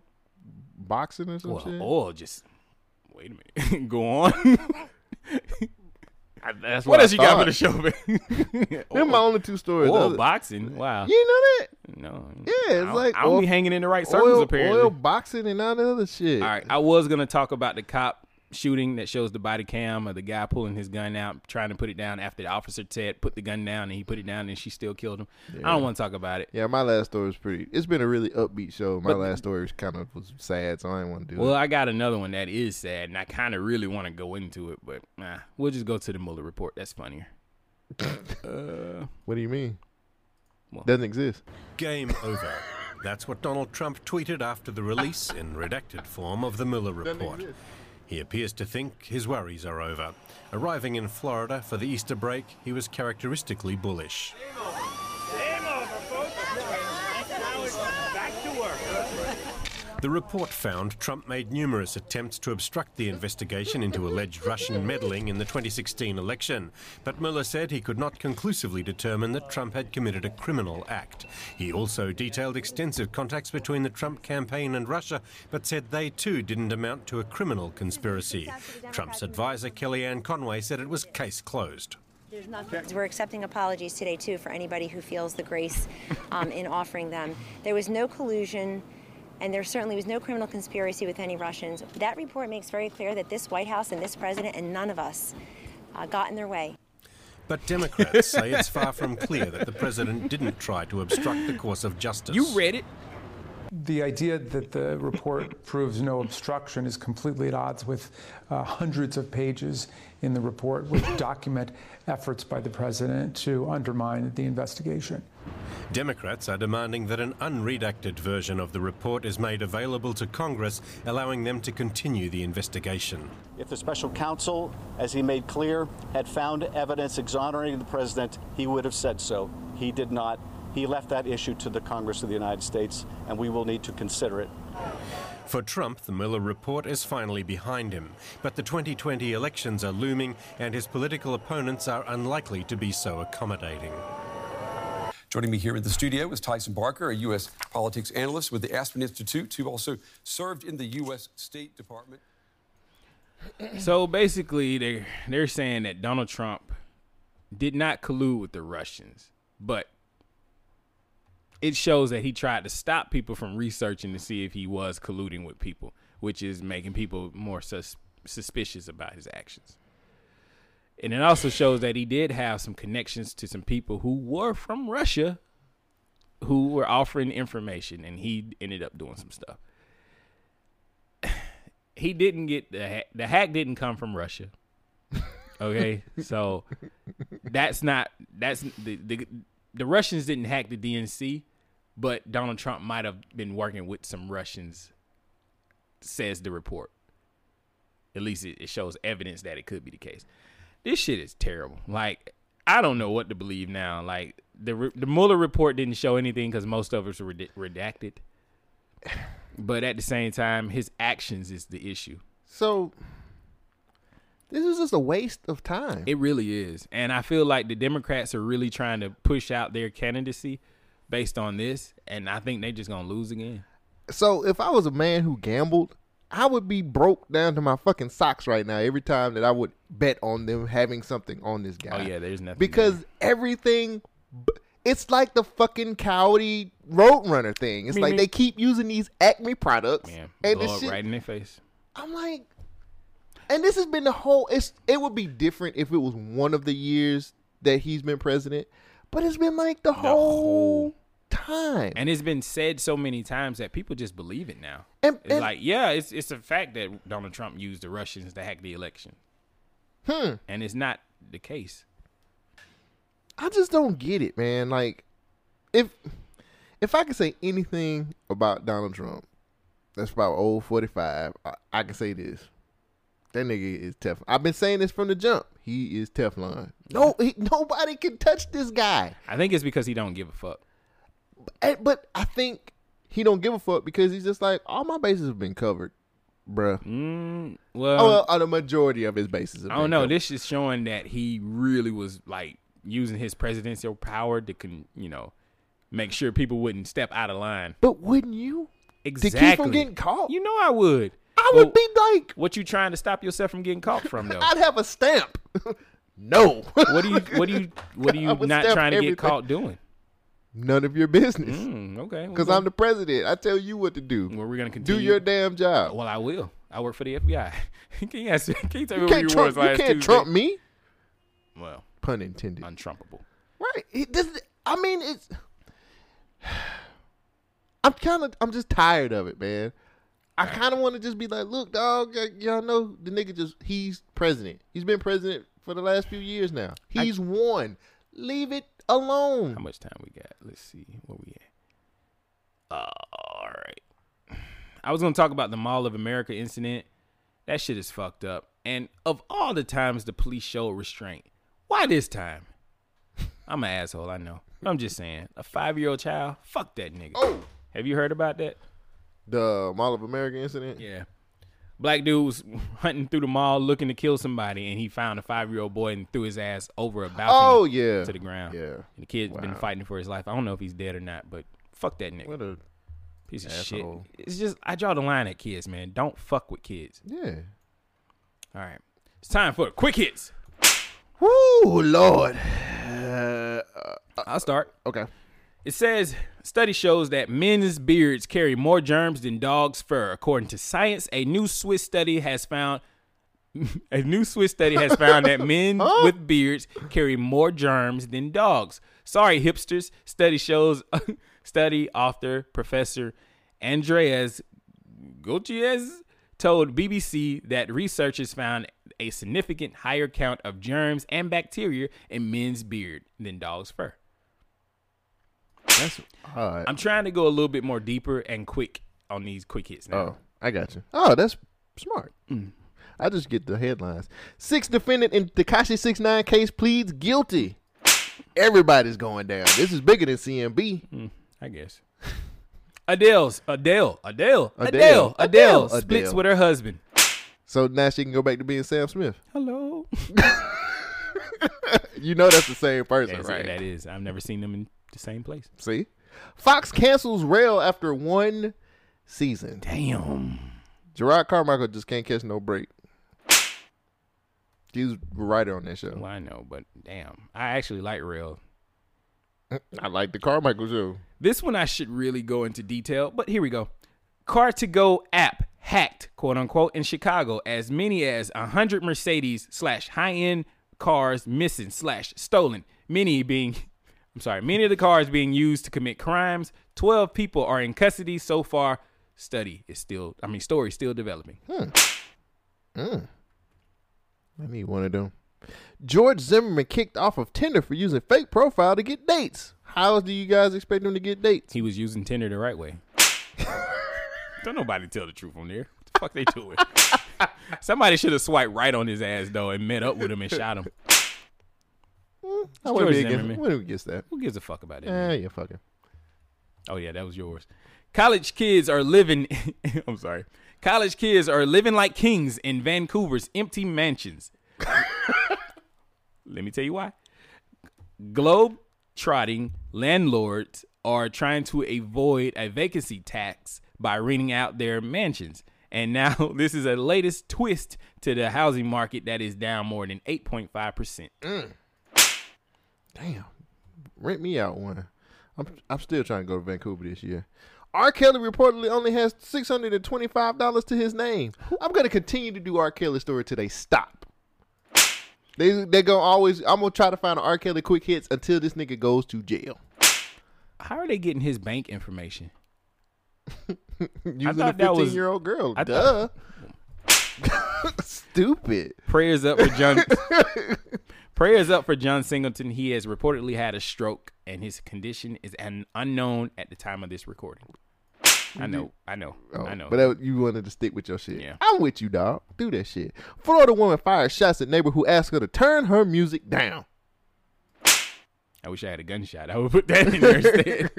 boxing or some Well, shit? oil just. Wait a minute. Go on. I- that's What what, else else I you got for the show, thought. man? Them my only two stories. Oil Other- boxing. Wow. You know that? No. Yeah, it's I- like I don't be oil- hanging in the right circles, oil- apparently. Oil boxing and all that other shit. All right, I was gonna talk about the cop shooting that shows the body cam of the guy pulling his gun out, trying to put it down after the officer Ted put the gun down and he put it down and she still killed him. I Yeah. don't want to talk about it. Yeah, my last story was pretty. It's been a really upbeat show. My But- last story was kind of was sad, so I didn't want to do Well, it. I got another one that is sad, and I kind of really want to go into it, but nah, we'll just go to the Mueller report. That's funnier. uh, What do you mean? Doesn't exist. Game over. That's what Donald Trump tweeted after the release in redacted form of the Mueller Doesn't report. exist. He appears to think his worries are over. Arriving in Florida for the Easter break, he was characteristically bullish. The report found Trump made numerous attempts to obstruct the investigation into alleged Russian meddling in the 2016 election, but Mueller said he could not conclusively determine that Trump had committed a criminal act. He also detailed extensive contacts between the Trump campaign and Russia, but said they too didn't amount to a criminal conspiracy. Trump's advisor Kellyanne Conway said it was case closed. We're accepting apologies today, too, for anybody who feels the grace um, in offering them. There was no collusion, and there certainly was no criminal conspiracy with any Russians. That report makes very clear that this White House and this president and none of us uh, got in their way. But Democrats say it's far from clear that the president didn't try to obstruct the course of justice. You read it. The idea that the report proves no obstruction is completely at odds with uh, hundreds of pages in the report, which document efforts by the president to undermine the investigation. Democrats are demanding that an unredacted version of the report is made available to Congress, allowing them to continue the investigation. If the special counsel, as he made clear, had found evidence exonerating the president, he would have said so. He did not. He left that issue to the Congress of the United States, and we will need to consider it. For Trump, the Mueller report is finally behind him, but the 2020 elections are looming, and his political opponents are unlikely to be so accommodating. Joining me here in the studio is Tyson Barker, a U.S. politics analyst with the Aspen Institute, who also served in the U.S. State Department. So basically, they they're saying that Donald Trump did not collude with the Russians, but it shows that he tried to stop people from researching to see if he was colluding with people, which is making people more sus- suspicious about his actions. And it also shows that he did have some connections to some people who were from Russia who were offering information and he ended up doing some stuff he didn't get the ha- the hack didn't come from Russia. Okay, so that's not that's the, the the Russians didn't hack the DNC, but Donald Trump might have been working with some Russians. Says the report. At least it, it shows evidence that it could be the case. This shit is terrible. Like I don't know what to believe now. Like the re- the Mueller report didn't show anything because most of it's red- redacted. But at the same time, his actions is the issue. So this is just a waste of time. It really is. And I feel like the Democrats are really trying to push out their candidacy based on this. And I think they're just going to lose again. So if I was a man who gambled, I would be broke down to my fucking socks right now every time that I would bet on them having something on this guy. Oh, yeah, there's nothing. because everything b- it's like the fucking coyote roadrunner thing. It's Me, like me. they keep using these Acme products there. Yeah, and blow this it shit. right in their face. I'm like, and this has been the whole. It's it would be different if it was one of the years that he's been president, but it's been like the, whole time. And it's been said so many times that people just believe it now. And- it's and- like, yeah, it's, it's a fact that Donald Trump used the Russians to hack the election. Hmm. And it's not the case. I just don't get it, man. Like, if if I could say anything about Donald Trump, that's about old forty five. I, I can say this: that nigga is Teflon. I've been saying this from the jump. He is Teflon. No, he, nobody can touch this guy. I think it's because he don't give a fuck. Eh, But I think he don't give a fuck because he's just like all my bases have been covered, bruh. Mm, well- oh, well, uh, the majority of his bases. Have I been don't know. covered. This is showing that he really was like using his presidential power to can you know make sure people wouldn't step out of line. But wouldn't you? Exactly. To keep from getting caught. You know I would. I would be like. What you trying to stop yourself from getting caught from though? I'd have a stamp. no. what do you? What do you? What are I you would not stamp trying to everything. get caught doing? None of your business. Mm, okay. Because Well, I'm the president. I tell you what to do. Well, we're gonna Do continue. your damn job. Well, I will. I work for the FBI. can you ask? Can you tell You me what can't you trump- was you last can't Tuesday? trump me. Well, pun intended. Untrumpable. Right. It doesn't. I mean, it's. I'm kind of. I'm just tired of it, man. I kind of want to just be like, look, dog. Y'all know the nigga just. He's president. He's been president for the last few years now. He's won. Leave it alone. How much time we got? Let's see where we at. all right. I was gonna talk about the Mall of America incident. That shit is fucked up. And of all the times the police showed restraint, why this time? I'm an asshole. I know. I'm just saying. A five year old child. Fuck that nigga. Oh. Have you heard about that? The Mall of America incident. Yeah. Black dude was hunting through the mall looking to kill somebody, and he found a five year old boy and threw his ass over a balcony Oh, yeah. to the ground. Yeah. And the kid's been Wow. fighting for his life. I don't know if he's dead or not, but fuck that nigga. What a piece of asshole. shit. It's just, I draw the line at kids, man. Don't fuck with kids. Yeah. All right. It's time for quick hits. Woo, Lord. Uh, I'll start. Okay. It says study shows that men's beards carry more germs than dogs' fur. According to science, a new Swiss study has found a new Swiss study has found that men with beards carry more germs than dogs. Sorry, hipsters. Study shows study author Professor Andreas Gutierrez told BBC that researchers found a significant higher count of germs and bacteria in men's beard than dogs' fur. That's odd. I'm trying to go a little bit more deeper and quick on these quick hits now. Oh, I got you. Oh, that's smart. Mm. I just get the headlines. Six defendant in Takashi Six Nine case pleads guilty. Everybody's going down. This is bigger than CMB. I guess. Adele's Adele Adele Adele Adele, Adele, Adele, splits Adele. with her husband. So now she can go back to being Sam Smith. Hello. You know that's the same person, That's- right? That is. I've never seen them in the same place. See? Fox cancels Rail after one season. Damn. Gerard Carmichael just can't catch no break. He was a writer on that show. Well, I know, but damn, I actually like Real. I like the Carmichael show. This one I should really go into detail, but here we go. Car to go app hacked, quote unquote, in Chicago. As many as hundred Mercedes slash high end cars missing slash stolen. Many being, I'm sorry, many of the cars being used to commit crimes. Twelve people are in custody so far. Study is still, I mean, story still developing. Mm. I need one of them. George Zimmerman kicked off of Tinder for using fake profile to get dates. How do you guys expect him to get dates? He was using Tinder the right way. Don't nobody tell the truth on there. What the fuck they doing? Somebody should have swiped right on his ass though and met up with him and shot him. I wouldn't George Oh, be against- Zimmerman. wouldn't be against that. Eh, Who gives a fuck about that? Yeah, man? yeah, fuck him. Oh yeah, that was yours. College kids are living. I'm sorry. College kids are living like kings in Vancouver's empty mansions. Let me tell you why. Globe trotting landlords are trying to avoid a vacancy tax by renting out their mansions. And now this is a latest twist to the housing market that is down more than 8.5%. Damn. Rent me out one. I'm I'm still trying to go to Vancouver this year. R. Kelly reportedly only has six hundred and twenty five dollars to his name. I'm gonna continue to do R. Kelly story till they stop. They they gonna always I'm gonna try to find an R. Kelly quick hits until this nigga goes to jail. How are they getting his bank information? Using a thought that was- fifteen year old girl. I Duh. thought- Stupid. Prayers up for John. prayers up for John Singleton. He has reportedly had a stroke, and his condition is an unknown at the time of this recording. I know. I know. Oh, I know. But that, you wanted to stick with your shit. I'm with you, dog. Do that shit. Florida woman fired shots at neighbor who asked her to turn her music down. I wish I had a gunshot. I would put that in there instead.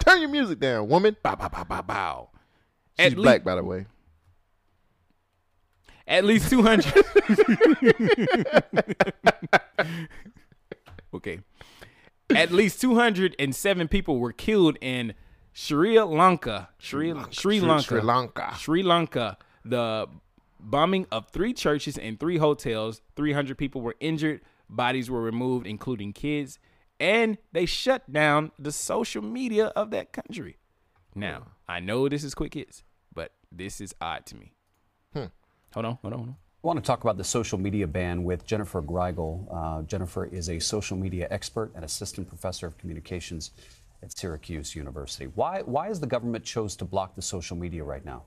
Turn your music down, woman. Bow, bow, bow, bow, bow. She's At lea- black, by the way. At least 200. okay. At least 207 people were killed in Sri Lanka. Sri, Sri Sri- Lanka. Sri Lanka. Sri Lanka. The bombing of three churches and three hotels. 300 people were injured. Bodies were removed, including kids. And they shut down the social media of that country. Now, I know this is quick hits, but this is odd to me. Hmm. Hold on, hold on, hold on. I want to talk about the social media ban with Jennifer Greigel. Uh, Jennifer is a social media expert and assistant professor of communications at Syracuse University. Why, why has the government chose to block the social media right now?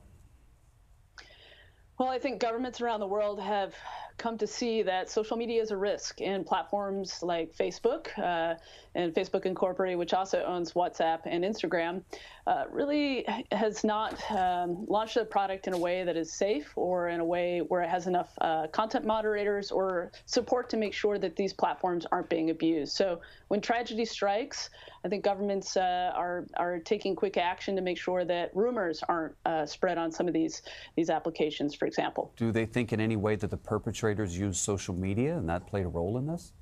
Well, I think governments around the world have come to see that social media is a risk, and platforms like Facebook uh, and Facebook Incorporated, which also owns WhatsApp and Instagram, uh, really has not um, launched a product in a way that is safe or in a way where it has enough uh, content moderators or support to make sure that these platforms aren't being abused. So when tragedy strikes, I think governments uh, are are taking quick action to make sure that rumors aren't uh, spread on some of these these applications, for example. Do they think in any way that the perpetrators used social media and that played a role in this?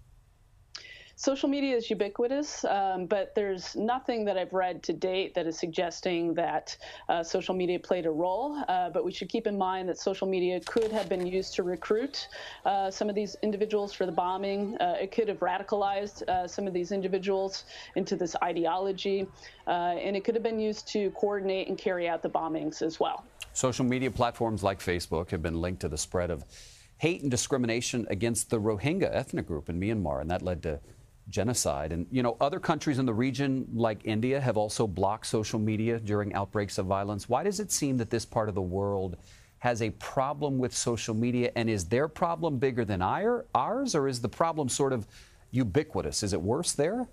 social media is ubiquitous, um, but there's nothing that I've read to date that is suggesting that uh, social media played a role. Uh, but we should keep in mind that social media could have been used to recruit uh, some of these individuals for the bombing. Uh, it could have radicalized uh, some of these individuals into this ideology, uh, and it could have been used to coordinate and carry out the bombings as well. Social media platforms like Facebook have been linked to the spread of hate and discrimination against the Rohingya ethnic group in Myanmar, and that led to genocide. And, you know, other countries in the region, like India, have also blocked social media during outbreaks of violence. Why does it seem that this part of the world has a problem with social media? And is their problem bigger than our- ours, or is the problem sort of ubiquitous? Is it worse there?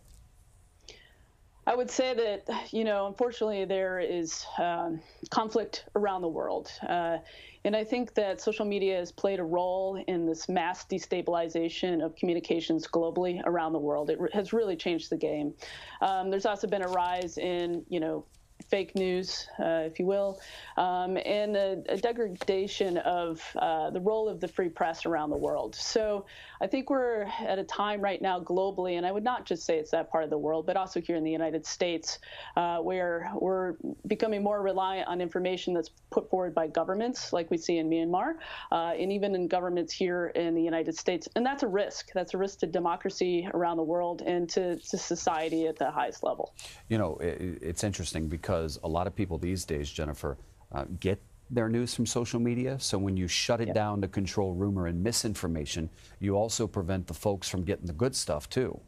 I would say that, you know, unfortunately, there is um, conflict around the world. Uh, and I think that social media has played a role in this mass destabilization of communications globally around the world. It re- has really changed the game. Um, there's also been a rise in, you know, fake news, uh, if you will, um, and a, a degradation of uh, the role of the free press around the world. So I think we're at a time right now globally, and I would not just say it's that part of the world, but also here in the United States, uh, where we're becoming more reliant on information that's put forward by governments, like we see in Myanmar, uh, and even in governments here in the United States. And that's a risk. That's a risk to democracy around the world and to, to society at the highest level. You know, i- i it's interesting because a lot of people these days, Jennifer, uh, get their news from social media. So when you shut it down to control rumor and misinformation, you also prevent the folks from getting the good stuff too.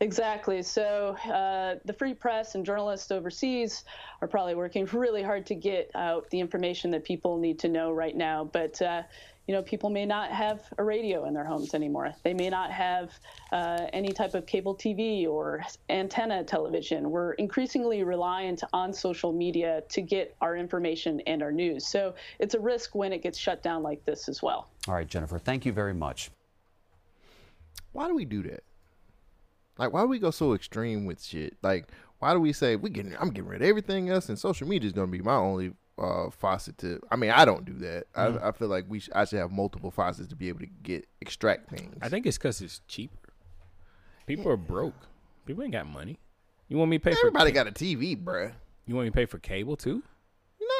Exactly. So uh, the free press and journalists overseas are probably working really hard to get out the information that people need to know right now. But uh, you know, people may not have a radio in their homes anymore. They may not have uh, any type of cable TV or antenna television. We're increasingly reliant on social media to get our information and our news. So it's a risk when it gets shut down like this as well. All right, Jennifer, thank you very much. Why do we do that? Like, why do we go so extreme with shit? Like, why do we say we getting? I'm getting rid of everything else, and social media is gonna be my only uh, faucet to. I mean, I don't do that. Mhm. I, I feel like we sh- I should have multiple faucets to be able to get extract things. I think it's because it's cheaper. People are broke. People ain't got money. You want me to pay Everybody for got a TV, bruh. You want me to pay for cable too?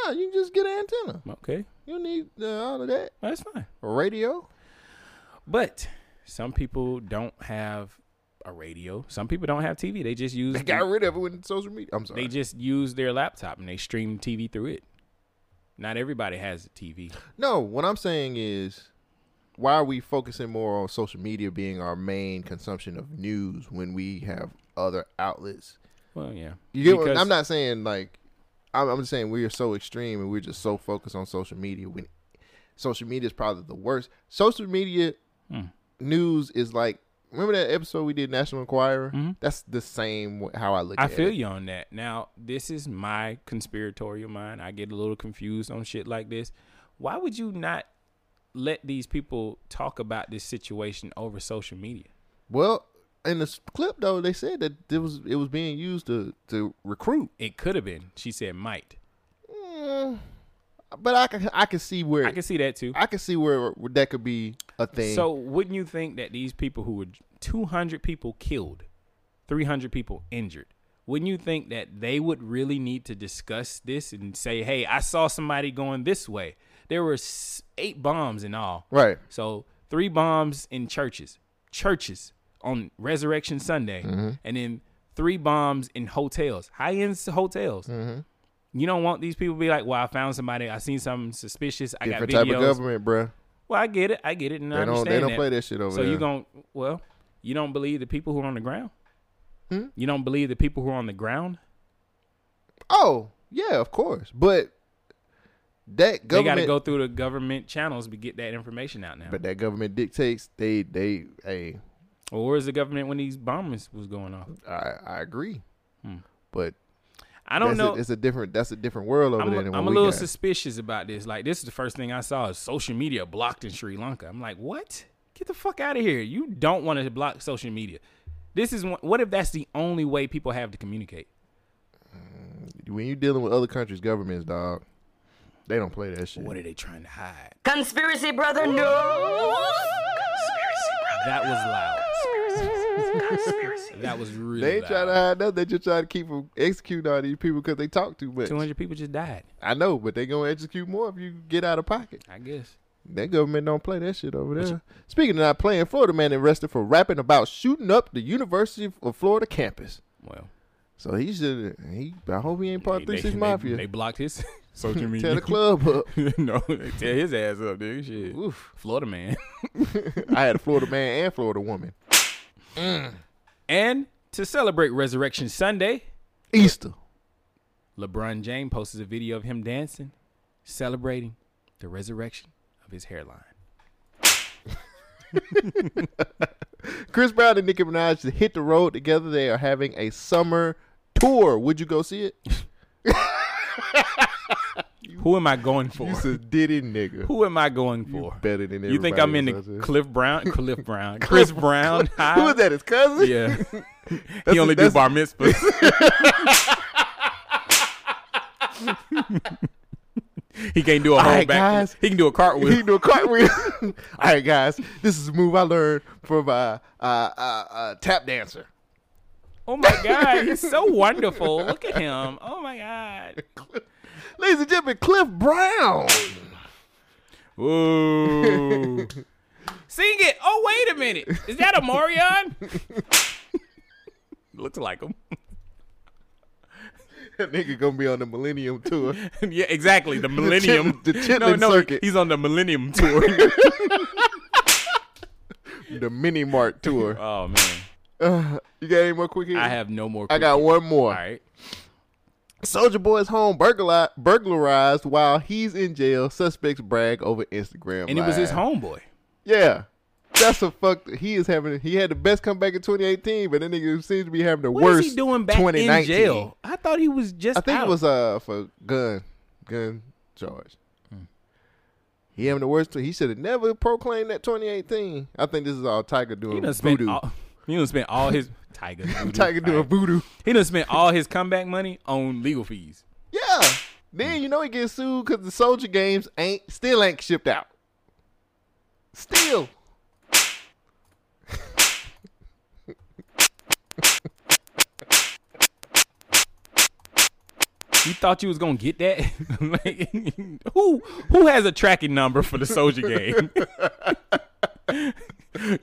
Nah, you just get an antenna. Okay. You don't need uh, all of that. That's fine. Radio. But some people don't have a radio. Some people don't have TV. They just use They got rid of it with social media. I'm sorry. they just use their laptop and they stream TV through it. Not everybody has a TV. No, what I'm saying is, why are we focusing more on social media being our main consumption of news when we have other outlets? Well, yeah. You get what- Because- I'm not saying like, I'm, I'm just saying we are so extreme and we're just so focused on social media when social media is probably the worst. Social media Hmm. news is like, remember that episode we did National Enquirer? That's the same wh- how I look Mm-hmm. I at it. feel you on that. Now, this is my conspiratorial mind. I get a little confused on shit like this. Why would you not let these people talk about this situation over social media? Well, in the clip though, they said that it was it was being used to to recruit. It could have been. She said might. Mm, But I can I can see where I can see that too. I can see where, where that could be a thing. So wouldn't you think that these people who were 200 people killed, 300 people injured, wouldn't you think that they would really need to discuss this and say, "Hey, I saw somebody going this way." There were s- eight bombs in all. Right. So three bombs in churches, churches on Resurrection Sunday, Mhm. and then three bombs in hotels, high end hotels. Mm-hmm. You don't want these people to be like, "Well, I found somebody. I seen something suspicious. I different got videos." type of government, bruh. Well, I get it. I get it, and I They don't- they understand don't play that shit over So you there. gon' well, you don't believe the people who are on the ground. Hmm? You don't believe the people who are on the ground. Oh yeah, of course. But that They got government, to go through the government channels to get that information out now. but that government dictates. They they hey. Well, where's the government when these bombings was going off? Hmm. I I agree, but I don't that's a- know. it's a different. That's a different world over I'm, there. a- Than I'm what a we little got. suspicious about this. Like, this is the first thing I saw is social media blocked in Sri Lanka. I'm like, what? Get the fuck out of here. You don't want to block social media. This is one, what if that's the only way people have to communicate? when you're dealing with other countries' governments, dog, they don't play that shit. What are they trying to hide? Conspiracy brother, no. That was loud. That was really They ain't loud. trying to hide nothing. They just trying to keep from executing all these people because they talk too much. Two hundred people just died. I know, but they gonna execute more if you get out of pocket. I guess. That government don't play that shit over there. Speaking of not playing, Florida man arrested for rapping about shooting up the University of Florida campus. Well, so he should. He I hope he ain't part They- three six they- mafia. They blocked his social media. Tear the club up. no, they tear his ass up, dude. Shit. Florida man. I had a Florida man and Florida woman. Mm. And to celebrate Resurrection Sunday, Easter, LeBron James posted a video of him dancing, celebrating the resurrection of his hairline. Chris Brown and Nicki Minaj to hit the road together. They are having a summer tour. Would you go see it? Who am I going for? You's a diddy nigga. Who am I going for? better than You think I'm in everybody the else out Cliff Brown? Cliff Brown. Chris Brown. Who is that? His cousin? Yeah. That's- he only do that's- bar mitzvahs. he can't do a All whole right, back. guys. He can do a cartwheel. He can do a cartwheel. All right, guys. This is a move I learned from a uh, uh, uh, uh, tap dancer. Oh my God, he's so wonderful. Look at him. Oh my God. Ladies and gentlemen, Cliff Brown. Ooh. Sing it. Oh, wait a minute. Is that a Morion? Looks like him. That nigga gonna be on the Millennium Tour. yeah, exactly. The Millennium. The, Chitlin no, no, Circuit. he's on the Millennium Tour. the Mini Mart Tour. Oh, man. Uh, you got any more quick hits? I have no more. I got cricket. one more. All right. Soldier Boy's home burglar- burglarized while he's in jail. Suspects brag over Instagram. And it was his Live. homeboy. Yeah. That's a fuck. He is having. He had the best comeback in 2018, but that nigga seems to be having the What is worst. he doing back in 2019. jail? I thought he was just. I think out. it was uh for gun, gun charge. Hmm. He having the worst. He should have never proclaimed that 2018. I think this is all Tiger doing. He done spent voodoo. all, he done spent all his tiger voodoo, Tiger doing Right. voodoo. He done spent all his comeback money on legal fees. Yeah. Then you know he gets sued because the Soldier Games ain't still ain't shipped out. Still. You thought you was gonna get that? Like, who who has a tracking number for the soldier game?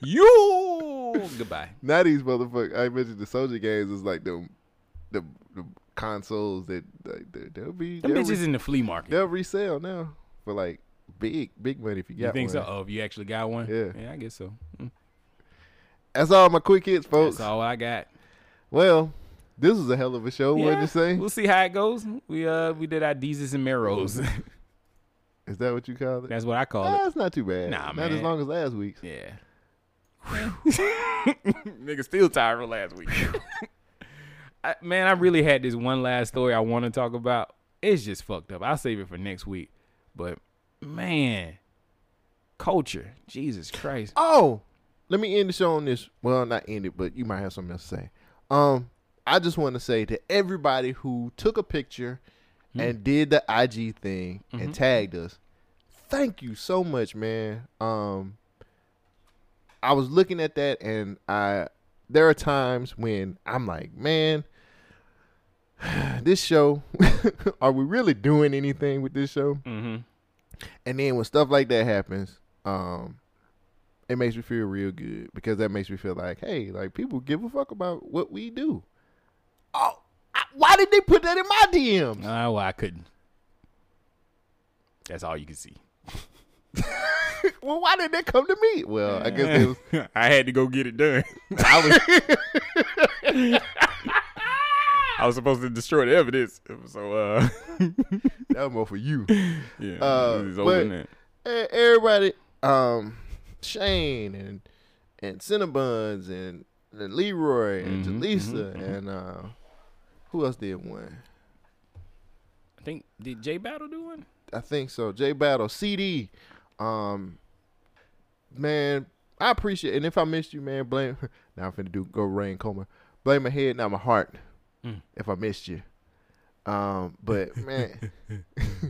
you goodbye. Now these motherfuckers. I mentioned the Soldier Games is like the the, the consoles that like, they- they'll be. Them they'll bitches re- in the flea market. They'll resell now for like big big money if you You got think one. so? Oh, if you actually got one? Yeah. Yeah, I guess so. Mm. That's all my quick hits, folks. That's all I got. Well, this was a hell of a show. Wouldn't Yeah, you say? We'll see how it goes. We uh we did our Deezes and Marrows. Is that what you call it? Ah, That's what I call Nah, it. it's not too bad. Nah, not man. as long as last week's. Yeah. Nigga still tired from last week. I, man, I really had this one last story I want to talk about. It's just fucked up. I'll save it for next week. But man, culture, Jesus Christ. Oh, let me end the show on this. Well, not end it, but you might have something else to say. Um, I just want to say to everybody who took a picture Hmm. and did the IG thing and Mm-hmm. Mhm. tagged us, thank you so much, man. Um, I was looking at that, and I there are times when I'm like, man, this show, are we really doing anything with this show? Mm-hmm. And then when stuff like that happens, um, it makes me feel real good because that makes me feel like, hey, like people give a fuck about what we do. Oh, I, why did they put that in my DMs? Oh, I couldn't. That's all you can see. well, why did that come to me? Well, I guess it was. I had to go get it done. I was. I was supposed to destroy the evidence, so uh, that was more for you. Yeah, Uh, it was over but in there. e- everybody, um, Shane and and Cinnabuns and, and Leroy and Mm-hmm, Jaleesa and uh, who else did one? I think did J Battle do one? I think so. J Battle, CD. Um, man, I appreciate. And if I missed you, man, blame. Now I'm finna do go rain coma. Blame my head, not my heart. Mm. If I missed you, um, but man,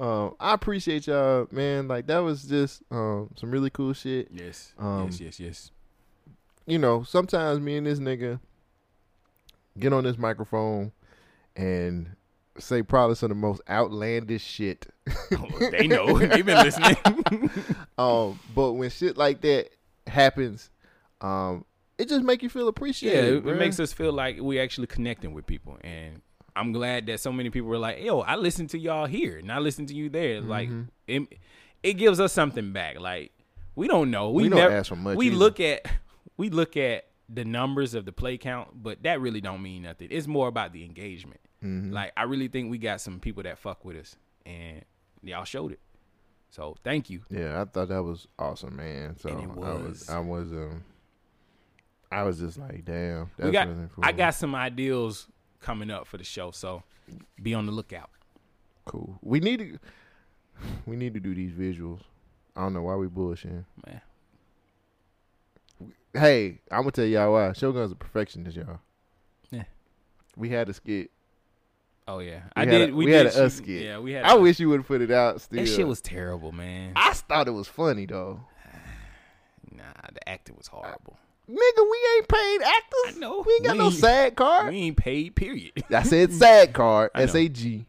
um, I appreciate y'all, man. Like that was just um some really cool shit. Yes, Um, yes, yes, yes. you know, sometimes me and this nigga get on this microphone and say probably some of the most outlandish shit. Oh, they know. They been listening. um, but when shit like that happens, um, it just make you feel Yeah, appreciated. it, it bruh. makes us feel like we actually connecting with people, and I'm glad that so many people were like, "Yo, I listen to y'all here, and I listen to you there." Like, Mhm. it, it gives us something back. Like, we don't know. We, We don't never- ask for much We either. look at we look at the numbers of the play count, but that really don't mean nothing. It's more about the engagement. Mhm. Like, I really think we got some people that fuck with us, and y'all showed it. So thank you. Yeah, I thought that was awesome, man. So And it I was. was, I was, um, I was just like, damn, that's we got. really cool. I got some ideals coming up for the show, so be on the lookout. cool. We need to, we need to do these visuals. I don't know why we bullshitting. Man. Hey, I'm gonna tell y'all why. Shogun's a perfectionist, y'all. Yeah. We had a skit. Oh yeah, We I had did. A, we had did a us shoot- skit. Yeah, we had. I a- wish you would have put it out. Still, that shit was terrible, man. I thought it was funny though. nah, the acting was horrible. Nigga, we ain't paid actors. No, we ain't got no SAG card. We ain't paid. Period. I said SAG card. I know. S A G.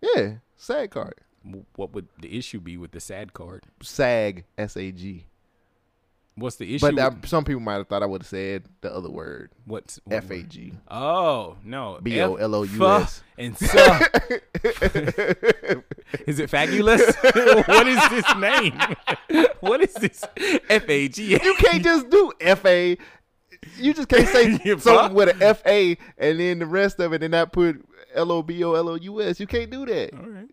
Yeah, SAG card. W- What would the issue be with the sad card? SAG S A G. What's the issue? But I, with- some people might have thought I would have said the other word. What's what F A G? Oh no, B O F- L O U S. fuh, and suh. Is it fabulous? what is this name? what is this? F A G. You can't just do F A. You just can't say something with an F A and then the rest of it and not put L O B O L O U S. You can't do that. All right.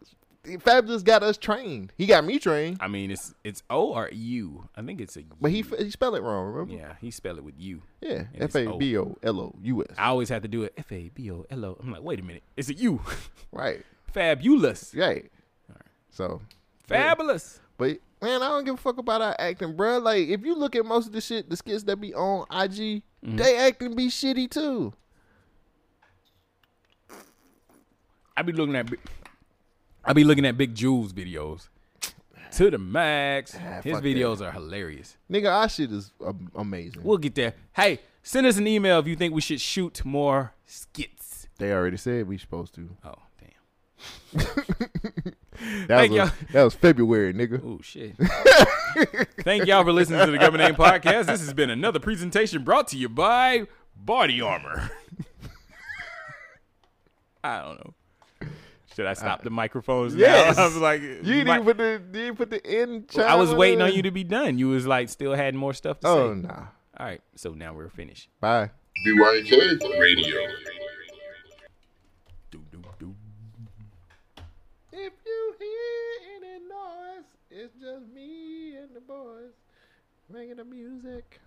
Fabulous got us trained. He got me trained, I mean, it's it's O or U. I think it's a. but he he spelled it wrong. Remember? Yeah, he spelled it with U. Yeah, And F it's A O. B O L O U S. I always have to do it. F A B O L O. I'm like, wait a minute, it's a U. Right. Fabulous. Right. So. Fabulous. But man, I don't give a fuck about our acting, bro. Like if you look at most of the shit, the skits that be on IG, Mm-hmm. they acting be shitty too. I be looking at, bi- I be looking at Big Jules videos to the max. His Ah, fuck videos are hilarious. Nigga, our shit is um, amazing. We'll get there. Hey, send us an email if you think we should shoot more skits. They already said we supposed to. Oh damn. that was Thank a- y'all. that was February, nigga. Oh shit. Thank y'all for listening to the Government Name Podcast. This has been another presentation brought to you by Body Armor. I don't know. Should I stop the microphones Yes. now? I was like, you didn't my- even put the you didn't put the end. I was chime waiting on in. you to be done. You was like still had more stuff to say. Oh, nah. All right, so now we're finished. Bye. BYK Radio. If you hear any noise, it's just me and the boys making the music.